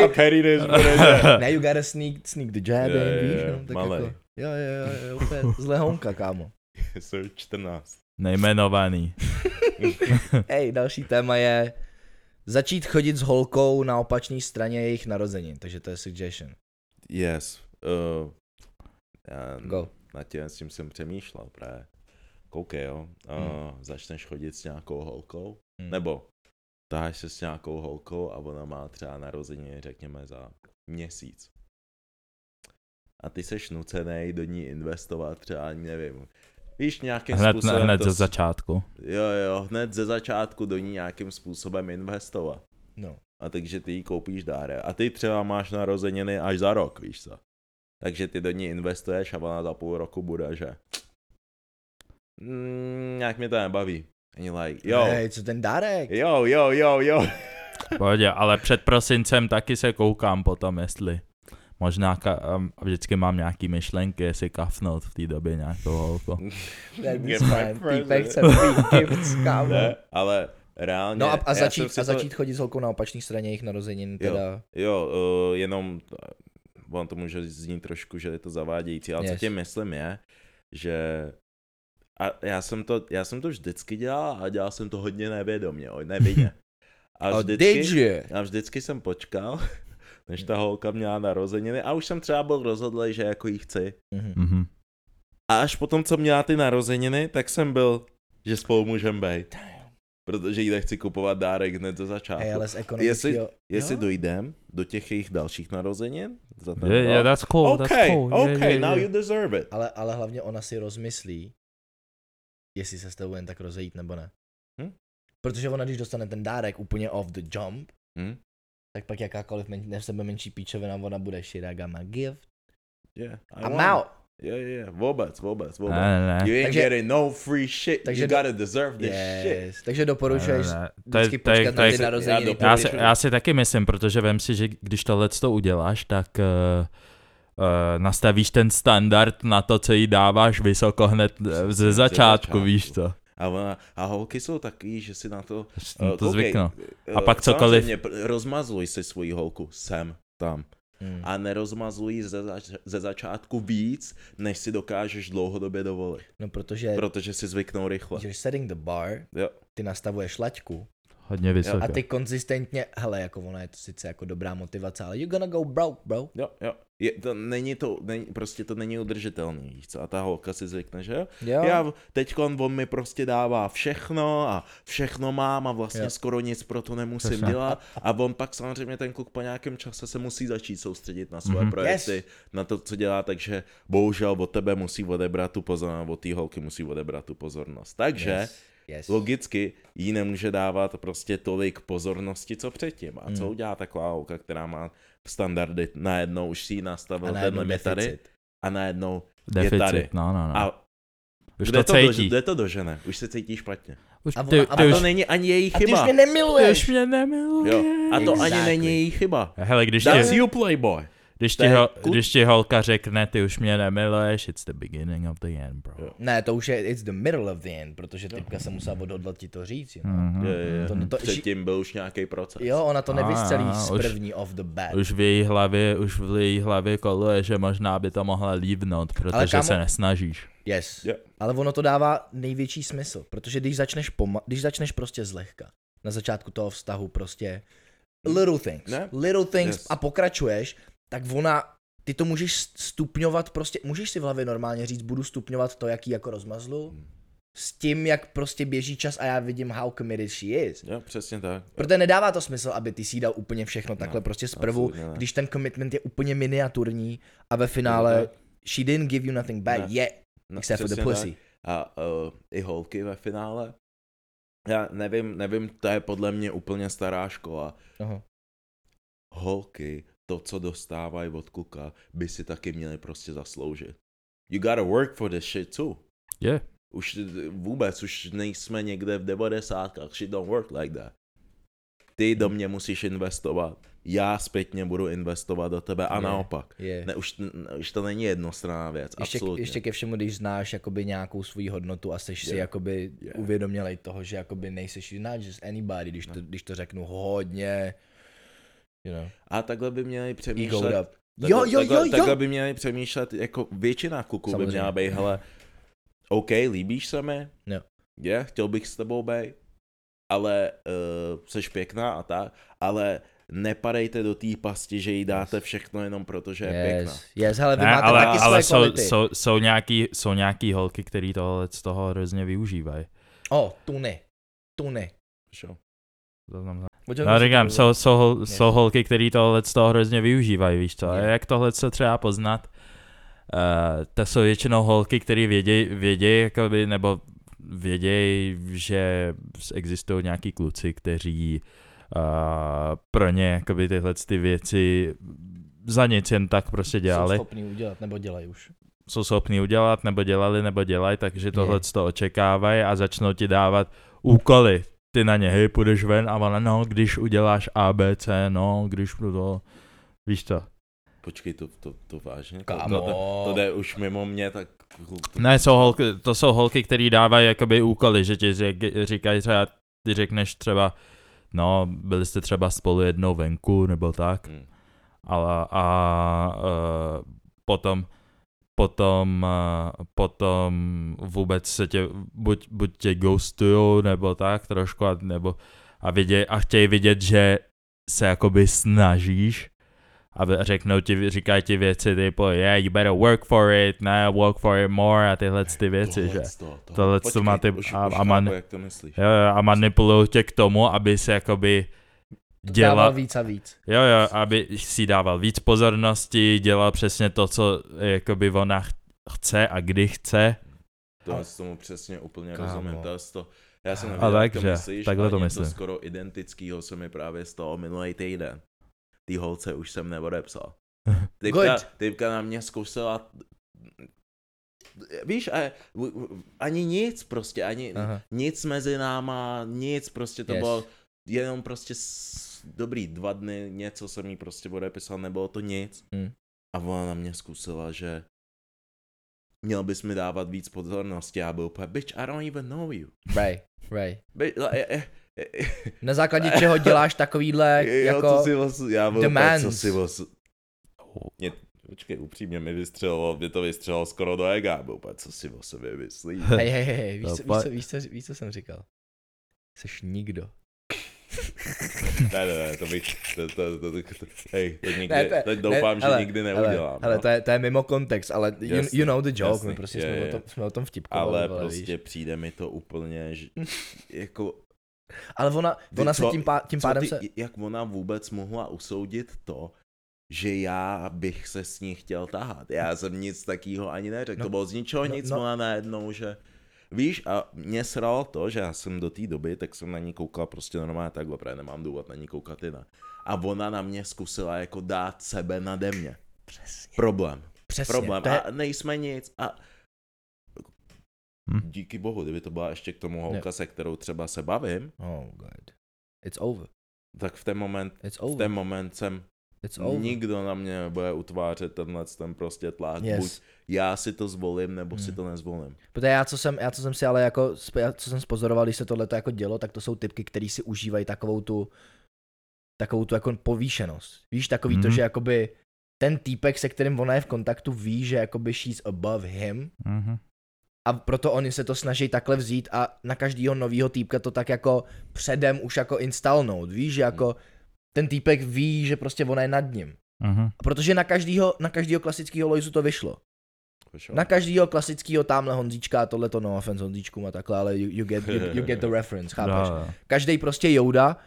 Speaker 2: Ne, you gotta sneak, sneak the jab,
Speaker 3: Jo, jo,
Speaker 2: in, víš,
Speaker 3: jo,
Speaker 2: no, tak
Speaker 3: malej.
Speaker 2: jako, jo, jo, jo, jo, úplně zle honka, kámo.
Speaker 3: Jsou 14.
Speaker 1: Nejmenovaný.
Speaker 2: Ej, další téma je začít chodit s holkou na opačné straně jejich narozenin, takže to je suggestion.
Speaker 3: Yes. Uh, já
Speaker 2: Go.
Speaker 3: nad tím, s tím jsem přemýšlel právě. Koukej, jo. Uh,
Speaker 2: Hm.
Speaker 3: Začneš chodit s nějakou holkou,
Speaker 2: Hmm.
Speaker 3: nebo táháš se s nějakou holkou a ona má třeba narozeniny, řekněme, za měsíc. A ty seš nucený do ní investovat třeba, nevím, víš, nějakým
Speaker 1: Hned,
Speaker 3: způsobem
Speaker 1: hned
Speaker 3: to
Speaker 1: ze
Speaker 3: s-
Speaker 1: začátku.
Speaker 3: Jo, jo, hned ze začátku do ní nějakým způsobem investovat.
Speaker 2: No.
Speaker 3: A takže ty jí koupíš dáre. A ty třeba máš narozeniny až za rok, víš co. Takže ty do ní investuješ a ona za půl roku bude, že... Mm, nějak mě to nebaví. Ani like, jo,
Speaker 2: Ej, co ten dárek?
Speaker 3: jo, jo, jo, jo.
Speaker 1: Pohodě, ale před prosincem taky se koukám potom, jestli možná ka- um, vždycky mám nějaký myšlenky, jestli kafnout v té době nějakou holku.
Speaker 2: Ten
Speaker 3: Get
Speaker 2: smile,
Speaker 3: my present.
Speaker 2: týpek chce free gifts, kámo.
Speaker 3: Ne, ale reálně...
Speaker 2: No a, a,
Speaker 3: já jsem
Speaker 2: začít,
Speaker 3: si
Speaker 2: a začít chodit s holkou na opačné straně jejich narozenin, teda...
Speaker 3: Jo, uh, jenom uh, on to může znít trošku, že je to zavádějící, ale yes. co
Speaker 2: Yes.
Speaker 3: tím myslím je, že a já jsem, to, já jsem to vždycky dělal a dělal jsem to hodně nevědomě, oj, nevině. A
Speaker 2: A
Speaker 3: vždycky,
Speaker 2: DJ.
Speaker 3: a vždycky jsem počkal, než ta holka měla narozeniny a už jsem třeba byl rozhodlý, že jako jí chci.
Speaker 2: Mhm.
Speaker 1: Mhm.
Speaker 3: A až potom, co měla ty narozeniny, tak jsem byl, že spolu můžem být. Protože jí nechci kupovat dárek hned ze začátku.
Speaker 2: Hej, ale z
Speaker 3: Jestli-
Speaker 2: ekonomického...
Speaker 3: Jestli
Speaker 2: Jo.
Speaker 3: dojdem do těch jejich dalších narozenin za ten
Speaker 1: Je, je,
Speaker 3: rok,
Speaker 1: that's cool,
Speaker 3: OK,
Speaker 1: that's cool.
Speaker 3: OK,
Speaker 1: je, je,
Speaker 3: No. now
Speaker 1: je.
Speaker 3: you deserve it.
Speaker 2: Ale, ale hlavně ona si rozmyslí, jestli se s tebou jen tak rozejít nebo ne.
Speaker 3: Hm?
Speaker 2: Protože ona, když dostane ten dárek úplně off the jump,
Speaker 3: Hm?
Speaker 2: tak pak jakákoliv men, ne sebe menší píčovina, ona bude Shiragama give.
Speaker 3: Yeah, I
Speaker 2: I'm
Speaker 3: won.
Speaker 2: out.
Speaker 3: Yeah, yeah, yeah. Vůbec, vůbec, vůbec.
Speaker 1: Ne, ne, ne.
Speaker 3: You ain't
Speaker 2: Takže-
Speaker 3: getting no free shit.
Speaker 2: takže
Speaker 3: you
Speaker 2: do-
Speaker 3: gotta deserve this shit.
Speaker 2: Yes. Takže doporučuješ
Speaker 1: Ne, ne, to je-
Speaker 2: vždycky
Speaker 1: to je-
Speaker 2: počkat
Speaker 1: to
Speaker 2: na
Speaker 1: je-
Speaker 2: ty
Speaker 3: já
Speaker 2: narozeniny.
Speaker 3: do-
Speaker 1: Já
Speaker 2: protože-
Speaker 1: si, já si taky myslím, protože vem si, že když tohle to uděláš, tak uh, uh, nastavíš ten standard na to, co jí dáváš vysoko hned eh, ze začátku,
Speaker 3: začátku.
Speaker 1: víš to.
Speaker 3: A, ona, a holky jsou takový, že si na to...
Speaker 1: Na
Speaker 3: eh,
Speaker 1: to
Speaker 3: koukej,
Speaker 1: zvyknu.
Speaker 3: eh,
Speaker 1: A pak cokoliv.
Speaker 3: samozřejmě, pr- Rozmazluj si svoji holku sem, tam.
Speaker 2: Hmm.
Speaker 3: A nerozmazluj ze, zač- ze začátku víc, než si dokážeš dlouhodobě dovolit.
Speaker 2: No protože
Speaker 3: Protože si zvyknou rychle.
Speaker 2: you're setting the bar,
Speaker 3: Jo.
Speaker 2: ty nastavuješ laťku
Speaker 1: Hodně
Speaker 2: a
Speaker 1: vysoko.
Speaker 2: ty konzistentně, hele, jako ona je to sice jako dobrá motivace, ale you're gonna go broke, bro.
Speaker 3: Jo, jo. Je, to není to, není, prostě to není udržitelný, víš co? A ta holka si zvykne, že jo?
Speaker 2: Jo.
Speaker 3: Já, teďkon on mi prostě dává všechno a všechno mám a vlastně
Speaker 2: Jo.
Speaker 3: jo. skoro nic pro to nemusím
Speaker 1: Přesně.
Speaker 3: Přesná. dělat. A on pak samozřejmě ten kluk po nějakém čase se musí začít soustředit na své mm-hmm. projekty,
Speaker 2: Yes.
Speaker 3: yes. na to, co dělá, takže bohužel od tebe musí odebrat tu pozornost, od té holky musí odebrat tu pozornost. Takže yes.
Speaker 2: Yes. Yes.
Speaker 3: logicky jí nemůže dávat prostě tolik pozornosti, co předtím. A
Speaker 2: Hmm.
Speaker 3: co udělá taková holka, která má standardy, najednou už si ji
Speaker 2: A
Speaker 3: nastavil ten
Speaker 2: najednou
Speaker 3: limit tady
Speaker 2: deficit.
Speaker 3: a najednou je tady.
Speaker 1: Deficit, no, no, no.
Speaker 3: A
Speaker 1: Už
Speaker 3: kde
Speaker 1: to
Speaker 3: to, dož,
Speaker 1: cítí.
Speaker 3: kde to dožene? Už se cítí špatně.
Speaker 1: Už
Speaker 2: a
Speaker 1: ty,
Speaker 2: ona- a
Speaker 1: ty
Speaker 3: A
Speaker 1: už,
Speaker 3: to není ani její
Speaker 2: A ty už
Speaker 3: chyba.
Speaker 2: mě
Speaker 1: ty už
Speaker 2: nemiluješ.
Speaker 1: mě nemiluješ.
Speaker 3: Jo. A to
Speaker 2: Exactly.
Speaker 3: ani není její chyba.
Speaker 1: Hele, když
Speaker 3: That's
Speaker 1: ti,
Speaker 3: you, playboy.
Speaker 1: když,
Speaker 3: to
Speaker 1: ti
Speaker 3: je
Speaker 1: ho,
Speaker 3: kul-
Speaker 1: když ti holka řekne, ty už mě nemiluješ, it's the beginning of the end, bro.
Speaker 3: Jo.
Speaker 2: Ne, to už je it's the middle of the end, protože typka se musela odhodlat ti to říct. Jo,
Speaker 1: Mhm.
Speaker 3: Je, je,
Speaker 2: Hmm. To- to-
Speaker 3: Předtím byl už nějaký proces.
Speaker 2: jo ona to nevystřelí
Speaker 1: Ah,
Speaker 2: z
Speaker 1: už-
Speaker 2: první off the bat.
Speaker 1: Už v její hlavě, už v její hlavě koluje, že možná by to mohla lívnout, protože
Speaker 2: kámo-
Speaker 1: se nesnažíš.
Speaker 2: Yes.
Speaker 3: Jo.
Speaker 2: Ale ono to dává největší smysl, protože když začneš, poma- když začneš prostě zlehka, na začátku toho vztahu prostě little things,
Speaker 3: Ne?
Speaker 2: little things
Speaker 3: Yes.
Speaker 2: a pokračuješ, tak ona, ty to můžeš stupňovat prostě, můžeš si v hlavě normálně říct, budu stupňovat to, jaký jako rozmazlu,
Speaker 3: Hmm.
Speaker 2: s tím, jak prostě běží čas a já vidím, how committed she is.
Speaker 3: Jo, přesně tak.
Speaker 2: Protože nedává to smysl, aby ty si jí dal úplně všechno takhle prostě zprvu,
Speaker 3: No, absolutně ne.
Speaker 2: když ten commitment je úplně miniaturní a ve finále
Speaker 3: tak.
Speaker 2: she didn't give you nothing back
Speaker 3: Ne.
Speaker 2: yet,
Speaker 3: No,
Speaker 2: except for the
Speaker 3: přesně
Speaker 2: pussy.
Speaker 3: Tak. A uh, i holky ve finále. Já nevím, nevím, to je podle mě úplně stará škola.
Speaker 2: Aha.
Speaker 3: Holky, to, co dostávají od kluka, by si taky měly prostě zasloužit. You gotta work for this shit too.
Speaker 1: Je.
Speaker 3: Už vůbec, už nejsme někde v 90. Shit don't work like that. Ty do mě musíš investovat, já zpětně budu investovat do tebe a
Speaker 2: Je,
Speaker 3: naopak.
Speaker 2: je.
Speaker 3: Ne, už, ne, už to není jednostranná věc,
Speaker 2: Ještě,
Speaker 3: absolutně.
Speaker 2: ještě ke všemu, když znáš jakoby nějakou svou hodnotu a jsi si
Speaker 3: Yeah.
Speaker 2: jakoby
Speaker 3: Yeah.
Speaker 2: uvědomělej toho, že jakoby nejseš you're not just anybody,
Speaker 3: No.
Speaker 2: když to, když to řeknu hodně, you know,
Speaker 3: A takhle by měli
Speaker 2: ego
Speaker 3: přemýšlet.
Speaker 2: it up.
Speaker 3: Takhle,
Speaker 2: Jo, jo,
Speaker 3: takhle,
Speaker 2: jo,
Speaker 3: takhle
Speaker 2: jo.
Speaker 3: by měli přemýšlet, jako většina kluků by
Speaker 2: Samozřejmě.
Speaker 3: měla být, hele, OK, líbíš se mi,
Speaker 2: Jo.
Speaker 3: je, chtěl bych s tebou být, ale uh, seš pěkná a tak, ale nepadejte do té pasti, že jí dáte všechno jenom proto, že je pěkná.
Speaker 2: Yes, yes, hele, vy
Speaker 1: Ne,
Speaker 2: máte
Speaker 1: ale,
Speaker 2: taky
Speaker 1: ale
Speaker 2: své
Speaker 1: jsou,
Speaker 2: kvality.
Speaker 1: jsou, jsou, nějaký, jsou nějaký holky, který tohle z toho hrozně využívají.
Speaker 2: O, tu ne, tu ne.
Speaker 3: Sure.
Speaker 1: To znamená-
Speaker 2: Pojďme
Speaker 1: No,
Speaker 2: si
Speaker 1: říkám,
Speaker 2: to-
Speaker 1: jsou, jsou, hol- jsou holky, který tohle z toho hrozně využívají, víš co? A
Speaker 2: Jo.
Speaker 1: jak tohle se třeba poznat? Uh, to jsou většinou holky, které vědějí, věděj, jakoby, nebo vědějí, že existují nějaký kluci, kteří uh, pro ně jakoby, tyhle ty věci za nic jen tak prostě
Speaker 2: Jsou
Speaker 1: dělali.
Speaker 2: schopný udělat, nebo dělají už.
Speaker 1: jsou schopni udělat, nebo dělali, nebo dělají, takže tohle
Speaker 2: Je.
Speaker 1: to očekávají a začnou ti dávat úkoly. Ty na ně, hej, půjdeš ven a ona, no, když uděláš ABC, no, když budu to, víš co.
Speaker 3: Počkej, to, to, to vážně?
Speaker 2: Kámo.
Speaker 3: To, to, to, to jde už mimo mě, tak...
Speaker 1: Ne, jsou holky, to jsou holky, které dávají jakoby úkoly, že ti řek, říkají třeba, ty řekneš třeba, no, byli jste třeba spolu jednou venku, nebo tak,
Speaker 3: Hm.
Speaker 1: ale a uh, potom potom, eh, potom vůbec se tě, buď, buď tě ghostujou, nebo tak trošku, a, nebo a, vidě, a chtějí vidět, že se jakoby snažíš a v- řeknou ti, říkají ti věci typu, yeah, you better work for it, ne, work for it more a tyhle ty věci, že?
Speaker 3: to, to,
Speaker 1: Tohle to má ty-
Speaker 3: už,
Speaker 1: a-
Speaker 3: už
Speaker 1: a má-
Speaker 3: chápu, jak to myslíš.
Speaker 1: Jo, jo, a manipulují tě k tomu, aby se jakoby
Speaker 2: To
Speaker 1: dělal,
Speaker 2: dával víc a víc.
Speaker 1: Jo, jo, aby si dával víc pozornosti, dělal přesně to, co jakoby ona ch- chce a kdy chce.
Speaker 3: To
Speaker 2: Ale-
Speaker 3: já si tomu přesně úplně
Speaker 2: Kámo.
Speaker 3: rozumím. To, je to, já jsem
Speaker 1: A
Speaker 3: nevěděl, jak to
Speaker 1: takže,
Speaker 3: myslíš,
Speaker 1: takhle
Speaker 3: ale
Speaker 1: to
Speaker 3: něco
Speaker 1: myslím.
Speaker 3: skoro identického se mi právě stalo minulý týden. Tý holce už jsem neodepsal.
Speaker 2: Good.
Speaker 3: Typka, typka na mě zkusila... Víš, a, ani nic prostě, ani
Speaker 2: Aha.
Speaker 3: nic mezi náma, nic, prostě to
Speaker 2: Yes.
Speaker 3: yes. bylo jenom prostě s, dobrý dva dny, něco jsem jí prostě odepisal, nebylo to nic.
Speaker 2: Mm.
Speaker 3: A ona na mě zkusila, že měl bys mi dávat víc pozornosti, já byl úplně, bitch, I don't even know you.
Speaker 2: Right, right.
Speaker 3: Bitch, like, eh, eh, eh,
Speaker 2: Na základě čeho děláš takovýhle
Speaker 3: jo,
Speaker 2: No, jako...
Speaker 3: co si os, já byl úplně, co
Speaker 2: demands.
Speaker 3: si os, mě, počkej, upřímně mi vystřelilo, mě to vystřelilo skoro do ega, byl úplně, co si o sobě myslí.
Speaker 2: Hej, hej, hej, hej, víš,
Speaker 1: To
Speaker 2: co, víš,
Speaker 1: pak-
Speaker 2: co, víš, co, víš, co jsem říkal? Jseš nikdo.
Speaker 3: Ne, ne, ne, to bych, to, to, to, to, to hej, to nikdy,
Speaker 2: Ne, to je-
Speaker 3: teď doufám,
Speaker 2: ne,
Speaker 3: že
Speaker 2: hele,
Speaker 3: nikdy
Speaker 2: Ale,
Speaker 3: neudělám,
Speaker 2: ale
Speaker 3: no.
Speaker 2: to, je, to je mimo kontext, ale you,
Speaker 3: Jasný,
Speaker 2: you know the joke, my
Speaker 3: jasný,
Speaker 2: prostě
Speaker 3: je,
Speaker 2: jsme,
Speaker 3: je,
Speaker 2: O tom, jsme o tom vtipkovali,
Speaker 3: ale
Speaker 2: vole,
Speaker 3: prostě
Speaker 2: víš.
Speaker 3: přijde mi to úplně, že, jako,
Speaker 2: Ale ona,
Speaker 3: Ty
Speaker 2: ona se
Speaker 3: co-
Speaker 2: tím, pá, tím
Speaker 3: co
Speaker 2: pádem
Speaker 3: ty,
Speaker 2: se...
Speaker 3: jak ona vůbec mohla usoudit to, že já bych se s ní chtěl tahat. Já jsem nic takého ani neřekl.
Speaker 2: No,
Speaker 3: No, to bylo z ničeho
Speaker 2: no,
Speaker 3: nic,
Speaker 2: no.
Speaker 3: no, ona najednou, že... Víš, a mě sralo to, že já jsem do té doby, tak jsem na ní koukal prostě normálně takhle, protože nemám důvod na ní koukat jinak. A ona na mě zkusila jako dát sebe nade mě.
Speaker 2: Přesně,
Speaker 3: Problém.
Speaker 2: přesně.
Speaker 3: Problém.
Speaker 2: To je,
Speaker 3: A nejsme nic. A
Speaker 1: Hm.
Speaker 3: díky bohu, kdyby to byla ještě k tomu
Speaker 2: Ne.
Speaker 3: holka, se kterou třeba se bavím,
Speaker 2: oh god. It's over.
Speaker 3: tak v ten moment,
Speaker 2: It's
Speaker 3: v
Speaker 2: over.
Speaker 3: ten moment jsem
Speaker 2: It's over.
Speaker 3: Nikdo na mě nebude utvářet tenhle ten prostě tlak. Yes. Buď
Speaker 2: Yes.
Speaker 3: já si to zvolím, nebo si
Speaker 2: Hmm.
Speaker 3: to nezvolím.
Speaker 2: Protože já co, jsem, já, co jsem si ale jako, sp- já, co jsem spozoroval, když se tohle jako dělo, tak to jsou typky, který si užívají takovou tu, takovou tu jako povýšenost. Víš, takový to,
Speaker 1: Mhm.
Speaker 2: že jakoby ten týpek, se kterým ona je v kontaktu, ví, že jakoby she's above him
Speaker 1: Mhm.
Speaker 2: a proto oni se to snaží takhle vzít a na každého nového týpka to tak jako předem už jako instalnout. Víš, že jako ten týpek ví, že prostě ona je nad ním.
Speaker 1: Mhm.
Speaker 2: Protože na každého, na každého klasického Loisu to vyšlo.
Speaker 3: Chápeš, jo?
Speaker 2: No. Na každýho klasickýho tamhle Honzíčka a tohle to no offense Honzíčkům a takhle, ale you, you, get, you, you get the reference, chápeš?
Speaker 1: Jo, jo.
Speaker 2: Každý prostě Yoda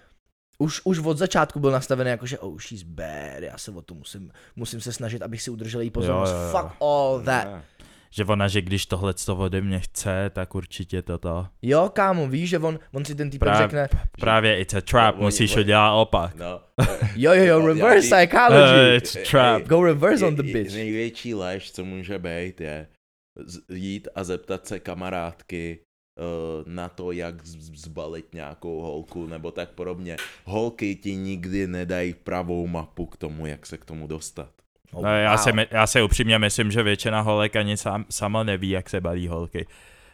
Speaker 2: už, už od začátku byl nastavený jako, že oh, she's bad, já se o to musím, musím se snažit, abych si udržel její pozornost.
Speaker 1: jo, jo.
Speaker 2: Fuck all that.
Speaker 3: Ne.
Speaker 1: Že ona, že když tohle to ode mě chce, tak určitě toto.
Speaker 2: Jo, kámo, víš, že on, on si ten týpek
Speaker 1: Práv-
Speaker 2: řekne,
Speaker 1: Právě it's a trap,
Speaker 3: Oni-
Speaker 1: musíš
Speaker 3: oni-
Speaker 1: ho dělat opak.
Speaker 3: No.
Speaker 2: jo, jo, jo,
Speaker 3: Já-
Speaker 2: reverse
Speaker 3: já-
Speaker 1: Eh,
Speaker 2: psychology.
Speaker 1: it's a trap.
Speaker 2: Go reverse on the
Speaker 3: Je-
Speaker 2: bitch.
Speaker 3: Největší lež, co může být, je z- jít a zeptat se kamarádky eh, na to, jak z- zbalit nějakou holku nebo tak podobně. Holky ti nikdy nedají pravou mapu k tomu, jak se k tomu dostat.
Speaker 2: Oh,
Speaker 1: No, já,
Speaker 2: wow.
Speaker 1: si, my- já si upřímně myslím, že většina holek ani sám, sama neví, jak se balí holky.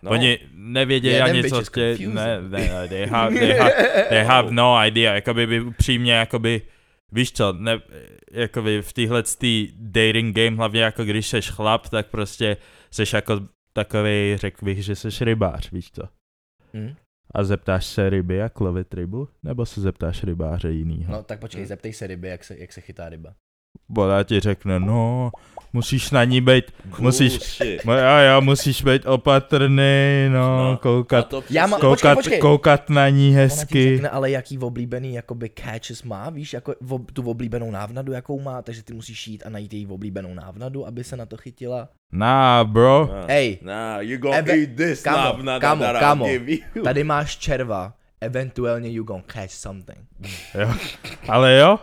Speaker 1: No. Oni nevědějí
Speaker 2: Yeah, them
Speaker 1: ani, co
Speaker 2: bitches
Speaker 1: chtějí. Ne,
Speaker 2: confusing.
Speaker 1: ne, ne, they have, they have, they have no idea. Jakoby by upřímně, jakoby, víš co, ne, jakoby v téhle tý dating game, hlavně jako když seš chlap, tak prostě seš jako takový, řekl bych, že seš rybář, víš co.
Speaker 2: Hm?
Speaker 1: A zeptáš se ryby, jak lovit rybu, nebo se zeptáš rybáře jinýho?
Speaker 2: No tak
Speaker 1: Mm.
Speaker 2: počkej, zeptej se ryby, jak se, jak se chytá ryba.
Speaker 1: Ona ti řekne, no, musíš na ní být, musíš,
Speaker 3: Bullshit.
Speaker 1: mo- jo, jo, musíš být opatrný, no,
Speaker 3: No, A
Speaker 1: koukat,
Speaker 3: to
Speaker 2: Já mám-
Speaker 3: přesně-
Speaker 1: koukat,
Speaker 2: počkej, počkej.
Speaker 1: koukat na ní
Speaker 2: Ona ti
Speaker 1: hezky.
Speaker 2: řekne, ale jaký oblíbený jakoby catches má, víš, jako ob, tu oblíbenou návnadu, jakou má, takže ty musíš jít a najít její oblíbenou návnadu, aby se na to chytila.
Speaker 1: Nah, bro,
Speaker 3: Ah.
Speaker 2: Hej,
Speaker 3: Nah, you gonna
Speaker 2: Eve-
Speaker 3: eat this
Speaker 2: Kamo,
Speaker 3: now, not
Speaker 2: kamo,
Speaker 3: that
Speaker 2: kamo.
Speaker 3: I'll give you.
Speaker 2: tady máš červa, eventuálně you gonna catch something.
Speaker 1: ale jo,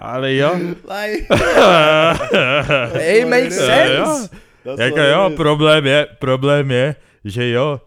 Speaker 1: ale jo.
Speaker 3: Like,
Speaker 1: Eh,
Speaker 2: It makes
Speaker 3: Jo,
Speaker 2: sense!
Speaker 3: that's
Speaker 1: jako
Speaker 3: what it
Speaker 1: jo,
Speaker 3: is.
Speaker 1: problém je, problém je, že jo,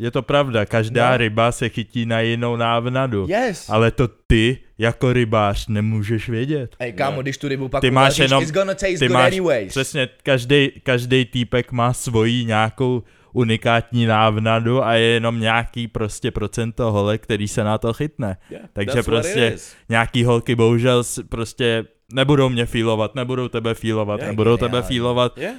Speaker 1: je to pravda, každá
Speaker 2: No.
Speaker 1: no. ryba se chytí na jinou návnadu.
Speaker 2: Yes!
Speaker 1: Ale to ty, jako rybář, nemůžeš vědět.
Speaker 2: Hej, kámo, když tu rybu pak
Speaker 1: Eh, Ty máš
Speaker 2: uvaříš,
Speaker 1: jenom-
Speaker 2: it's gonna taste
Speaker 1: Ty
Speaker 2: good
Speaker 1: máš,
Speaker 2: anyways.
Speaker 1: přesně, každý, každý týpek má svoji nějakou unikátní návnadu a je jenom nějaký prostě procento holek, který se na to chytne.
Speaker 3: Yeah,
Speaker 1: Takže
Speaker 3: that's what it
Speaker 1: prostě-
Speaker 3: is.
Speaker 1: Nějaký holky bohužel s- prostě nebudou mě fílovat, nebudou tebe fílovat,
Speaker 3: Jak
Speaker 1: nebudou tebe
Speaker 2: geniální.
Speaker 1: fílovat.
Speaker 3: Yeah,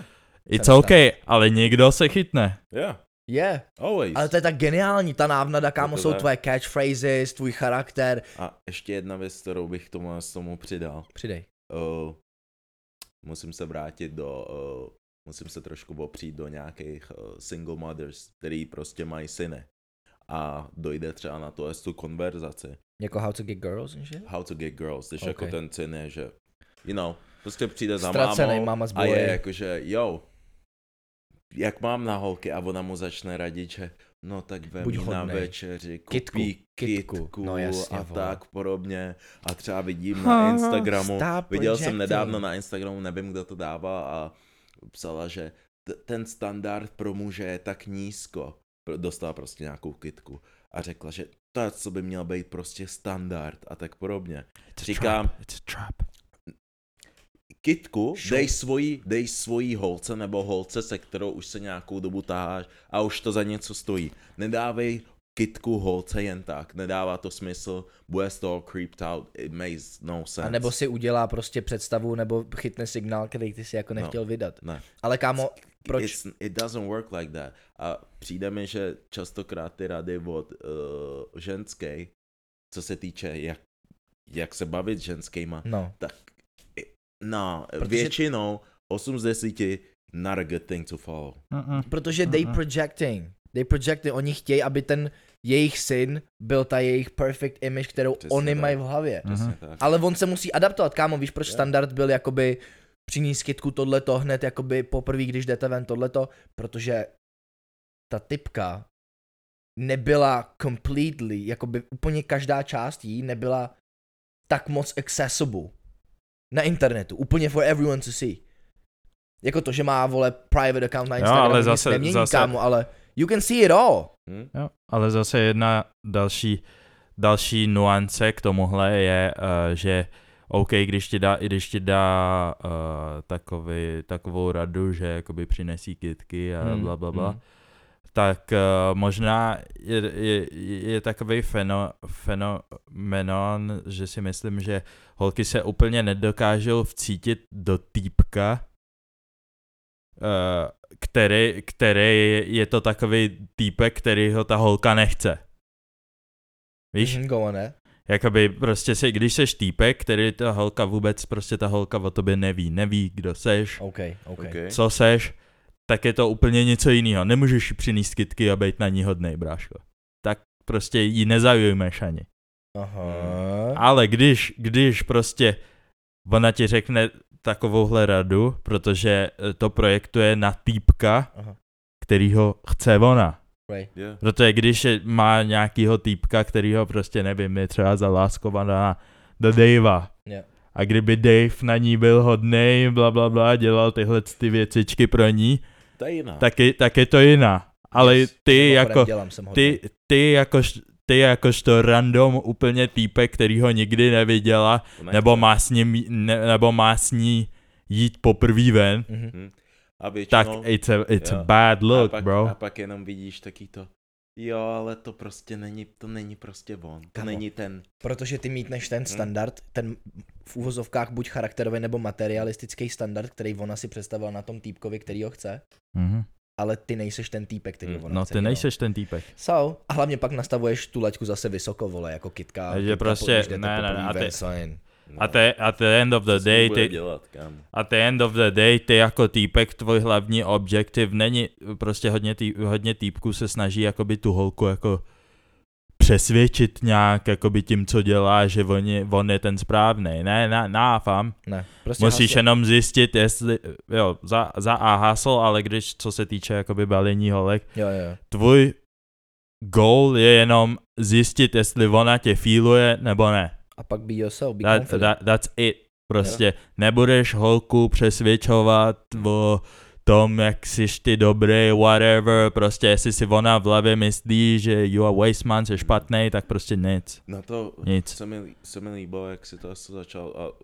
Speaker 1: It's
Speaker 2: Jsem
Speaker 1: okay, ale někdo se chytne.
Speaker 3: yeah,
Speaker 2: Yeah.
Speaker 3: always.
Speaker 2: Ale to je tak geniální, ta návnada, kámo,
Speaker 3: Je to
Speaker 2: jsou
Speaker 3: tak.
Speaker 2: tvoje catchphrases, tvůj charakter.
Speaker 3: A ještě jedna věc, kterou bych k tomu, s tomu přidal.
Speaker 2: Přidej.
Speaker 3: Uh, musím se vrátit do, uh, musím se trošku opřít do nějakých uh, single mothers, který prostě mají syny. A dojde třeba na to, tu konverzaci.
Speaker 2: Jako how to get girls and shit?
Speaker 3: How to get girls, když
Speaker 2: Okay.
Speaker 3: okay. jako ten syn je, že, you know, prostě přijde za
Speaker 2: Ztracenej
Speaker 3: mámou
Speaker 2: máma s
Speaker 3: a je
Speaker 2: bojem.
Speaker 3: jakože, jo, jak mám na holky a ona mu začne radit, že no tak vem
Speaker 2: Buď
Speaker 3: jí na
Speaker 2: hodnej.
Speaker 3: večeři,
Speaker 2: Kytku,
Speaker 3: kupí
Speaker 2: kytku,
Speaker 3: kytku,
Speaker 2: no jasně,
Speaker 3: a
Speaker 2: vole.
Speaker 3: tak podobně a třeba vidím na Instagramu,
Speaker 2: Stop
Speaker 3: viděl jsem
Speaker 2: projecting.
Speaker 3: nedávno na Instagramu, nevím kdo to dával a psala, že t- ten standard pro muže je tak nízko, Pr- dostala prostě nějakou kytku a řekla, že to, co by měl být prostě standard a tak podobně.
Speaker 1: It's a
Speaker 3: Říkám-
Speaker 1: trap, It's a trap.
Speaker 3: Kytku,
Speaker 2: Šo-
Speaker 3: dej svojí, dej svojí holce nebo holce, se kterou už se nějakou dobu taháš a už to za něco stojí. Nedávej kytku holce jen tak, nedává to smysl, bude z toho creeped out, it makes no sense.
Speaker 2: A nebo si udělá prostě představu, nebo chytne signál, který ty si jako nechtěl vydat.
Speaker 3: No. Ne.
Speaker 2: Ale kámo, proč?
Speaker 3: It's, it doesn't work like that. A přijde mi, že častokrát ty rady od uh, ženské, co se týče jak, jak se bavit s ženskýma,
Speaker 1: Hm.
Speaker 2: No,
Speaker 3: no,
Speaker 2: Protože-
Speaker 3: většinou 8 z 10 not a good thing to follow.
Speaker 1: Mhm.
Speaker 2: protože they projecting. They projecting, oni chtějí, aby ten jejich syn byl ta jejich perfect image, kterou
Speaker 3: Přesně
Speaker 2: oni
Speaker 3: tak.
Speaker 2: mají v hlavě.
Speaker 3: Přesně tak.
Speaker 2: Ale on se musí adaptovat, kámo, víš proč standard byl jakoby přinést kytku tohleto hned jakoby poprvé, když jdete ven tohleto, protože ta typka nebyla completely, jakoby úplně každá část jí nebyla tak moc accessible na internetu, úplně for everyone to see. Jako to, že má, vole, private account na
Speaker 1: Jo,
Speaker 2: Instagramu,
Speaker 1: ale
Speaker 2: nic
Speaker 1: zase-
Speaker 2: nemění,
Speaker 1: zase-
Speaker 2: kámo, ale you can see it all.
Speaker 3: Hm?
Speaker 1: Jo, ale zase jedna další, další nuance k tomuhle je, uh, že OK, když ti dá, když ti dá uh, takový, takovou radu, že jakoby přinesí kitky a
Speaker 2: Hmm,
Speaker 1: bla, bla, bla,
Speaker 2: hmm.
Speaker 1: tak uh, možná je, je, je takový feno, fenomenon, že si myslím, že holky se úplně nedokážou vcítit do týpka, eh, který, který je to takový týpek, který ho ta holka nechce. Víš,
Speaker 2: Mhm, Go on, ne?
Speaker 1: jakoby prostě si, když seš týpek, který ta holka vůbec, prostě ta holka o tobě neví, neví, kdo seš,
Speaker 2: OK, OK.
Speaker 3: Okay.
Speaker 1: co seš, tak je to úplně něco jiného. Nemůžeš jí přinést kytky a být na ní hodnej, bráško. Tak prostě ji nezaujmeš ani.
Speaker 2: Aha.
Speaker 1: Ale když, když prostě ona ti řekne takovouhle radu, protože eh, to projektuje na týpka,
Speaker 2: Aha.
Speaker 1: který ho chce ona.
Speaker 2: Right.
Speaker 3: Yeah.
Speaker 1: Protože když No je- má nějakýho týpka, který ho prostě nevím, je třeba zaláskovaná do Davea.
Speaker 2: Jo.
Speaker 1: A kdyby Dave na ní byl hodnej, bla bla bla, dělal tyhle ty věcičky pro ní,
Speaker 3: To je jiná.
Speaker 1: tak je, tak je to jiná. Ale
Speaker 2: Yes.
Speaker 1: ty
Speaker 2: Mimochodem,
Speaker 1: jako,
Speaker 2: dělám, jsem hodný.
Speaker 1: ty, ty jakož ty jakožto random úplně týpek, který ho nikdy neviděla,
Speaker 3: To nechce.
Speaker 1: nebo má s ním, ne, nebo má s ní jít poprvé ven,
Speaker 2: Mhm.
Speaker 3: a většinou,
Speaker 1: tak it's a, it's a
Speaker 3: no. jo.
Speaker 1: bad look,
Speaker 3: a pak,
Speaker 1: bro.
Speaker 3: A pak jenom vidíš taky to, jo, ale to prostě není, to není prostě on. To
Speaker 2: Kamo.
Speaker 3: není ten.
Speaker 2: Protože ty mítneš
Speaker 1: Hmm.
Speaker 2: ten standard, ten v úvozovkách buď charakterový nebo materialistický standard, který ona si představila na tom týpkovi, který ho chce,
Speaker 1: Mhm.
Speaker 2: ale ty nejseš ten týpek, který
Speaker 3: Mm,
Speaker 2: ona
Speaker 1: No
Speaker 2: chce.
Speaker 1: ty
Speaker 2: jo.
Speaker 1: nejseš ten týpek.
Speaker 2: So, a hlavně pak nastavuješ tu laťku zase vysoko, vole, jako kytka.
Speaker 1: Takže
Speaker 2: kytka,
Speaker 1: prostě-
Speaker 2: když jdete
Speaker 1: ne, ne,
Speaker 2: poprvé
Speaker 1: ne, a
Speaker 2: ven,
Speaker 1: ty-
Speaker 2: co jen.
Speaker 3: No,
Speaker 1: A te, at the end of the
Speaker 3: co s ním
Speaker 1: day,
Speaker 3: bude
Speaker 1: ty,
Speaker 3: dělat, kámo.
Speaker 1: at the end of the day, ty jako týpek, tvůj hlavní objektiv není, prostě hodně, tý, hodně týpků se snaží jakoby tu holku jako přesvědčit nějak jakoby tím, co dělá, že on je, on je ten správný. Ne, na, náfam.
Speaker 2: Ne, prostě
Speaker 1: Musíš
Speaker 2: haslo.
Speaker 1: jenom zjistit, jestli, jo, za, za A hasl, ale když, co se týče jakoby balení holek,
Speaker 2: Jo, jo.
Speaker 1: tvůj goal je jenom zjistit, jestli ona tě fíluje nebo ne.
Speaker 2: A pak be yourself, be
Speaker 1: That,
Speaker 2: confident.
Speaker 1: that, that's it. Prostě nebudeš holku přesvědčovat o tom, jak jsi ty dobrý, whatever, prostě jestli si ona v hlavě myslí, že you are waste man, jsi špatný, tak prostě nic,
Speaker 3: Na to,
Speaker 1: nic.
Speaker 3: se mi, se mi líbilo, jak si to asi začal a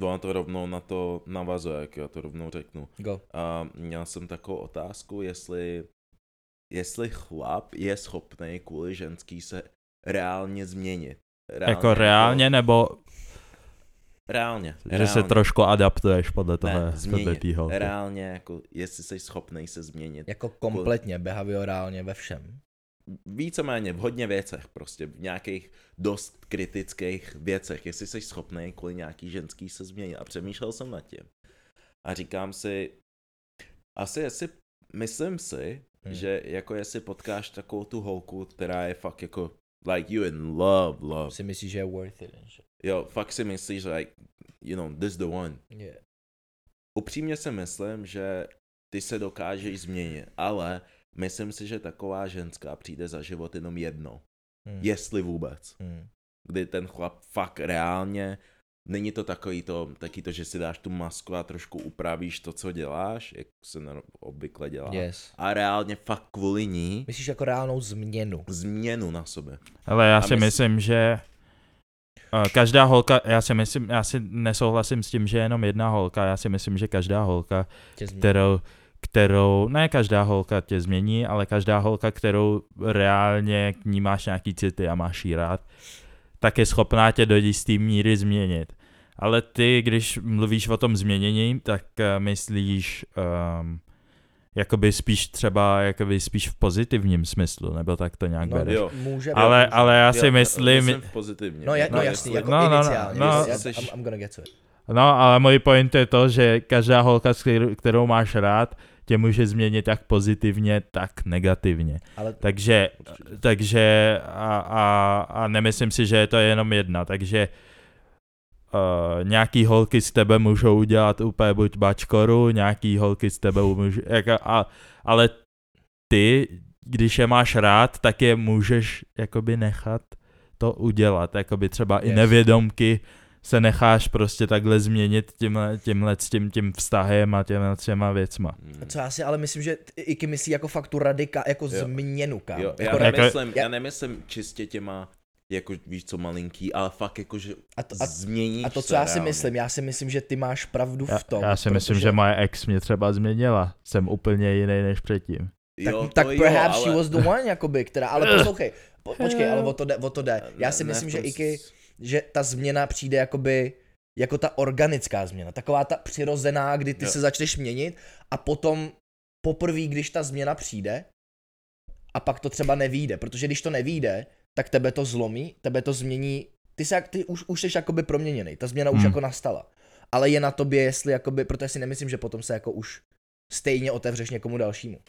Speaker 3: uh, ona to rovnou na to navazuje, jak já to rovnou řeknu.
Speaker 2: Go.
Speaker 3: A měl jsem takovou otázku, jestli, jestli chlap je schopný kvůli ženský se reálně změnit. Reálně,
Speaker 1: Jako reálně, nebo
Speaker 3: Reálně.
Speaker 1: že se
Speaker 3: reálně.
Speaker 1: trošku adaptuješ podle
Speaker 3: ne,
Speaker 1: toho, podle
Speaker 3: změnit.
Speaker 1: té holky.
Speaker 3: Reálně, jako, jestli jsi schopný se změnit.
Speaker 2: Jako kompletně, behaviorálně ve všem.
Speaker 3: Víceméně v hodně věcech, prostě v nějakých dost kritických věcech, jestli jsi schopný kvůli nějaký ženský se změnit. A přemýšlel jsem nad tím. A říkám si, asi jestli, myslím si,
Speaker 2: Hmm.
Speaker 3: hmm. že jako jestli potkáš takovou tu holku, která je fakt jako, like you in love, love.
Speaker 2: Si myslíš, že je worth it. and shit.
Speaker 3: Jo, fakt si myslíš, like, you know, this the one.
Speaker 2: Yeah.
Speaker 3: Upřímně si myslím, že ty se dokážeš změnit, ale myslím si, že taková ženská přijde za život jenom jednou.
Speaker 2: Hmm.
Speaker 3: Jestli vůbec.
Speaker 2: Hmm.
Speaker 3: Kdy ten chlap fakt reálně, není to takový to, taky to, že si dáš tu masku a trošku upravíš to, co děláš, jak se na- obvykle dělá.
Speaker 2: Yes.
Speaker 3: A reálně fakt kvůli ní
Speaker 2: Myslíš jako reálnou změnu?
Speaker 3: změnu na sobě.
Speaker 1: Ale já
Speaker 3: A
Speaker 1: si
Speaker 3: mys-
Speaker 1: myslím, že eh, každá holka, já si myslím, já si nesouhlasím s tím, že je jenom jedna holka, já si myslím, že každá holka,
Speaker 2: Tě změnu.
Speaker 1: kterou, kterou, ne každá holka tě změní, ale každá holka, kterou reálně k ní máš nějaký city a máš ji rád, tak je schopná tě do jistý míry změnit. Ale ty, když mluvíš o tom změnění, tak eh, myslíš um, jakoby spíš třeba jakoby spíš v pozitivním smyslu, nebo tak to nějak
Speaker 2: No,
Speaker 1: bereš.
Speaker 3: jo.
Speaker 2: Může
Speaker 1: Ale, ale já si
Speaker 3: Jo,
Speaker 1: myslím,
Speaker 3: myslím pozitivně.
Speaker 2: No, ja, no,
Speaker 1: No,
Speaker 2: jasný,
Speaker 3: jestli-
Speaker 2: jako
Speaker 1: no, no, no,
Speaker 2: iniciálně.
Speaker 1: no.
Speaker 2: No,
Speaker 3: Jsi-
Speaker 2: I'm, I'm gonna get to it.
Speaker 1: No, ale můj point je to, že každá holka, s kterou- kterou máš rád, tě může změnit jak pozitivně, tak negativně.
Speaker 2: Ale
Speaker 1: Takže, takže a, a, a nemyslím si, že je to jenom jedna, takže uh, nějaký holky z tebe můžou udělat úplně buď bačkoru, nějaký holky z tebe můžou, jak, a, ale ty, když je máš rád, tak je můžeš jakoby nechat to udělat, jakoby třeba yes. i
Speaker 2: Yes.
Speaker 1: nevědomky se necháš prostě takhle změnit tímhle, tímhle s tím, tím vztahem a těma těma věcma.
Speaker 3: Hmm.
Speaker 2: co já si ale myslím, že t- Iky myslí jako fakt tu radika, jako
Speaker 3: Jo.
Speaker 2: změnu, kam.
Speaker 3: Jo, já,
Speaker 2: jako
Speaker 1: ne- jako-
Speaker 3: nemyslím, já
Speaker 2: já-
Speaker 3: nemyslím čistě těma, jako víš co, malinký, ale fakt jako, že
Speaker 2: a, to, a,
Speaker 3: změníš
Speaker 2: a to, co
Speaker 3: se
Speaker 2: já si
Speaker 3: reálně.
Speaker 2: myslím, já si myslím, že ty máš pravdu
Speaker 1: Já,
Speaker 2: v tom.
Speaker 1: já si myslím,
Speaker 2: protože-
Speaker 1: že moje ex mě třeba změnila. Jsem úplně jiný než předtím.
Speaker 2: Tak,
Speaker 3: jo,
Speaker 2: tak
Speaker 3: to
Speaker 2: perhaps
Speaker 3: jo,
Speaker 2: she
Speaker 3: ale...
Speaker 2: was the one, jakoby, která, ale poslouchej, po, počkej, ale o to jde, o to jde. Já si
Speaker 3: Ne,
Speaker 2: myslím,
Speaker 3: v
Speaker 2: že
Speaker 3: tom
Speaker 2: Iky,
Speaker 3: s-
Speaker 2: že ta změna přijde jakoby jako ta organická změna, taková ta přirozená, kdy ty
Speaker 3: Jo.
Speaker 2: se začneš měnit a potom poprvé, když ta změna přijde a pak to třeba nevíde, protože když to nevíde, tak tebe to zlomí, tebe to změní, ty, se, jak- ty už, už jsi jakoby proměněný, ta změna už
Speaker 1: Hmm.
Speaker 2: jako nastala, ale je na tobě, jestli jakoby, protože si nemyslím, že potom se jako už stejně otevřeš někomu dalšímu.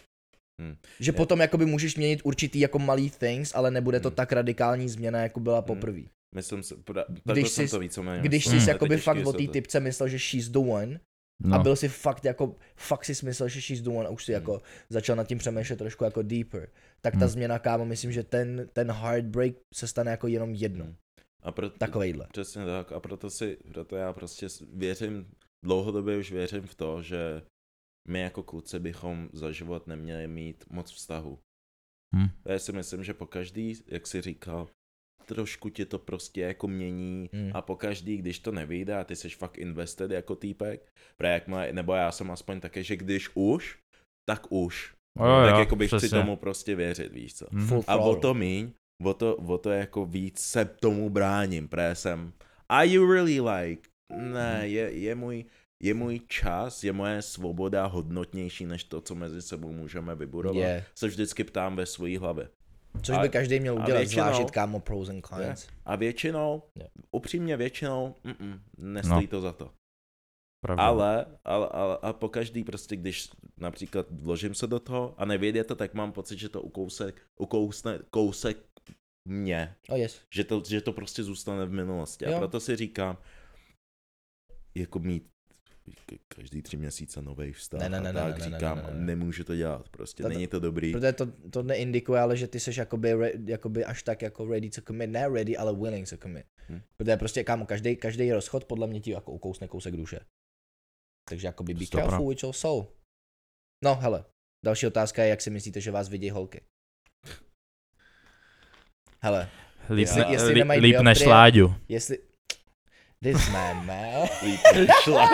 Speaker 3: Hmm.
Speaker 2: Že
Speaker 3: Ne.
Speaker 2: potom jakoby můžeš měnit určitý jako malý things, ale nebude to
Speaker 3: Hmm.
Speaker 2: tak radikální změna, jako byla poprvé.
Speaker 3: Myslím si, pra,
Speaker 2: Když
Speaker 3: když jsem
Speaker 2: jsi-
Speaker 3: to víceméně.
Speaker 2: Když jsi
Speaker 1: Hmm.
Speaker 2: hmm.
Speaker 3: myslel. To
Speaker 2: jakoby
Speaker 3: je těžký
Speaker 2: fakt o té
Speaker 3: vysvětlit.
Speaker 2: typce myslel, že she's the one no.
Speaker 1: No.
Speaker 2: a byl si fakt jako, fakt si myslel, že she's the one a už si
Speaker 3: Hmm.
Speaker 2: jako začal nad tím přemýšlet trošku jako deeper. Tak ta
Speaker 1: Hmm.
Speaker 2: změna, kámo, myslím, že ten, ten heartbreak se stane jako jenom jedno.
Speaker 3: Hmm. A proto,
Speaker 2: Takovejhle.
Speaker 3: Přesně tak. A proto si, proto já prostě s- věřím, dlouhodobě už věřím v to, že my jako kluci bychom za život neměli mít moc vztahu.
Speaker 1: Hm.
Speaker 3: Já si myslím, že po každý, jak jsi říkal, trošku tě to prostě jako mění
Speaker 1: Hm.
Speaker 2: Hmm.
Speaker 3: a po každý, když to nevyjde a ty jsi fakt invested jako týpek, pra jak má, nebo já jsem aspoň také, že když už, tak už.
Speaker 1: Jo, jo,
Speaker 3: tak jako bych
Speaker 1: přesně.
Speaker 3: chci tomu prostě věřit, víš co.
Speaker 1: Mhm.
Speaker 2: Full
Speaker 3: A o
Speaker 2: throttle.
Speaker 3: to míň, o to, o to jako víc se tomu bráním, protože jsem, are you really like,
Speaker 1: Mhm.
Speaker 3: ne, je, je můj, je můj čas, je moje svoboda hodnotnější než to, co mezi sebou můžeme vybudovat. Yeah.
Speaker 2: Je.
Speaker 3: Se vždycky ptám ve své hlavě.
Speaker 2: Což
Speaker 3: A-
Speaker 2: by každý měl
Speaker 3: a
Speaker 2: udělat,
Speaker 3: většinou-
Speaker 2: zvážit kámo pros and cons.
Speaker 3: A většinou,
Speaker 2: Jo.
Speaker 3: upřímně většinou, mm-mm, nestojí
Speaker 1: No.
Speaker 3: to za to.
Speaker 1: Pravda.
Speaker 3: Ale, ale, ale a po každý prostě, když například vložím se do toho a nevědě to, tak mám pocit, že to ukousek, ukousne kousek mě.
Speaker 2: Oh yes.
Speaker 3: že to, že to prostě zůstane v minulosti.
Speaker 2: Jo.
Speaker 3: A proto si říkám, jako mít ka- každý tři měsíce nový vztah.
Speaker 2: Ne, ne,
Speaker 3: a
Speaker 2: ne, ne,
Speaker 3: tak
Speaker 2: ne, ne,
Speaker 3: říkám,
Speaker 2: ne, ne, ne.
Speaker 3: nemůžu to dělat, prostě
Speaker 2: To-
Speaker 3: není to dobrý.
Speaker 2: Protože to, to neindikuje, ale že ty jsi jakoby, re, jakoby až tak jako ready to commit, ne ready, ale willing to commit.
Speaker 3: Hm.
Speaker 2: Hmm. Protože prostě kámo, každý, každý rozchod podle mě ti jako ukousne kousek duše. Takže jakoby be
Speaker 1: Sto pro.
Speaker 2: careful with your soul. No hele, další otázka je, jak si myslíte, že vás vidí holky? Hele,
Speaker 1: líp,
Speaker 2: jestli-
Speaker 1: ne,
Speaker 2: jestli
Speaker 1: lí-
Speaker 2: nemají
Speaker 1: líp
Speaker 2: dioptrie-
Speaker 1: než Láďu.
Speaker 2: jestli... This man, man.
Speaker 3: Líp šla.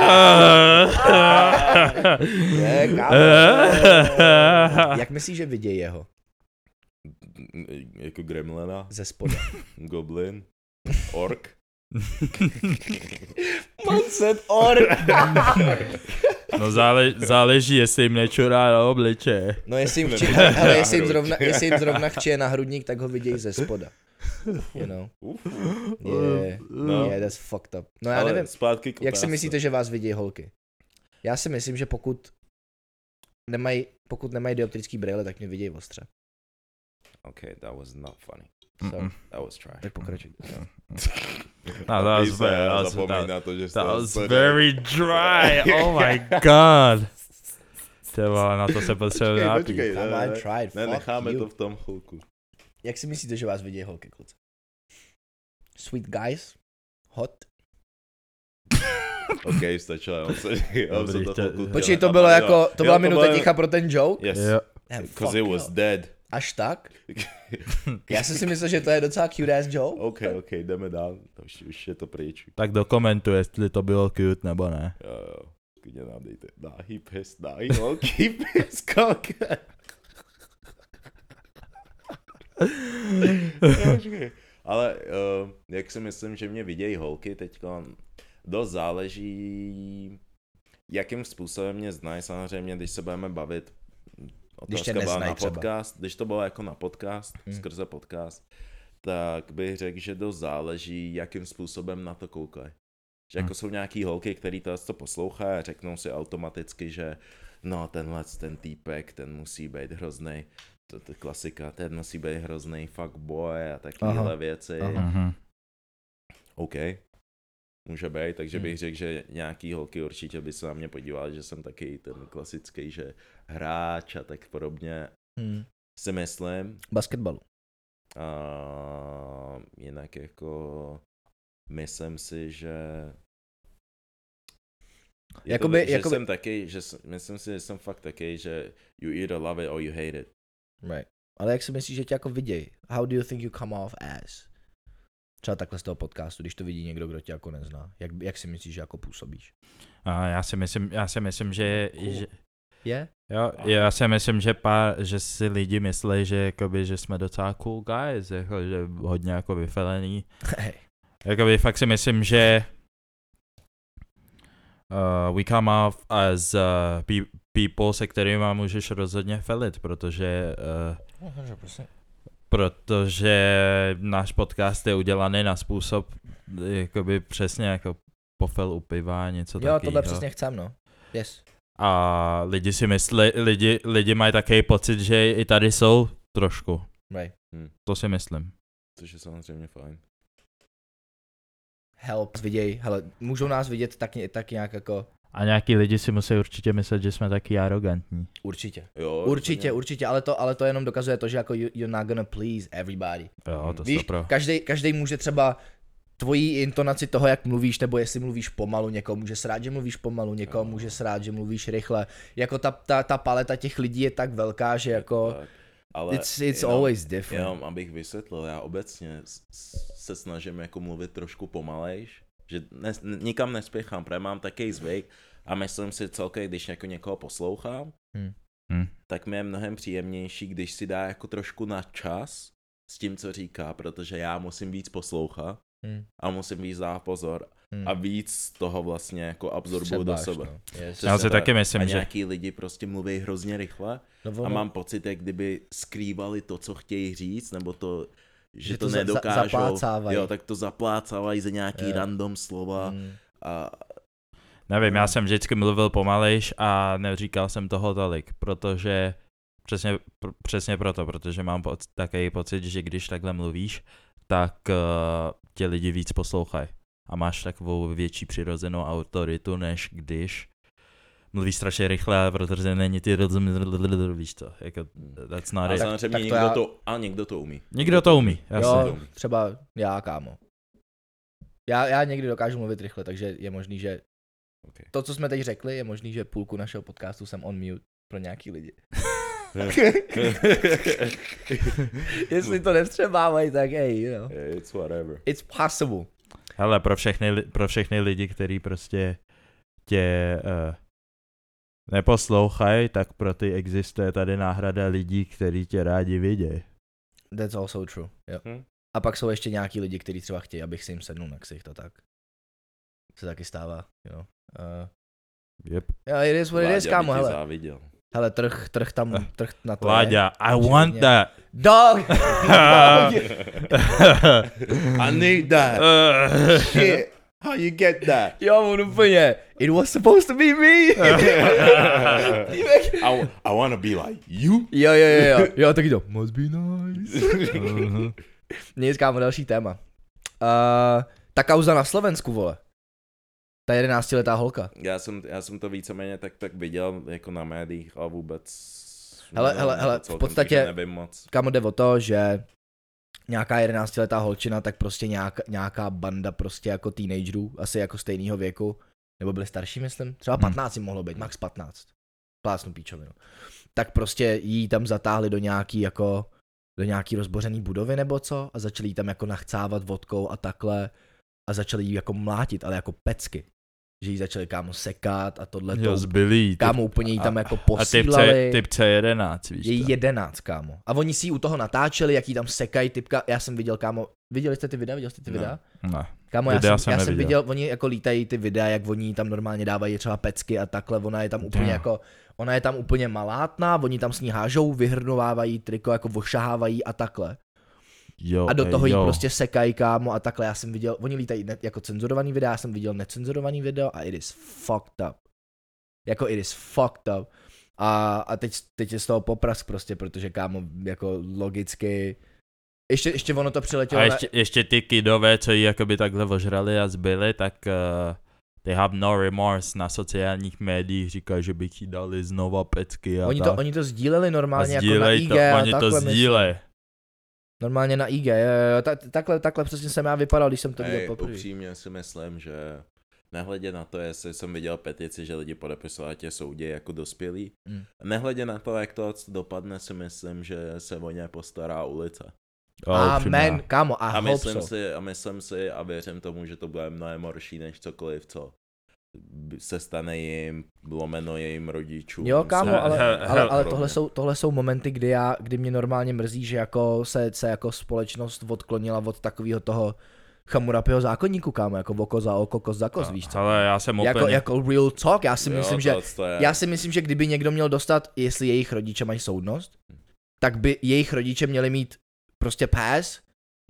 Speaker 2: Je, kámo. Jak myslíš, že vidějí jeho?
Speaker 3: jako gremlina,
Speaker 2: Ze spoda.
Speaker 3: goblin, ork.
Speaker 2: Moncet ork.
Speaker 1: No zále, záleží, jestli jim nečurá na obliče.
Speaker 2: No jestli jim, vči,
Speaker 3: Ne,
Speaker 2: ale,
Speaker 3: ne,
Speaker 2: ale
Speaker 3: ne,
Speaker 2: jestli, jim
Speaker 3: ne,
Speaker 2: zrovna, jestli jim zrovna chčije na hrudník, tak ho vidějí ze spoda. You know?
Speaker 3: Uf,
Speaker 2: Yeah,
Speaker 3: No.
Speaker 2: yeah that's fucked up. No já
Speaker 3: ale jako
Speaker 2: nevím,
Speaker 3: zpátky k
Speaker 2: jak si
Speaker 3: otázce.
Speaker 2: myslíte, že vás vidějí holky? Já si myslím, že pokud nemají, pokud nemají dioptrický brýle, tak mě vidějí ostře.
Speaker 3: Okay, that was not funny.
Speaker 2: So,
Speaker 1: Mm-mm.
Speaker 3: That was trash.
Speaker 2: tak pokračuj.
Speaker 1: No, that was,
Speaker 3: Please, ne,
Speaker 1: that, was,
Speaker 3: zapomeň
Speaker 1: that,
Speaker 3: na to, že jste
Speaker 1: that was
Speaker 3: super.
Speaker 1: very dry. Oh my god. ty vole, na to se potřebuje
Speaker 3: Počkej,
Speaker 1: napít.
Speaker 3: počkej,
Speaker 2: Come
Speaker 3: ne,
Speaker 2: on,
Speaker 3: ne.
Speaker 2: try it,
Speaker 3: Ne,
Speaker 2: fuck
Speaker 3: necháme
Speaker 2: you.
Speaker 3: to v tom chvilku.
Speaker 2: Jak si myslíte, že vás vidí holky, kluci? Sweet guys? Hot?
Speaker 3: OK, stačilo, on se, on se
Speaker 1: Dobrý,
Speaker 3: to
Speaker 1: chtěl-
Speaker 3: chvilku chtěl
Speaker 2: Počkej, to
Speaker 3: nechat,
Speaker 2: bylo
Speaker 3: ale
Speaker 2: jako,
Speaker 3: jo.
Speaker 2: to
Speaker 3: Jo,
Speaker 2: byla minuta
Speaker 3: bylo-
Speaker 2: ticha pro ten joke?
Speaker 3: Yes,
Speaker 1: Jo.
Speaker 2: Damn, fuck
Speaker 3: because it was
Speaker 2: no.
Speaker 3: dead.
Speaker 2: Až tak? Já jsem si myslel, že to je docela cute ass joke.
Speaker 3: OK, OK, jdeme dál, to už, už je to pryč.
Speaker 1: Tak dokumentuj, jestli to bylo cute nebo ne.
Speaker 3: Jo, jo, klidně nám dejte. Nahý pes, nahý holký pes, kolka. Ale uh, jak si myslím, že mě vidějí holky teď, dost záleží, jakým způsobem mě znají. Samozřejmě, když se budeme bavit,
Speaker 2: Když tě
Speaker 3: otázka byla
Speaker 2: neznají
Speaker 3: na
Speaker 2: třeba.
Speaker 3: podcast, když to bylo jako na podcast,
Speaker 2: Hmm.
Speaker 3: skrze podcast, tak bych řekl, že dost záleží, jakým způsobem na to koukají. Že jako
Speaker 1: Hmm.
Speaker 3: jsou nějaký holky, který to, to poslouchá a řeknou si automaticky, že no tenhle ten týpek, ten musí být hrozný, to, to je klasika, ten musí být hrozný fuckboy a takovéhle
Speaker 2: Aha.
Speaker 3: věci.
Speaker 2: Aha.
Speaker 1: Mhm.
Speaker 3: OK, může být, takže
Speaker 2: Hmm.
Speaker 3: bych řekl, že nějaký holky určitě by se na mě podívaly, že jsem taky ten klasický, že hráč a tak podobně
Speaker 2: Hmm.
Speaker 3: si myslím.
Speaker 2: Basketbalu.
Speaker 3: A jinak jako myslím si, že je
Speaker 2: Jakoby-
Speaker 3: to, že
Speaker 2: jakoby-
Speaker 3: jsem taky, že jsem, myslím si, že jsem fakt taky, že you either love it or you hate it.
Speaker 2: Right. Ale jak si myslíš, že tě jako viděj? How do you think you come off as? Třeba takhle z toho podcastu, když to vidí někdo, kdo tě jako nezná. Jak, jak si myslíš, že jako působíš?
Speaker 1: A já si myslím, já si myslím, že,
Speaker 3: Cool.
Speaker 1: že
Speaker 2: Je?
Speaker 1: jo, já si myslím, že pár, že si lidi myslí, že jakoby, že jsme docela cool guys, jako, že hodně jako vyfelený.
Speaker 2: Hej.
Speaker 1: Jakoby fakt si myslím, že uh, we come off as uh, pe- people, se kterými můžeš rozhodně felit, protože uh,
Speaker 2: 100%.
Speaker 1: protože náš podcast je udělaný na způsob jakoby přesně jako pofel u piva, něco
Speaker 2: Jo,
Speaker 1: takového.
Speaker 2: tohle přesně chcem, no. Yes.
Speaker 1: A lidi si myslí, lidi, lidi mají takový pocit, že i tady jsou trošku.
Speaker 2: Right.
Speaker 1: To si myslím.
Speaker 3: Což je samozřejmě fajn.
Speaker 2: Help, viděj, hele, můžou nás vidět tak, ně- tak nějak jako,
Speaker 1: A nějaký lidi si musí určitě myslet, že jsme taky arrogantní.
Speaker 2: určitě.
Speaker 3: Jo,
Speaker 2: Určitě, určitě, ale to, ale to jenom dokazuje to, že jako you, you're not gonna please everybody.
Speaker 1: Jo, to
Speaker 2: Víš,
Speaker 1: Víš, pro.
Speaker 2: každý, každý může třeba tvojí intonaci toho, jak mluvíš, nebo jestli mluvíš pomalu, někomu může srát, že mluvíš pomalu, někomu
Speaker 3: Jo.
Speaker 2: může srát, že mluvíš rychle. Jako ta, ta, ta paleta těch lidí je tak velká, že jako
Speaker 3: Tak, ale
Speaker 2: it's, it's
Speaker 3: jenom-
Speaker 2: always different.
Speaker 3: Jenom abych vysvětlil, já obecně s- s- se snažím jako mluvit trošku pomalejš, že ne, nikam nespěchám, protože mám takový zvyk a myslím si celkem, když jako někoho poslouchám,
Speaker 2: Hmm.
Speaker 1: Hmm.
Speaker 3: tak mi je mnohem příjemnější, když si dá jako trošku na čas s tím, co říká, protože já musím víc poslouchat
Speaker 2: Hmm.
Speaker 3: a musím víc dát pozor
Speaker 2: Hmm.
Speaker 3: a víc toho vlastně jako absorbuju do
Speaker 2: Střebáš,
Speaker 3: sebe.
Speaker 2: No. Yes.
Speaker 1: Já
Speaker 3: Přesně
Speaker 1: si taky
Speaker 3: tak.
Speaker 1: myslím,
Speaker 3: a
Speaker 1: že
Speaker 3: nějaký lidi prostě mluví hrozně rychle
Speaker 2: No, ono-
Speaker 3: a mám pocit, jak kdyby skrývali to, co chtějí říct, nebo to, že,
Speaker 2: Že
Speaker 3: to,
Speaker 2: to za- za-
Speaker 3: nedokážou.
Speaker 2: zaplácávají.
Speaker 3: Jo, tak to zaplácávají za nějaký
Speaker 2: Jo.
Speaker 3: random slova
Speaker 2: Hmm.
Speaker 3: a
Speaker 1: Nevím, já jsem vždycky mluvil pomalejš a neříkal jsem toho tolik, protože přesně, pr- přesně proto, protože mám poc- takový pocit, že když takhle mluvíš, tak uh, tě lidi víc poslouchají a máš takovou větší přirozenou autoritu, než když mluvíš strašně rychle, protože není ty rozum, víš to, jako that's not
Speaker 3: a
Speaker 1: it.
Speaker 3: samozřejmě
Speaker 2: tak to
Speaker 3: někdo,
Speaker 2: já-
Speaker 3: to, a někdo to umí.
Speaker 1: Nikdo to umí,
Speaker 2: jo,
Speaker 1: jasně.
Speaker 3: jsem-
Speaker 2: třeba já, kámo. Já, já někdy dokážu mluvit rychle, takže je možný, že
Speaker 3: Ok.
Speaker 2: to, co jsme teď řekli, je možný, že půlku našeho podcastu jsem on mute pro nějaký lidi. Jestli to nevstřebávají, tak hej, you know.
Speaker 3: It's whatever.
Speaker 2: It's possible.
Speaker 1: Hele, pro všechny, li- pro všechny lidi, kteří prostě tě uh, neposlouchají, tak pro ty existuje tady náhrada lidí, kteří tě rádi vidějí.
Speaker 2: That's also true. Jo.
Speaker 3: Hm.
Speaker 2: A pak jsou ještě nějaký lidi, kteří třeba chtějí, abych si jim sednul na ksicht a tak. Se taky stává, jo. You know. uh,
Speaker 1: Yep.
Speaker 2: jo, it is what it is,
Speaker 3: Láďa by
Speaker 2: kámo,
Speaker 3: ti Eh,
Speaker 2: hele.
Speaker 3: záviděl.
Speaker 2: Hele, trh, trh tam, trh na to je.
Speaker 1: Láďa, I
Speaker 2: Očividně.
Speaker 1: want that.
Speaker 2: Dog! Dog!
Speaker 3: I need that. Shit. How you get that?
Speaker 2: Jo, on úplně, it was supposed to be me.
Speaker 3: I, wa- I wanna be like you.
Speaker 2: jo, jo, jo, jo, jo, taky to, must be nice. Eh, Nic, kámo, další téma. Uh, ta kauza na Slovensku, vole. Ta jedenáctiletá holka.
Speaker 3: Já jsem, já jsem to víceméně tak, tak viděl jako na médiích a vůbec...
Speaker 2: Hele,
Speaker 3: no,
Speaker 2: hele, hele, v
Speaker 3: celkem
Speaker 2: podstatě-
Speaker 3: takže Nevím moc.
Speaker 2: Kam jde o to, že nějaká jedenáctiletá holčina, tak prostě nějak, nějaká banda prostě jako teenagerů, asi jako stejného věku, nebo byli starší, myslím, třeba
Speaker 1: Hmm.
Speaker 2: 15 jim mohlo být, max 15, plácnu píčovinu. Tak prostě jí tam zatáhli do nějaký jako, do nějaký rozbořený budovy nebo co a začali jí tam jako nachcávat vodkou a takhle a začali jí jako mlátit, ale jako pecky. Že jí začali kámo sekat a tohle
Speaker 1: Jo, zbylý. Ty,
Speaker 2: kámo úplně jí tam jako
Speaker 1: a typce,
Speaker 2: posílali.
Speaker 1: typce 11, víš
Speaker 2: Je jí
Speaker 1: co?
Speaker 2: jedenáct, kámo. A oni si ji u toho natáčeli, jak jí tam sekají typka. Já jsem viděl, kámo, viděli jste ty videa, viděl jste ty
Speaker 3: Ne.
Speaker 2: videa?
Speaker 1: Ne.
Speaker 2: Kámo, já,
Speaker 1: Videa
Speaker 2: jsem,
Speaker 1: jsem
Speaker 2: já jsem
Speaker 1: neviděl.
Speaker 2: viděl, oni jako lítají ty videa, jak oni jí tam normálně dávají třeba pecky a takhle, ona je tam úplně
Speaker 1: Jo.
Speaker 2: jako, ona je tam úplně malátná, oni tam s ní hážou, vyhrnovávají triko, jako ošahávají a takhle.
Speaker 1: Jo,
Speaker 2: A do
Speaker 1: ej,
Speaker 2: toho jí
Speaker 1: jo.
Speaker 2: prostě sekají, kámo, a takhle. Já jsem viděl, oni lítají ne, jako cenzurovaný videa, já jsem viděl necenzurovaný video a it is fucked up. Jako it is fucked up. A, a teď, teď je z toho poprask prostě, protože kámo, jako logicky... Ještě, ještě ono to přiletělo
Speaker 1: A
Speaker 2: na-
Speaker 1: ještě, ještě ty kidové, co jí jakoby takhle ožrali a zbyli, tak uh, they have no remorse na sociálních médiích, říkají, že by jí dali znova pecky a
Speaker 2: Oni to,
Speaker 1: tak.
Speaker 2: oni to sdíleli
Speaker 1: a
Speaker 2: normálně jako na
Speaker 1: sdílej
Speaker 2: IG
Speaker 1: to,
Speaker 2: a
Speaker 1: oni to
Speaker 2: takhle, myslím.
Speaker 1: sdílej.
Speaker 2: Normálně na IG, jo, jo, jo, ta, takhle, takhle přesně jsem já vypadal, když jsem to viděl
Speaker 3: Hej,
Speaker 2: poprvé.
Speaker 3: upřímně si myslím, že nehledě na to, jestli jsem viděl petici, že lidi podepisovali tě soudě jako dospělí,
Speaker 2: Mm.
Speaker 3: nehledě na to, jak to dopadne, si myslím, že se o ně postará ulice.
Speaker 1: Jo, upřímně.
Speaker 2: Amen, kámo, a,
Speaker 3: A,
Speaker 2: hope so.
Speaker 3: myslím si, a myslím si a věřím tomu, že to bude mnohem horší než cokoliv, co b- se stane jim, lomeno jejím rodičům.
Speaker 2: Jo,
Speaker 3: se-
Speaker 2: kámo, ale,
Speaker 1: Hel-
Speaker 2: ale,
Speaker 1: hel-
Speaker 2: ale tohle, jsou, tohle jsou momenty, kdy, já, kdy mě normálně mrzí, že jako se, se jako společnost odklonila od takového toho Chamurapyho zákonníku, kámo, jako oko za oko, kost za kost, víš co?
Speaker 1: Ale já jsem
Speaker 2: Jako,
Speaker 1: úplně...
Speaker 2: jako real talk, já si
Speaker 3: Jo,
Speaker 2: myslím, že,
Speaker 3: tohle to je-
Speaker 2: já si myslím, že kdyby někdo měl dostat, jestli jejich rodiče mají soudnost, tak by jejich rodiče měli mít prostě pass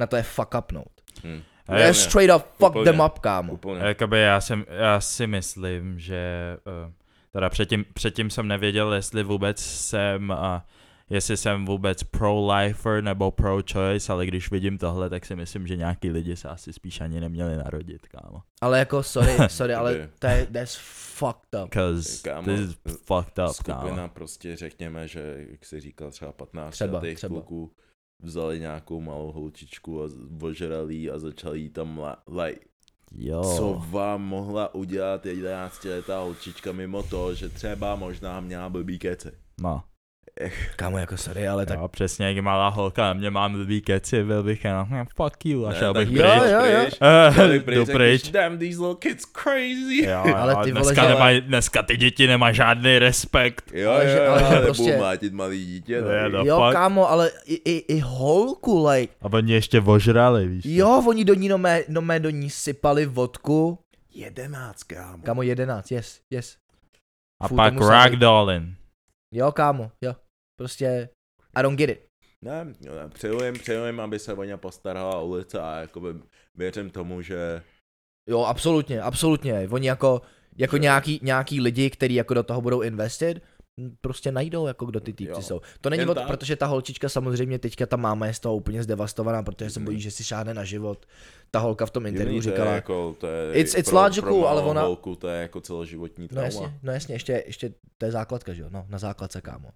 Speaker 2: na to je fuck upnout.
Speaker 3: Hm.
Speaker 1: A
Speaker 2: To je
Speaker 1: jo,
Speaker 2: straight up fuck
Speaker 3: Úplně.
Speaker 2: them up, kámo.
Speaker 3: Úplně.
Speaker 1: Jakoby já, jsem, já si myslím, že eh, teda předtím, předtím jsem nevěděl, jestli vůbec jsem a jestli jsem vůbec pro-lifer nebo pro-choice, ale když vidím tohle, tak si myslím, že nějaký lidi se asi spíš ani neměli narodit, kámo.
Speaker 2: Ale jako sorry, sorry, ale
Speaker 3: Dobrý.
Speaker 2: to je, that's fucked up.
Speaker 1: Cause
Speaker 3: Kámo,
Speaker 1: this is
Speaker 2: eh,
Speaker 1: fucked up, kámo.
Speaker 3: skupina prostě řekněme, že jak jsi říkal třeba 15
Speaker 2: Třeba,
Speaker 3: třeba, těch
Speaker 2: třeba.
Speaker 3: třeba. kluků vzali nějakou malou holčičku a z- ožrali jí a začali jí tam la, like,
Speaker 1: Jo.
Speaker 3: co vám mohla udělat 11 letá holčička mimo to, že třeba možná měla blbý keci.
Speaker 1: No.
Speaker 2: Kámo, jako sorry, ale tak
Speaker 1: Tak. Jo, přesně jak malá holka na mě mám blbý keci, byl bych jenom, "Hm, fuck you, a šel
Speaker 3: tak
Speaker 1: bych
Speaker 2: jo,
Speaker 1: pryč.
Speaker 2: jo, jo.
Speaker 3: pryč,
Speaker 1: Eh,
Speaker 3: šel bych pryč,
Speaker 1: Jdu
Speaker 3: řekneš,
Speaker 1: pryč.
Speaker 3: Damn, these little kids crazy.
Speaker 1: Jo,
Speaker 2: Ale
Speaker 1: ale
Speaker 2: ty
Speaker 1: ty
Speaker 2: vole,
Speaker 1: dneska,
Speaker 2: že-
Speaker 1: nemaj, dneska ty děti nemají žádný respekt.
Speaker 3: Jo,
Speaker 2: Ale
Speaker 3: jo,
Speaker 2: že-
Speaker 3: jo,
Speaker 2: ale
Speaker 3: ale
Speaker 2: prostě-
Speaker 3: prostě... mlátit malý dítě.
Speaker 1: To je
Speaker 3: tady.
Speaker 1: no
Speaker 2: jo,
Speaker 1: fakt.
Speaker 2: kámo, ale i, i, i holku, like,
Speaker 1: A oni ještě ožrali, víš. co.
Speaker 2: jo, oni do ní, no mé, no mé do ní sypali vodku,
Speaker 3: Jedenáct, kámo.
Speaker 2: kámo, jedenáct, yes, yes,
Speaker 1: A
Speaker 2: Fú,
Speaker 1: pak
Speaker 2: to musel být-
Speaker 1: ragdollin.
Speaker 2: jo, kámo, jo, prostě, I don't get it,
Speaker 3: Ne, ne přeju jim, přeju jim, aby se o ně postarala ulice a jakoby věřím tomu, že
Speaker 2: jo, absolutně, absolutně, oni jako, jako nějaký, nějaký lidi, který jako do toho budou invested, m, prostě najdou, jako kdo ty týpci
Speaker 3: Jo.
Speaker 2: jsou. To není
Speaker 3: Jen
Speaker 2: od,
Speaker 3: tak.
Speaker 2: protože ta holčička samozřejmě teďka ta máma je z toho úplně zdevastovaná, protože se
Speaker 3: Mhm.
Speaker 2: bojí, že si šáhne na život. Ta holka v tom interview
Speaker 3: Jiný, to je
Speaker 2: říkala,
Speaker 3: jako, to je
Speaker 2: It's- it's
Speaker 3: pro,
Speaker 2: logical,
Speaker 3: pro
Speaker 2: ale
Speaker 3: malou
Speaker 2: ona-
Speaker 3: Holku, to je jako celoživotní
Speaker 2: No
Speaker 3: trauma.
Speaker 2: jasně, no jasně, ještě, ještě to je základka, že jo, no, na základce, kámo.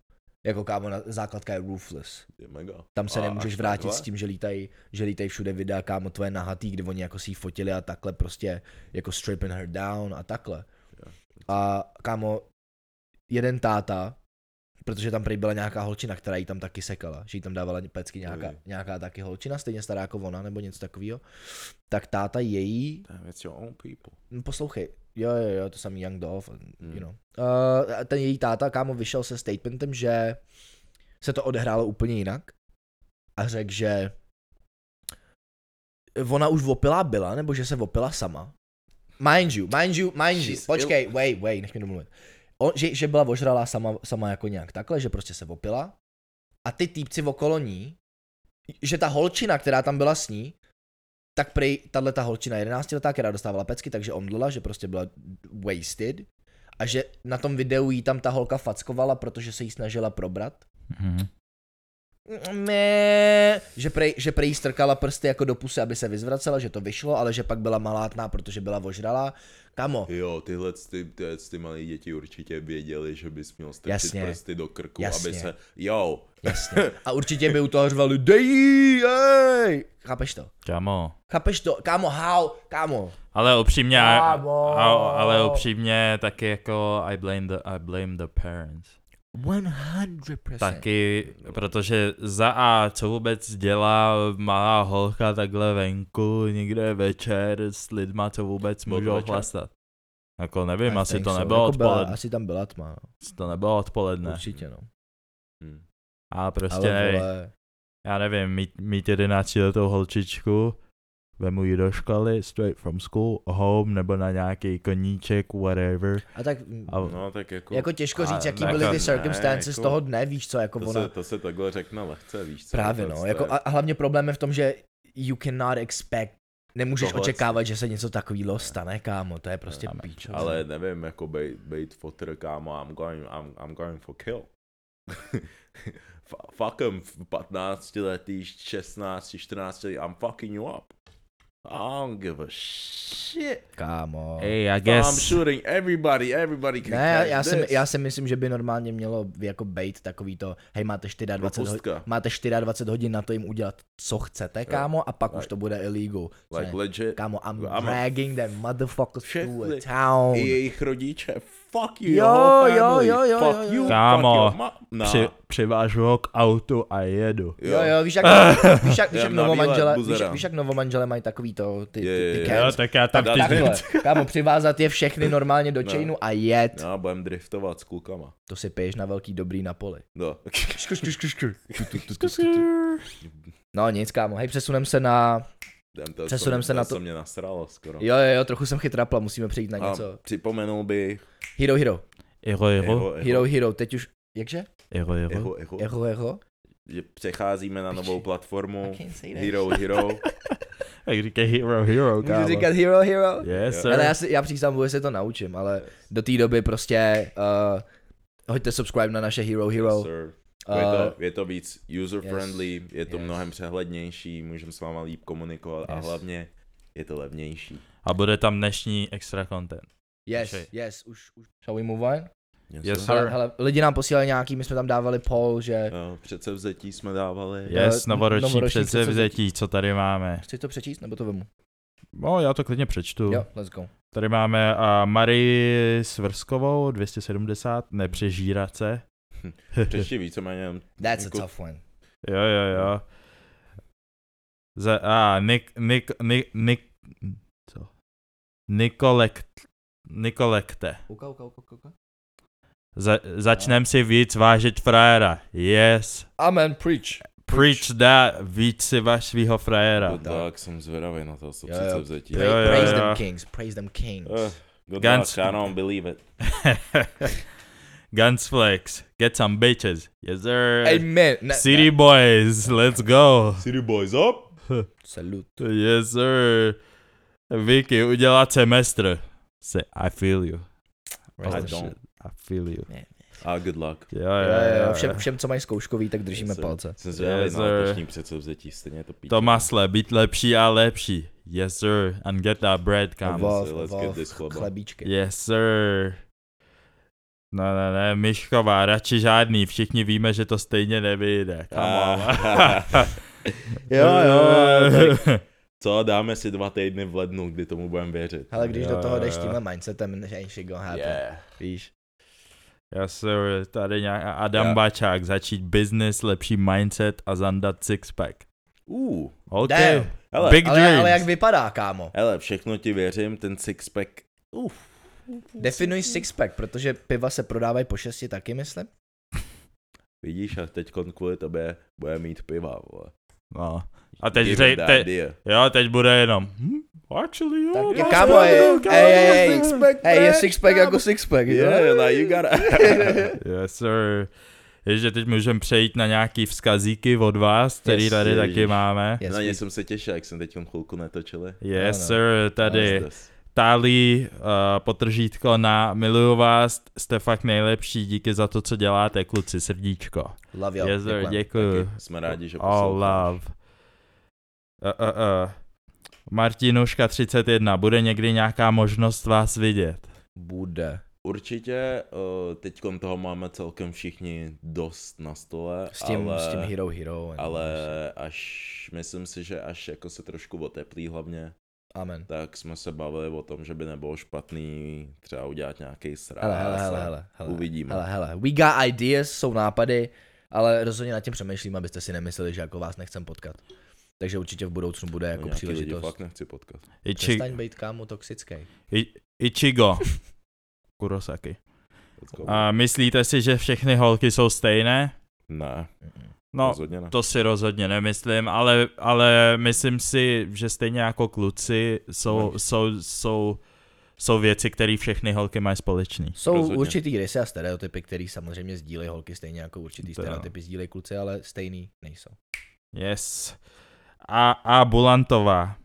Speaker 2: Jako kámo, na, základka je roofless.
Speaker 3: Je mega.
Speaker 2: Tam se
Speaker 3: A
Speaker 2: a nemůžeš
Speaker 3: až
Speaker 2: vrátit
Speaker 3: takhle?
Speaker 2: s tím, že lítají, že lítají všude videa, kámo, tvoje nahatý, kdy oni jako si ji fotili a takhle prostě jako stripping her down a takhle. A kámo, jeden táta, protože tam prý byla nějaká holčina, která jí tam taky sekala, že jí tam dávala pecky nějaká,
Speaker 3: Oj.
Speaker 2: nějaká taky holčina, stejně stará jako ona nebo něco takového, tak táta její
Speaker 3: Damn, it's your own people.
Speaker 2: No, Poslouchej, jo, jo, jo, to samý Young Dove, you
Speaker 3: Hmm.
Speaker 2: know. Uh, a ten její táta, kámo, vyšel se statementem, že se to odehrálo úplně jinak a řekl, že ona už opilá byla, nebo že se opila sama. Mind you, mind you, mind you,
Speaker 3: She's
Speaker 2: počkej, wait, wait, nech mi domluvit. On, že, že byla ožralá sama, sama jako nějak takhle, že prostě se opila a ty týpci okolo ní, že ta holčina, která tam byla s ní, tak prej, tahle ta holčina 11 letá, která dostávala pecky, takže omdlela, že prostě byla wasted a že
Speaker 1: Mhm,
Speaker 2: na tom videu jí tam ta holka fackovala, protože se jí snažila probrat mé, že prej, že prej jí strkala prsty jako do pusy, aby se vyzvracela, že to vyšlo, ale že pak byla malátná, protože byla vožralá. Kamo,
Speaker 3: Jo, tyhle ty, tyhle ty malé děti určitě věděli, že bys měl strčit
Speaker 2: Jasně.
Speaker 3: prsty do krku,
Speaker 2: Jasně. Jako-
Speaker 3: aby se... Jo,
Speaker 2: jasně. A určitě by u toho řvali, dej jí, ej! Chápeš to?
Speaker 1: Kamo.
Speaker 2: Chápeš to? Kámo, how? Kámo.
Speaker 1: Ale upřímně, a,
Speaker 2: Kámo.
Speaker 1: a, ale upřímně taky jako I blame the, I blame the parents.
Speaker 2: 100%.
Speaker 1: Taky, protože za A, co vůbec dělá malá holka takhle venku, někde večer s lidma, co vůbec
Speaker 3: Bylo to
Speaker 1: můžou
Speaker 3: večer?
Speaker 1: chlastat. Jako nevím,
Speaker 2: I
Speaker 1: asi
Speaker 2: think
Speaker 1: to
Speaker 2: so.
Speaker 1: nebylo
Speaker 2: jako byla,
Speaker 1: odpoledne.
Speaker 2: Asi tam byla tma, no.
Speaker 1: Asi to nebylo odpoledne.
Speaker 2: určitě no.
Speaker 3: hm.
Speaker 1: A prostě,
Speaker 2: Ale
Speaker 1: nevím,
Speaker 2: vole,
Speaker 1: já nevím, mít, mít 11 letou holčičku, vemu ji do školy, straight from school, home, nebo na nějaký koníček, whatever.
Speaker 2: a tak mm,
Speaker 1: A,
Speaker 3: no tak jako...
Speaker 2: jako těžko
Speaker 1: a
Speaker 2: říct, jaký
Speaker 1: jako
Speaker 2: byly ty
Speaker 1: ne,
Speaker 2: circumstances z
Speaker 3: jako-
Speaker 2: toho dne, víš co, jako
Speaker 3: to,
Speaker 2: ona...
Speaker 3: se, to se takhle řekne lehce, víš co?
Speaker 2: Právě
Speaker 3: tohle
Speaker 2: no,
Speaker 3: to
Speaker 2: jako
Speaker 3: je-
Speaker 2: a a hlavně problém je v tom, že you cannot expect, nemůžeš
Speaker 3: Tohle-
Speaker 2: očekávat, že se něco takového stane, kámo, to je prostě
Speaker 1: Amen.
Speaker 2: píčo.
Speaker 3: Ale nevím, jako bejt, bejt fotr, kámo, I'm going, I'm, I'm going for kill. F- fuck 'em, v 15 letý, 16, 14 letý, I'm fucking you up. I don't give a shit.
Speaker 2: Kámo.
Speaker 1: hey, I
Speaker 3: I'm
Speaker 1: guess...
Speaker 3: shooting everybody, everybody can
Speaker 2: Ne,
Speaker 3: catch
Speaker 2: já si,
Speaker 3: this.
Speaker 2: já si myslím, že by normálně mělo jako bejt takový to, hej, máte 24 hodin,
Speaker 3: Propustka.
Speaker 2: máte 24 hodin na to jim udělat, co chcete, kámo, a pak už to bude illegal. Co
Speaker 3: Like
Speaker 2: ne?
Speaker 3: legit.
Speaker 2: Kámo, I'm
Speaker 3: Kámo.
Speaker 2: dragging them motherfuckers through a
Speaker 3: Všechny.
Speaker 2: town.
Speaker 3: I jejich rodiče. Fuck you,
Speaker 2: Jo,
Speaker 3: your whole
Speaker 2: jo,
Speaker 3: family.
Speaker 2: jo, jo,
Speaker 3: Fuck
Speaker 2: jo, jo.
Speaker 3: you, fuck
Speaker 1: Kámo,
Speaker 3: your ma- Nah.
Speaker 2: no.
Speaker 1: Při, přivážu ho k autu a jedu.
Speaker 2: Jo, jo, víš jak, víš jak, víš jak
Speaker 3: Jdem na výlet,
Speaker 2: novomanžele, víš,
Speaker 3: buzera.
Speaker 2: víš jak novomanžele mají takový to, ty,
Speaker 3: Je,
Speaker 2: ty,
Speaker 3: je,
Speaker 2: ty
Speaker 3: je.
Speaker 2: cans,
Speaker 1: tak já
Speaker 3: tam ty-
Speaker 2: Takhle, kámo, přivázat je všechny normálně do
Speaker 3: No.
Speaker 2: chainu a jet.
Speaker 3: Já budem driftovat s klukama.
Speaker 2: To si piješ na velký dobrý na poli.
Speaker 3: No.
Speaker 2: Škur, škur, škur, škur. No nic, kámo, hej, přesunem se na...
Speaker 3: No. Jdem, to,
Speaker 2: Přesunem
Speaker 3: co,
Speaker 2: se na
Speaker 3: to.
Speaker 2: to-
Speaker 3: co mě nasralo skoro.
Speaker 2: Jo, jo, jo, trochu jsem chytrapla, musíme přejít na
Speaker 3: A
Speaker 2: něco.
Speaker 3: připomenul bych...
Speaker 2: Hero, hero,
Speaker 1: Iro, iro,
Speaker 3: Eho,
Speaker 2: hero, hero, teď už... Jakže?
Speaker 1: iro, iro.
Speaker 3: Eho, eho,
Speaker 2: Echo, echo?
Speaker 3: Že přecházíme na novou platformu.
Speaker 2: can't say that.
Speaker 3: No. Hero, hero.
Speaker 1: Jak říkají hero, hero,
Speaker 2: Můžu
Speaker 1: kámo.
Speaker 2: říkat hero, hero?
Speaker 1: Yes, sir.
Speaker 2: Ale já, si, já přísám, že se to naučím, ale do té doby prostě... Uh, hoďte subscribe na naše hero, hero.
Speaker 3: Sir.
Speaker 2: Uh,
Speaker 3: Je to, je to víc user-friendly, je to
Speaker 2: yes.
Speaker 3: mnohem přehlednější, můžeme s váma líp komunikovat a
Speaker 2: Yes.
Speaker 3: hlavně je to levnější.
Speaker 1: A bude tam dnešní extra content.
Speaker 2: Yes,
Speaker 1: Počkej.
Speaker 2: yes, už, už. Shall we move on?
Speaker 1: Yes,
Speaker 3: sir.
Speaker 1: sir.
Speaker 2: Hele, hele, lidi nám posílali nějaký, my jsme tam dávali poll, že...
Speaker 3: Jo, Předsevzetí jsme dávali.
Speaker 1: Yes,
Speaker 2: Eh,
Speaker 1: novoroční
Speaker 2: novoroční
Speaker 1: předsevzetí, co tady máme.
Speaker 2: Chci to přečíst, nebo to vemu?
Speaker 1: No, já to klidně přečtu.
Speaker 2: Jo, let's go.
Speaker 1: Tady máme a Marii Svrskovou, 270, nepřežírat se.
Speaker 2: Hm,
Speaker 3: Přečti víceméně. jenom-
Speaker 2: That's a
Speaker 3: Jako-
Speaker 2: tough one.
Speaker 1: Jo, jo, jo. Za, a, Nik, Nik, Nik, Nik, co? Nikolekt, Nikolekte.
Speaker 2: Uka, uka, uka, uka.
Speaker 1: Za, začnem si víc vážit frajera. Yes.
Speaker 2: Amen, preach.
Speaker 1: Preach that, víc si váž svýho frajera.
Speaker 3: No tak, jsem zvědavý na to, co
Speaker 2: Jo, jo.
Speaker 3: předsevzetí.
Speaker 1: Jo, jo,
Speaker 2: praise
Speaker 1: jo.
Speaker 2: them kings, praise them kings.
Speaker 3: Eh, Good
Speaker 1: Ganz-
Speaker 3: luck, I don't believe it.
Speaker 1: Gunsflex, get some bitches. Yes, sir.
Speaker 2: Amen. Ne,
Speaker 1: City boys, let's go.
Speaker 3: City boys up!
Speaker 2: Salut.
Speaker 1: Yes, sir. Vicky, udělat semestr. Se, I feel you.
Speaker 2: Praise
Speaker 3: I
Speaker 2: them.
Speaker 3: don't.
Speaker 1: I feel you.
Speaker 3: A good luck.
Speaker 1: Jo, jo,
Speaker 2: Jo,
Speaker 1: jo,
Speaker 2: jo,
Speaker 1: jo.
Speaker 2: všem, všem, co mají zkouškový, tak držíme
Speaker 3: Yes, sir.
Speaker 2: palce.
Speaker 3: Jsem zvědavý
Speaker 1: Yes,
Speaker 3: na
Speaker 1: sir.
Speaker 3: letošní předsevzetí, stejně je to píče.
Speaker 1: To masle, být lepší a lepší. Yes, sir. And get that bread, kámo.
Speaker 2: Evolve,
Speaker 3: let's get
Speaker 2: evolve,
Speaker 3: this chleba.
Speaker 2: chlebíčky.
Speaker 1: Yes, sir. No, ne, ne, Myšková, radši žádný, všichni víme, že to stejně nevyjde. Come on.
Speaker 3: Ah. Jo, jo, tak co, dáme si dva týdny v lednu, kdy tomu budeme věřit.
Speaker 2: Ale když
Speaker 1: Jo,
Speaker 2: do toho
Speaker 1: jo,
Speaker 2: jdeš
Speaker 1: jo.
Speaker 2: tímhle mindsetem, než ain't shit gonna happen.
Speaker 3: Yeah.
Speaker 2: Víš.
Speaker 1: Yes, sir. Tady nějak Adam
Speaker 3: Já-
Speaker 1: Bačák, začít business, lepší mindset a zandat sixpack.
Speaker 3: Uh,
Speaker 1: OK.
Speaker 2: Damn.
Speaker 3: hele,
Speaker 1: Big
Speaker 2: Ale,
Speaker 1: dreams.
Speaker 2: ale jak vypadá, kámo?
Speaker 3: hele, všechno ti věřím, ten sixpack, uf.
Speaker 2: Definuj sixpack, protože piva se prodávají po šesti taky, myslím.
Speaker 3: Vidíš, a teď kvůli tobě bude mít piva, vole.
Speaker 1: No. A teď
Speaker 3: Give
Speaker 1: řej,
Speaker 3: it that
Speaker 1: te,
Speaker 3: idea.
Speaker 1: jo, teď bude jenom. Hm? Actually, jo.
Speaker 2: Tak,
Speaker 1: máš
Speaker 2: kámo,
Speaker 1: pravdu,
Speaker 2: ej,
Speaker 1: kámo,
Speaker 2: ej, ej, ej,
Speaker 1: sixpack,
Speaker 2: Hej, je
Speaker 1: ne?
Speaker 2: sixpack jako sixpack, jo?
Speaker 3: Yeah, like you gotta...
Speaker 1: Yes, sir. Ježe, teď můžeme přejít na nějaký vzkazíky od vás, který
Speaker 2: Yes,
Speaker 1: tady
Speaker 3: ježiš.
Speaker 1: taky máme.
Speaker 2: Yes,
Speaker 3: Na ně
Speaker 2: please.
Speaker 3: jsem se těšil, jak jsem teď chvilku netočil.
Speaker 1: Yes,
Speaker 2: Ano.
Speaker 1: sir, tady.
Speaker 3: Zdes.
Speaker 1: Tálí, uh, potržítko na miluju vás, jste fakt nejlepší, díky za to, co děláte, kluci, srdíčko.
Speaker 2: Love you.
Speaker 1: Jo, yes, sir, děkuju.
Speaker 3: Jsme rádi, že
Speaker 1: All
Speaker 3: posloucháš.
Speaker 1: love. Uh, uh, uh. Martinuška 31, bude někdy nějaká možnost vás vidět?
Speaker 2: Bude.
Speaker 3: Určitě teď toho máme celkem všichni dost na stole,
Speaker 2: S tím,
Speaker 3: ale,
Speaker 2: s tím Hero Hero.
Speaker 3: ale až myslím si, že až jako se trošku oteplí hlavně,
Speaker 2: Amen.
Speaker 3: tak jsme se bavili o tom, že by nebylo špatný třeba udělat nějaký sraz.
Speaker 2: Hele, hele,
Speaker 3: a
Speaker 2: hele, hele, hele.
Speaker 3: Uvidíme.
Speaker 2: Hele, hele. We got ideas, jsou nápady, ale rozhodně nad tím přemýšlím, abyste si nemysleli, že jako vás nechcem potkat. Takže určitě v budoucnu bude
Speaker 3: No,
Speaker 2: jako
Speaker 3: nějaký lidi
Speaker 2: příležitost.
Speaker 3: fakt No. nechci potkat.
Speaker 1: Ichi,
Speaker 2: Přestaň být kámo toxický.
Speaker 1: I, Ichigo. Kurosaki.
Speaker 3: Let's go.
Speaker 1: A myslíte si, že všechny holky jsou stejné?
Speaker 3: Ne, no,
Speaker 1: No,
Speaker 3: rozhodně ne.
Speaker 1: to si rozhodně nemyslím, ale, ale myslím si, že stejně jako kluci jsou, jsou, jsou, jsou věci, které všechny holky mají společný.
Speaker 2: Jsou
Speaker 3: Rozhodně.
Speaker 2: Rozhodně. určitý rysy a stereotypy, které samozřejmě sdílejí holky, stejně jako určitý
Speaker 1: To jo.
Speaker 2: stereotypy sdílejí kluci, ale stejný nejsou.
Speaker 1: Yes. A, a Bulantová.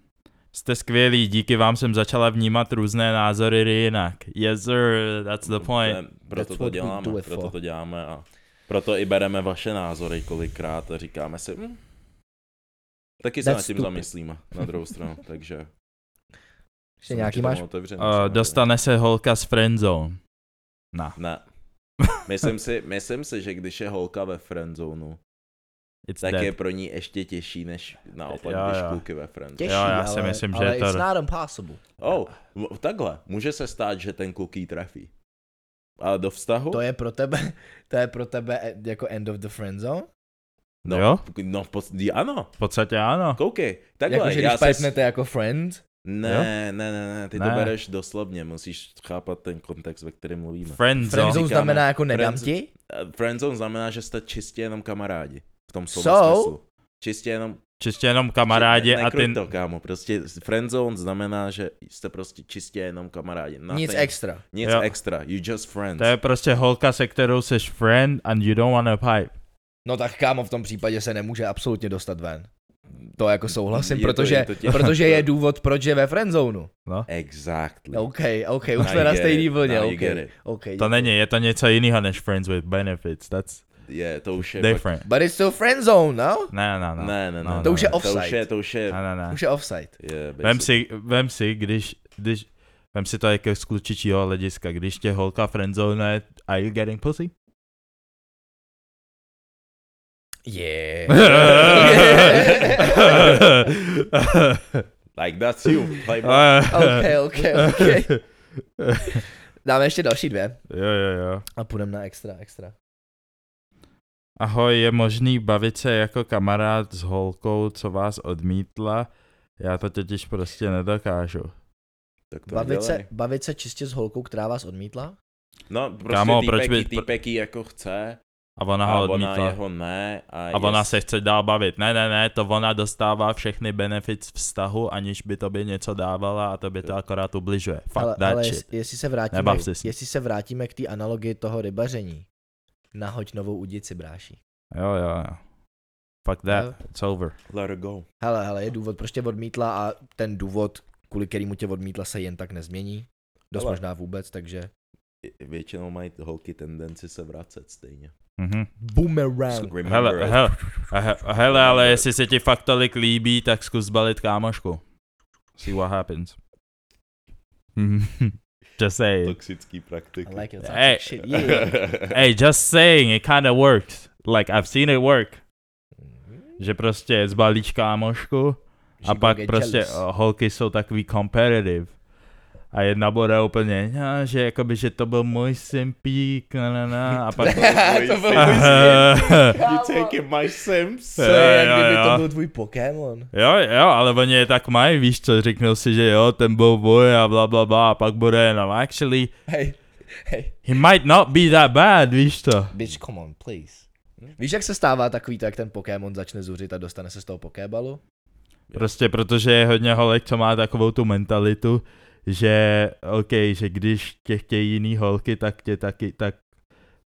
Speaker 1: Jste skvělí, díky vám jsem začala vnímat různé názory jinak. Yes sir, that's the point.
Speaker 3: To je- Proto
Speaker 2: That's
Speaker 3: to
Speaker 2: what we do
Speaker 3: děláme,
Speaker 2: it
Speaker 3: proto
Speaker 2: for.
Speaker 3: to děláme a proto i bereme vaše názory kolikrát a říkáme si, hm, taky se
Speaker 2: That's
Speaker 3: nad tím
Speaker 2: stupid.
Speaker 3: zamyslíme na druhou stranu, takže
Speaker 2: Ještě nějaký máš?
Speaker 3: Otevřený,
Speaker 1: Uh, dostane se holka z friendzone. Na,
Speaker 3: Ne. Myslím si, myslím si, že když je holka ve friendzonu,
Speaker 1: it's
Speaker 3: tak
Speaker 1: dead.
Speaker 3: je pro ní ještě těžší, než naopak,
Speaker 1: Jo,
Speaker 3: když
Speaker 1: jo.
Speaker 3: kluky ve friendzone.
Speaker 2: Těžší,
Speaker 1: Jo, já
Speaker 2: ale,
Speaker 1: si myslím, že
Speaker 2: ale
Speaker 1: je to-
Speaker 2: it's not impossible.
Speaker 3: Oh, m- takhle, může se stát, že ten kluk jí trefí. Ale do vztahu?
Speaker 2: To je pro tebe, to je pro tebe eh, jako end of the friend zone?
Speaker 3: no,
Speaker 1: Jo?
Speaker 3: No, v pod- ano,
Speaker 1: V podstatě ano.
Speaker 3: koukej, takhle,
Speaker 2: Jakože když
Speaker 3: já se s-
Speaker 2: pipnete jako friend?
Speaker 3: Ne,
Speaker 1: Jo?
Speaker 3: ne, ne, ne, ty
Speaker 1: Ne.
Speaker 3: to bereš doslovně, musíš chápat ten kontext, ve kterém mluvíme.
Speaker 1: Friendzone.
Speaker 2: Friend zone
Speaker 3: říkáme
Speaker 2: znamená jako nedám
Speaker 3: friend-
Speaker 2: ti?
Speaker 3: Eh, Friendzone znamená, že jste čistě jenom kamarádi, v tom slova
Speaker 2: Jsou?
Speaker 3: smyslu. Čistě jenom...
Speaker 1: Čistě jenom kamarádi
Speaker 3: ne,
Speaker 1: a ty...
Speaker 3: to, kámo, prostě friendzone znamená, že jste prostě čistě jenom kamarádi. Nothing,
Speaker 2: Nic extra.
Speaker 3: Nic
Speaker 1: Jo.
Speaker 3: extra, you just friends.
Speaker 1: To je prostě holka, se kterou jsi friend and you don't wanna pipe.
Speaker 2: No tak kámo, v tom případě se nemůže absolutně dostat ven. To jako souhlasím,
Speaker 3: Je to-
Speaker 2: protože,
Speaker 3: je to těžké.
Speaker 2: protože je důvod, proč je ve friendzonu.
Speaker 3: Exactly.
Speaker 2: OK, OK,
Speaker 3: Now
Speaker 2: už
Speaker 3: you
Speaker 2: jsme na
Speaker 3: get
Speaker 2: stejný
Speaker 3: it,
Speaker 2: vlně,
Speaker 3: now you get
Speaker 2: OK.
Speaker 3: it.
Speaker 2: okay.
Speaker 1: To není, je to něco jiného než friends with benefits. That's
Speaker 3: Je, to už je...
Speaker 1: different.
Speaker 2: But it's still friendzone, no?
Speaker 1: Ne, ne, ne.
Speaker 3: Ne, ne, ne.
Speaker 1: No,
Speaker 3: ne,
Speaker 1: to
Speaker 2: už je
Speaker 3: ne, To už
Speaker 2: offside.
Speaker 3: je, to už je...
Speaker 1: Ne, ne, ne.
Speaker 2: Už je offside.
Speaker 3: je
Speaker 1: Vem
Speaker 3: basic.
Speaker 1: si, vem si, když, když, vem si to jako z klučičího hlediska, když tě holka friendzone, are you getting pussy?
Speaker 2: Yeah.
Speaker 3: Like that's you. Like,
Speaker 2: OK, OK, OK. Dáme ještě další dvě
Speaker 1: jo, jo, jo.
Speaker 2: a půjdeme na extra, extra.
Speaker 1: Ahoj, je možný bavit se jako kamarád s holkou, co vás odmítla? Já to totiž prostě nedokážu.
Speaker 3: tak to
Speaker 2: Bavit
Speaker 3: udělej.
Speaker 2: se, bavit se čistě s holkou, která vás odmítla?
Speaker 3: No, prostě
Speaker 1: Kámo,
Speaker 3: Kámo,
Speaker 1: proč
Speaker 3: týpek,
Speaker 1: by-
Speaker 3: jí- týpek jí jako chce,
Speaker 1: A ona
Speaker 3: a
Speaker 1: ho
Speaker 3: ona
Speaker 1: odmítla.
Speaker 3: jeho ne. A,
Speaker 1: A ona se chce dál bavit. Ne, ne, ne, to ona dostává všechny benefits vztahu, aniž by tobě něco dávala a tobě to akorát ubližuje. Fuck
Speaker 2: ale,
Speaker 1: that
Speaker 2: ale
Speaker 1: shit.
Speaker 2: Jest, jestli se vrátíme,
Speaker 1: Nebav se s ní.
Speaker 2: jestli se vrátíme k té analogii toho rybaření, nahoď novou udici, bráší.
Speaker 1: Jo, jo, jo. Fuck that,
Speaker 2: Jo.
Speaker 1: it's over.
Speaker 3: Let her go.
Speaker 2: Hele, hele, je důvod, proč tě odmítla a ten důvod, kvůli kterému tě odmítla, se jen tak nezmění. Dost
Speaker 3: Hele.
Speaker 2: hele. možná vůbec, takže
Speaker 3: I- Většinou mají holky tendenci se vracet stejně.
Speaker 1: Mhm.
Speaker 2: boomerang.
Speaker 3: Remember
Speaker 1: Hele,
Speaker 3: it.
Speaker 1: hele, he- hele, ale jestli se ti fakt tolik líbí, tak zkus balit kámošku. See what happens. Mhm. just saying.
Speaker 3: Toxický praktiky.
Speaker 2: I like it.
Speaker 1: Hey.
Speaker 2: Hey. Shit, yeah.
Speaker 1: Hey, just saying, it kinda works. Like, I've seen it work. Že prostě zbalíš kámošku, A
Speaker 2: She
Speaker 1: pak
Speaker 2: gonna get
Speaker 1: prostě
Speaker 2: jealous.
Speaker 1: uh, holky jsou takový competitive. A jedna bude úplně, "No, že jakoby, že to byl můj simpík, na, na, na. a pak...
Speaker 2: to byl můj svět.
Speaker 1: jo,
Speaker 2: oh.
Speaker 3: You taking my sims?
Speaker 2: To je, jak
Speaker 1: Jo,
Speaker 2: kdyby
Speaker 1: jo, jo.
Speaker 2: to byl tvůj Pokémon.
Speaker 1: jo, ale oni je tak mají, víš co, řeknou si, že jo, ten byl můj a bla, bla, bla, a pak bude jenom, actually,
Speaker 2: Hej, hej.
Speaker 1: he might not be that bad, víš co.
Speaker 2: Bitch, come on, please. Víš, jak se stává takový to, jak ten Pokémon začne zuřit a dostane se z toho Pokébalu?
Speaker 1: Prostě protože je hodně holek, co má takovou tu mentalitu, že OK, že když tě chtějí jiný holky, tak tě taky, tak,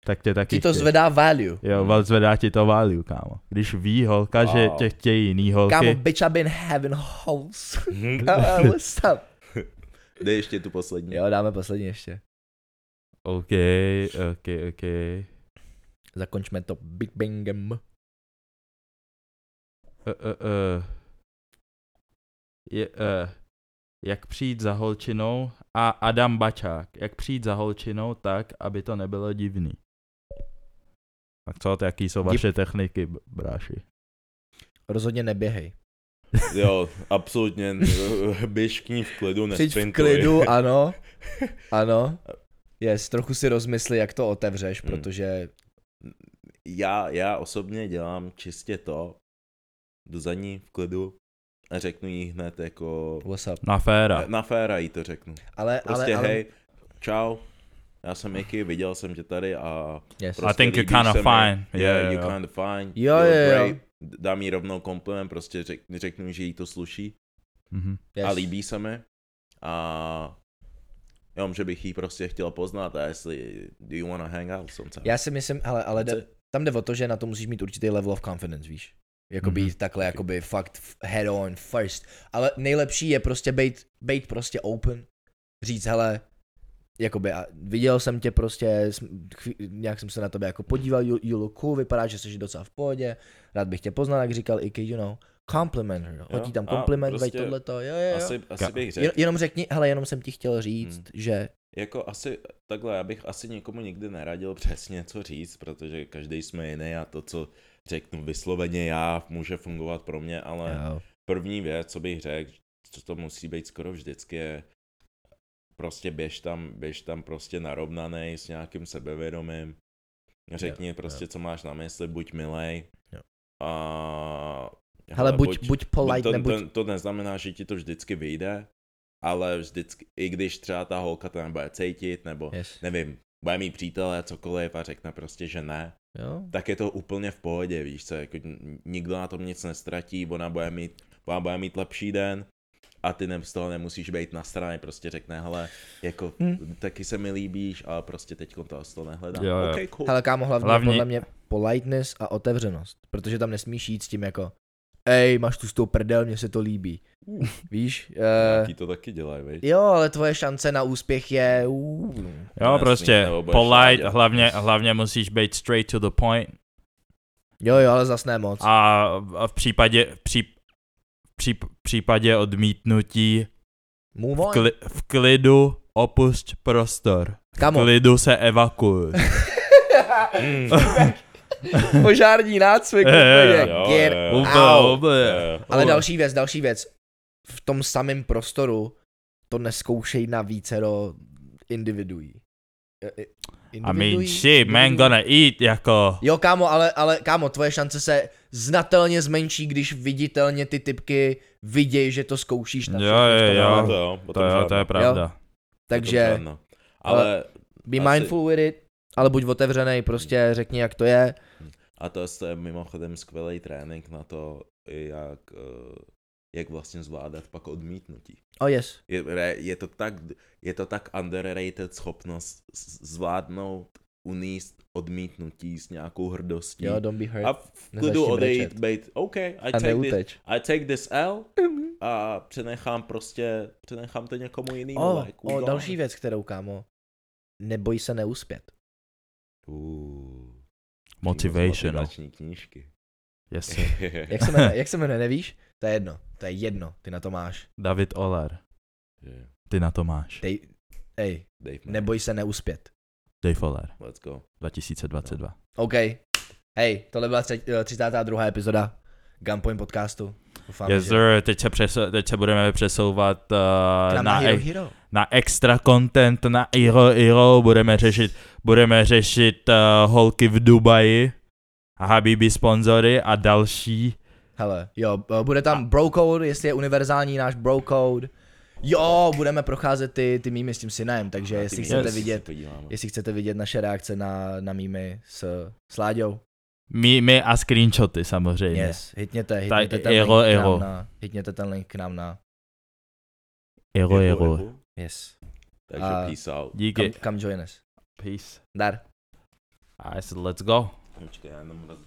Speaker 1: tak tě taky
Speaker 2: Ti to
Speaker 1: chtějí.
Speaker 2: zvedá Hmm. value.
Speaker 1: Jo, val zvedá ti to value, kámo. Když ví holka, wow. že
Speaker 3: Wow.
Speaker 1: tě chtějí jiný holky.
Speaker 2: Kámo, bitch, I've been having holes. Kámo, ale what's up?
Speaker 3: Dej ještě tu poslední.
Speaker 2: Jo, dáme poslední ještě.
Speaker 1: OK, OK, OK.
Speaker 2: Zakončme to Big Bangem.
Speaker 1: Uh, uh, uh. Je, uh. Jak přijít za holčinou a Adam Bačák. Jak přijít za holčinou tak, aby to nebylo divný. Tak co, to jaký jsou
Speaker 2: Dip-
Speaker 1: vaše techniky, b- bráši?
Speaker 2: Rozhodně neběhej.
Speaker 3: Jo, absolutně. Běž k ní v klidu,
Speaker 2: Přijď v
Speaker 3: nesprintuj.
Speaker 2: klidu, ano. Ano. Yes, trochu si rozmysli, jak to otevřeš,
Speaker 3: Hmm.
Speaker 2: protože
Speaker 3: já, já osobně dělám čistě to, jdu za ní v klidu a řeknu jí hned jako...
Speaker 2: what's up.
Speaker 1: Na féra.
Speaker 3: Na féra jí to řeknu.
Speaker 2: Ale,
Speaker 3: Prostě
Speaker 2: ale, ale,
Speaker 3: ale, hej, čau, já jsem Iky, viděl jsem tě tady a...
Speaker 2: yes.
Speaker 1: I
Speaker 3: Prostě
Speaker 1: think you're
Speaker 3: líbíš
Speaker 1: kinda
Speaker 3: se mi.
Speaker 1: fine.
Speaker 3: Yeah,
Speaker 1: Yeah,
Speaker 3: you're
Speaker 1: yeah.
Speaker 3: kinda fine.
Speaker 2: Jo,
Speaker 3: you look
Speaker 2: jo, jo.
Speaker 3: great. Dám jí rovnou kompliment, prostě řek, řeknu, že jí to sluší
Speaker 1: Mhm.
Speaker 2: yes.
Speaker 3: a líbí se mi. A jenom, že bych jí prostě chtěl poznat a jestli do you wanna hang out sometime.
Speaker 2: Já si myslím, ale, ale jde,
Speaker 3: Co-
Speaker 2: tam jde o to, že na to musíš mít určitý level of confidence, víš. Jakoby
Speaker 1: Mhm.
Speaker 2: jít takhle, jakoby fakt f- head on first. Ale nejlepší je prostě být, být prostě open. Říct, hele, jakoby a viděl jsem tě prostě, jsem- chví- nějak jsem se na tebe jako podíval, you, you look cool, vypadá, že jsi docela v pohodě, rád bych tě poznal, jak říkal Iky, you know, compliment her,
Speaker 3: Jo,
Speaker 2: hoď jí tam
Speaker 3: a
Speaker 2: kompliment, prostě,
Speaker 3: prostě
Speaker 2: tohleto, jo, jo, jo. Asi,
Speaker 3: Asi, asi bych řekl,
Speaker 2: Jen, jenom řekni, hele, jenom jsem ti chtěl říct,
Speaker 3: Hmm.
Speaker 2: že
Speaker 3: Jako asi takhle, já bych asi nikomu nikdy neradil přesně co říct, protože každý jsme jiný a to, co řeknu vysloveně já, může fungovat pro mě, ale
Speaker 2: jo.
Speaker 3: první věc, co bych řekl, co to musí být skoro vždycky je prostě běž tam, běž tam prostě narovnaný s nějakým sebevědomím, řekni
Speaker 2: Jo,
Speaker 3: prostě, co máš na mysli, buď milej
Speaker 2: Jo.
Speaker 3: a...
Speaker 2: hele, buď, buď, polite,
Speaker 3: to,
Speaker 2: nebuď,
Speaker 3: to, to neznamená, že ti to vždycky vyjde, ale vždycky, i když třeba ta holka to nebude cítit, nebo
Speaker 2: yes.
Speaker 3: nevím, bude mít přítele, cokoliv a řekne prostě, že ne,
Speaker 2: jo.
Speaker 3: tak je to úplně v pohodě, víš co, jako n- nikdo na tom nic nestratí, ona bude mít, ona bude mít lepší den a ty ne, z toho nemusíš být na straně, prostě řekne, hele, jako
Speaker 2: Hmm.
Speaker 3: hmm. taky se mi líbíš, ale prostě teď toho z toho nehledám.
Speaker 1: Hm. Jo, jo.
Speaker 3: okay, cool.
Speaker 2: Hele, kámo, hlavně, hlavně
Speaker 1: Hlavně-
Speaker 2: podle mě politeness a otevřenost, protože tam nesmíš jít s tím jako ej, máš tu s tou prdel, mně se to líbí. Víš? Uh,
Speaker 3: Nějaký to taky dělají, víš?
Speaker 2: jo, ale tvoje šance na úspěch je... Uh,
Speaker 1: Jo,
Speaker 3: Jasný,
Speaker 1: prostě
Speaker 3: nebo budeš
Speaker 1: polite,
Speaker 3: rád,
Speaker 1: hlavně,
Speaker 3: jo.
Speaker 1: hlavně musíš být straight to the point.
Speaker 2: jo, jo, ale zas ne moc. A...
Speaker 1: A a v případě, v pří, v pří, v případě odmítnutí
Speaker 2: Move
Speaker 1: v,
Speaker 2: on.
Speaker 1: kli, v klidu opust prostor. V
Speaker 2: Kamo,
Speaker 1: klidu se evakuj.
Speaker 3: Mm.
Speaker 2: požární nácvik.
Speaker 1: Jo, jo,
Speaker 2: úplně,
Speaker 3: jo,
Speaker 2: get
Speaker 3: jo,
Speaker 1: Úplně,
Speaker 2: out.
Speaker 1: úplně.
Speaker 2: Ale další věc, další věc. V tom samém prostoru to neskoušej na vícero individuí. Eh, eh,
Speaker 1: I mean,
Speaker 2: individuí?
Speaker 1: shit, man
Speaker 2: Individuí?
Speaker 1: gonna eat, jako.
Speaker 2: Jo, kámo, ale, ale kámo, tvoje šance se znatelně zmenší, když viditelně ty typky vidějí, že to zkoušíš na
Speaker 1: Jo,
Speaker 2: všechno v
Speaker 1: jo,
Speaker 2: tom
Speaker 1: jo.
Speaker 2: hledu.
Speaker 3: To jo,
Speaker 1: To,
Speaker 3: o tom
Speaker 1: jo, to
Speaker 3: žádná.
Speaker 1: je pravda.
Speaker 2: Takže
Speaker 3: Potom, no. Ale
Speaker 2: be
Speaker 3: asi-
Speaker 2: mindful with it, ale buď otevřený, prostě řekni, jak to je.
Speaker 3: a to je mimochodem skvělý trénink na to, jak, eh, jak vlastně zvládat pak odmítnutí.
Speaker 2: Oh yes.
Speaker 3: Je, re- je, to, tak, je to tak underrated schopnost z- zvládnout, uníst odmítnutí s nějakou hrdostí.
Speaker 2: Jo, don't be
Speaker 3: a
Speaker 2: hurt.
Speaker 3: v klidu
Speaker 2: nezačni
Speaker 3: odejít,
Speaker 2: brečet.
Speaker 3: být, OK, I
Speaker 2: A
Speaker 3: take, this,
Speaker 2: neuteč.
Speaker 3: I take this L a přenechám prostě, přenechám to někomu jinému.
Speaker 2: O, oh,
Speaker 3: like,
Speaker 2: oh,
Speaker 3: udál.
Speaker 2: další věc, kterou, kámo. Neboj se neuspět.
Speaker 3: Uh,
Speaker 1: Motivational.
Speaker 3: motivační knížky.
Speaker 1: Yes.
Speaker 2: Jak se jmenuje, jak se jmenuje nevíš? To je jedno, to je jedno, ty na to máš.
Speaker 1: David Oler,
Speaker 3: Yeah.
Speaker 1: ty na to máš.
Speaker 2: Dej, ej,
Speaker 3: Dave, man,
Speaker 2: neboj se neuspět.
Speaker 1: Dave Oler,
Speaker 3: Let's go.
Speaker 1: 2022.
Speaker 2: OK. Hej, tohle byla tři- eh, 32. epizoda Gunpoint podcastu. Doufám,
Speaker 1: Yes,
Speaker 2: že-
Speaker 1: sir, teď se, přesu, teď se budeme přesouvat uh,
Speaker 2: Nám
Speaker 1: na,
Speaker 2: Hero
Speaker 1: ex-
Speaker 2: Hero.
Speaker 1: na extra content, na Iro Iro, budeme řešit, budeme řešit uh, holky v Dubaji a Habibi sponzory a další.
Speaker 2: Hele, jo, eh, bude tam bro code, jestli je univerzální náš bro code. Jo, budeme procházet ty, ty mýmy s tím synem, takže
Speaker 3: Na
Speaker 2: jestli
Speaker 3: ty
Speaker 2: chcete
Speaker 3: místa se
Speaker 2: vidět,
Speaker 3: podíváme.
Speaker 2: jestli chcete vidět naše reakce na, na mýmy s Sláďou,
Speaker 1: Mými a screenshoty samozřejmě.
Speaker 2: yes, hitněte,
Speaker 1: Ta-
Speaker 2: hitněte ten
Speaker 1: Ero,
Speaker 2: link k
Speaker 1: Ero.
Speaker 2: nám na, hitněte ten link k nám na,
Speaker 1: Iro
Speaker 3: Jako
Speaker 1: Iro.
Speaker 3: Apple.
Speaker 2: yes,
Speaker 3: Takže
Speaker 2: A-
Speaker 3: peace out.
Speaker 1: Díky.
Speaker 2: come, come join us,
Speaker 1: Peace.
Speaker 2: dar.
Speaker 1: Alright, so let's go.
Speaker 3: Počkej, já jenom rozdělím.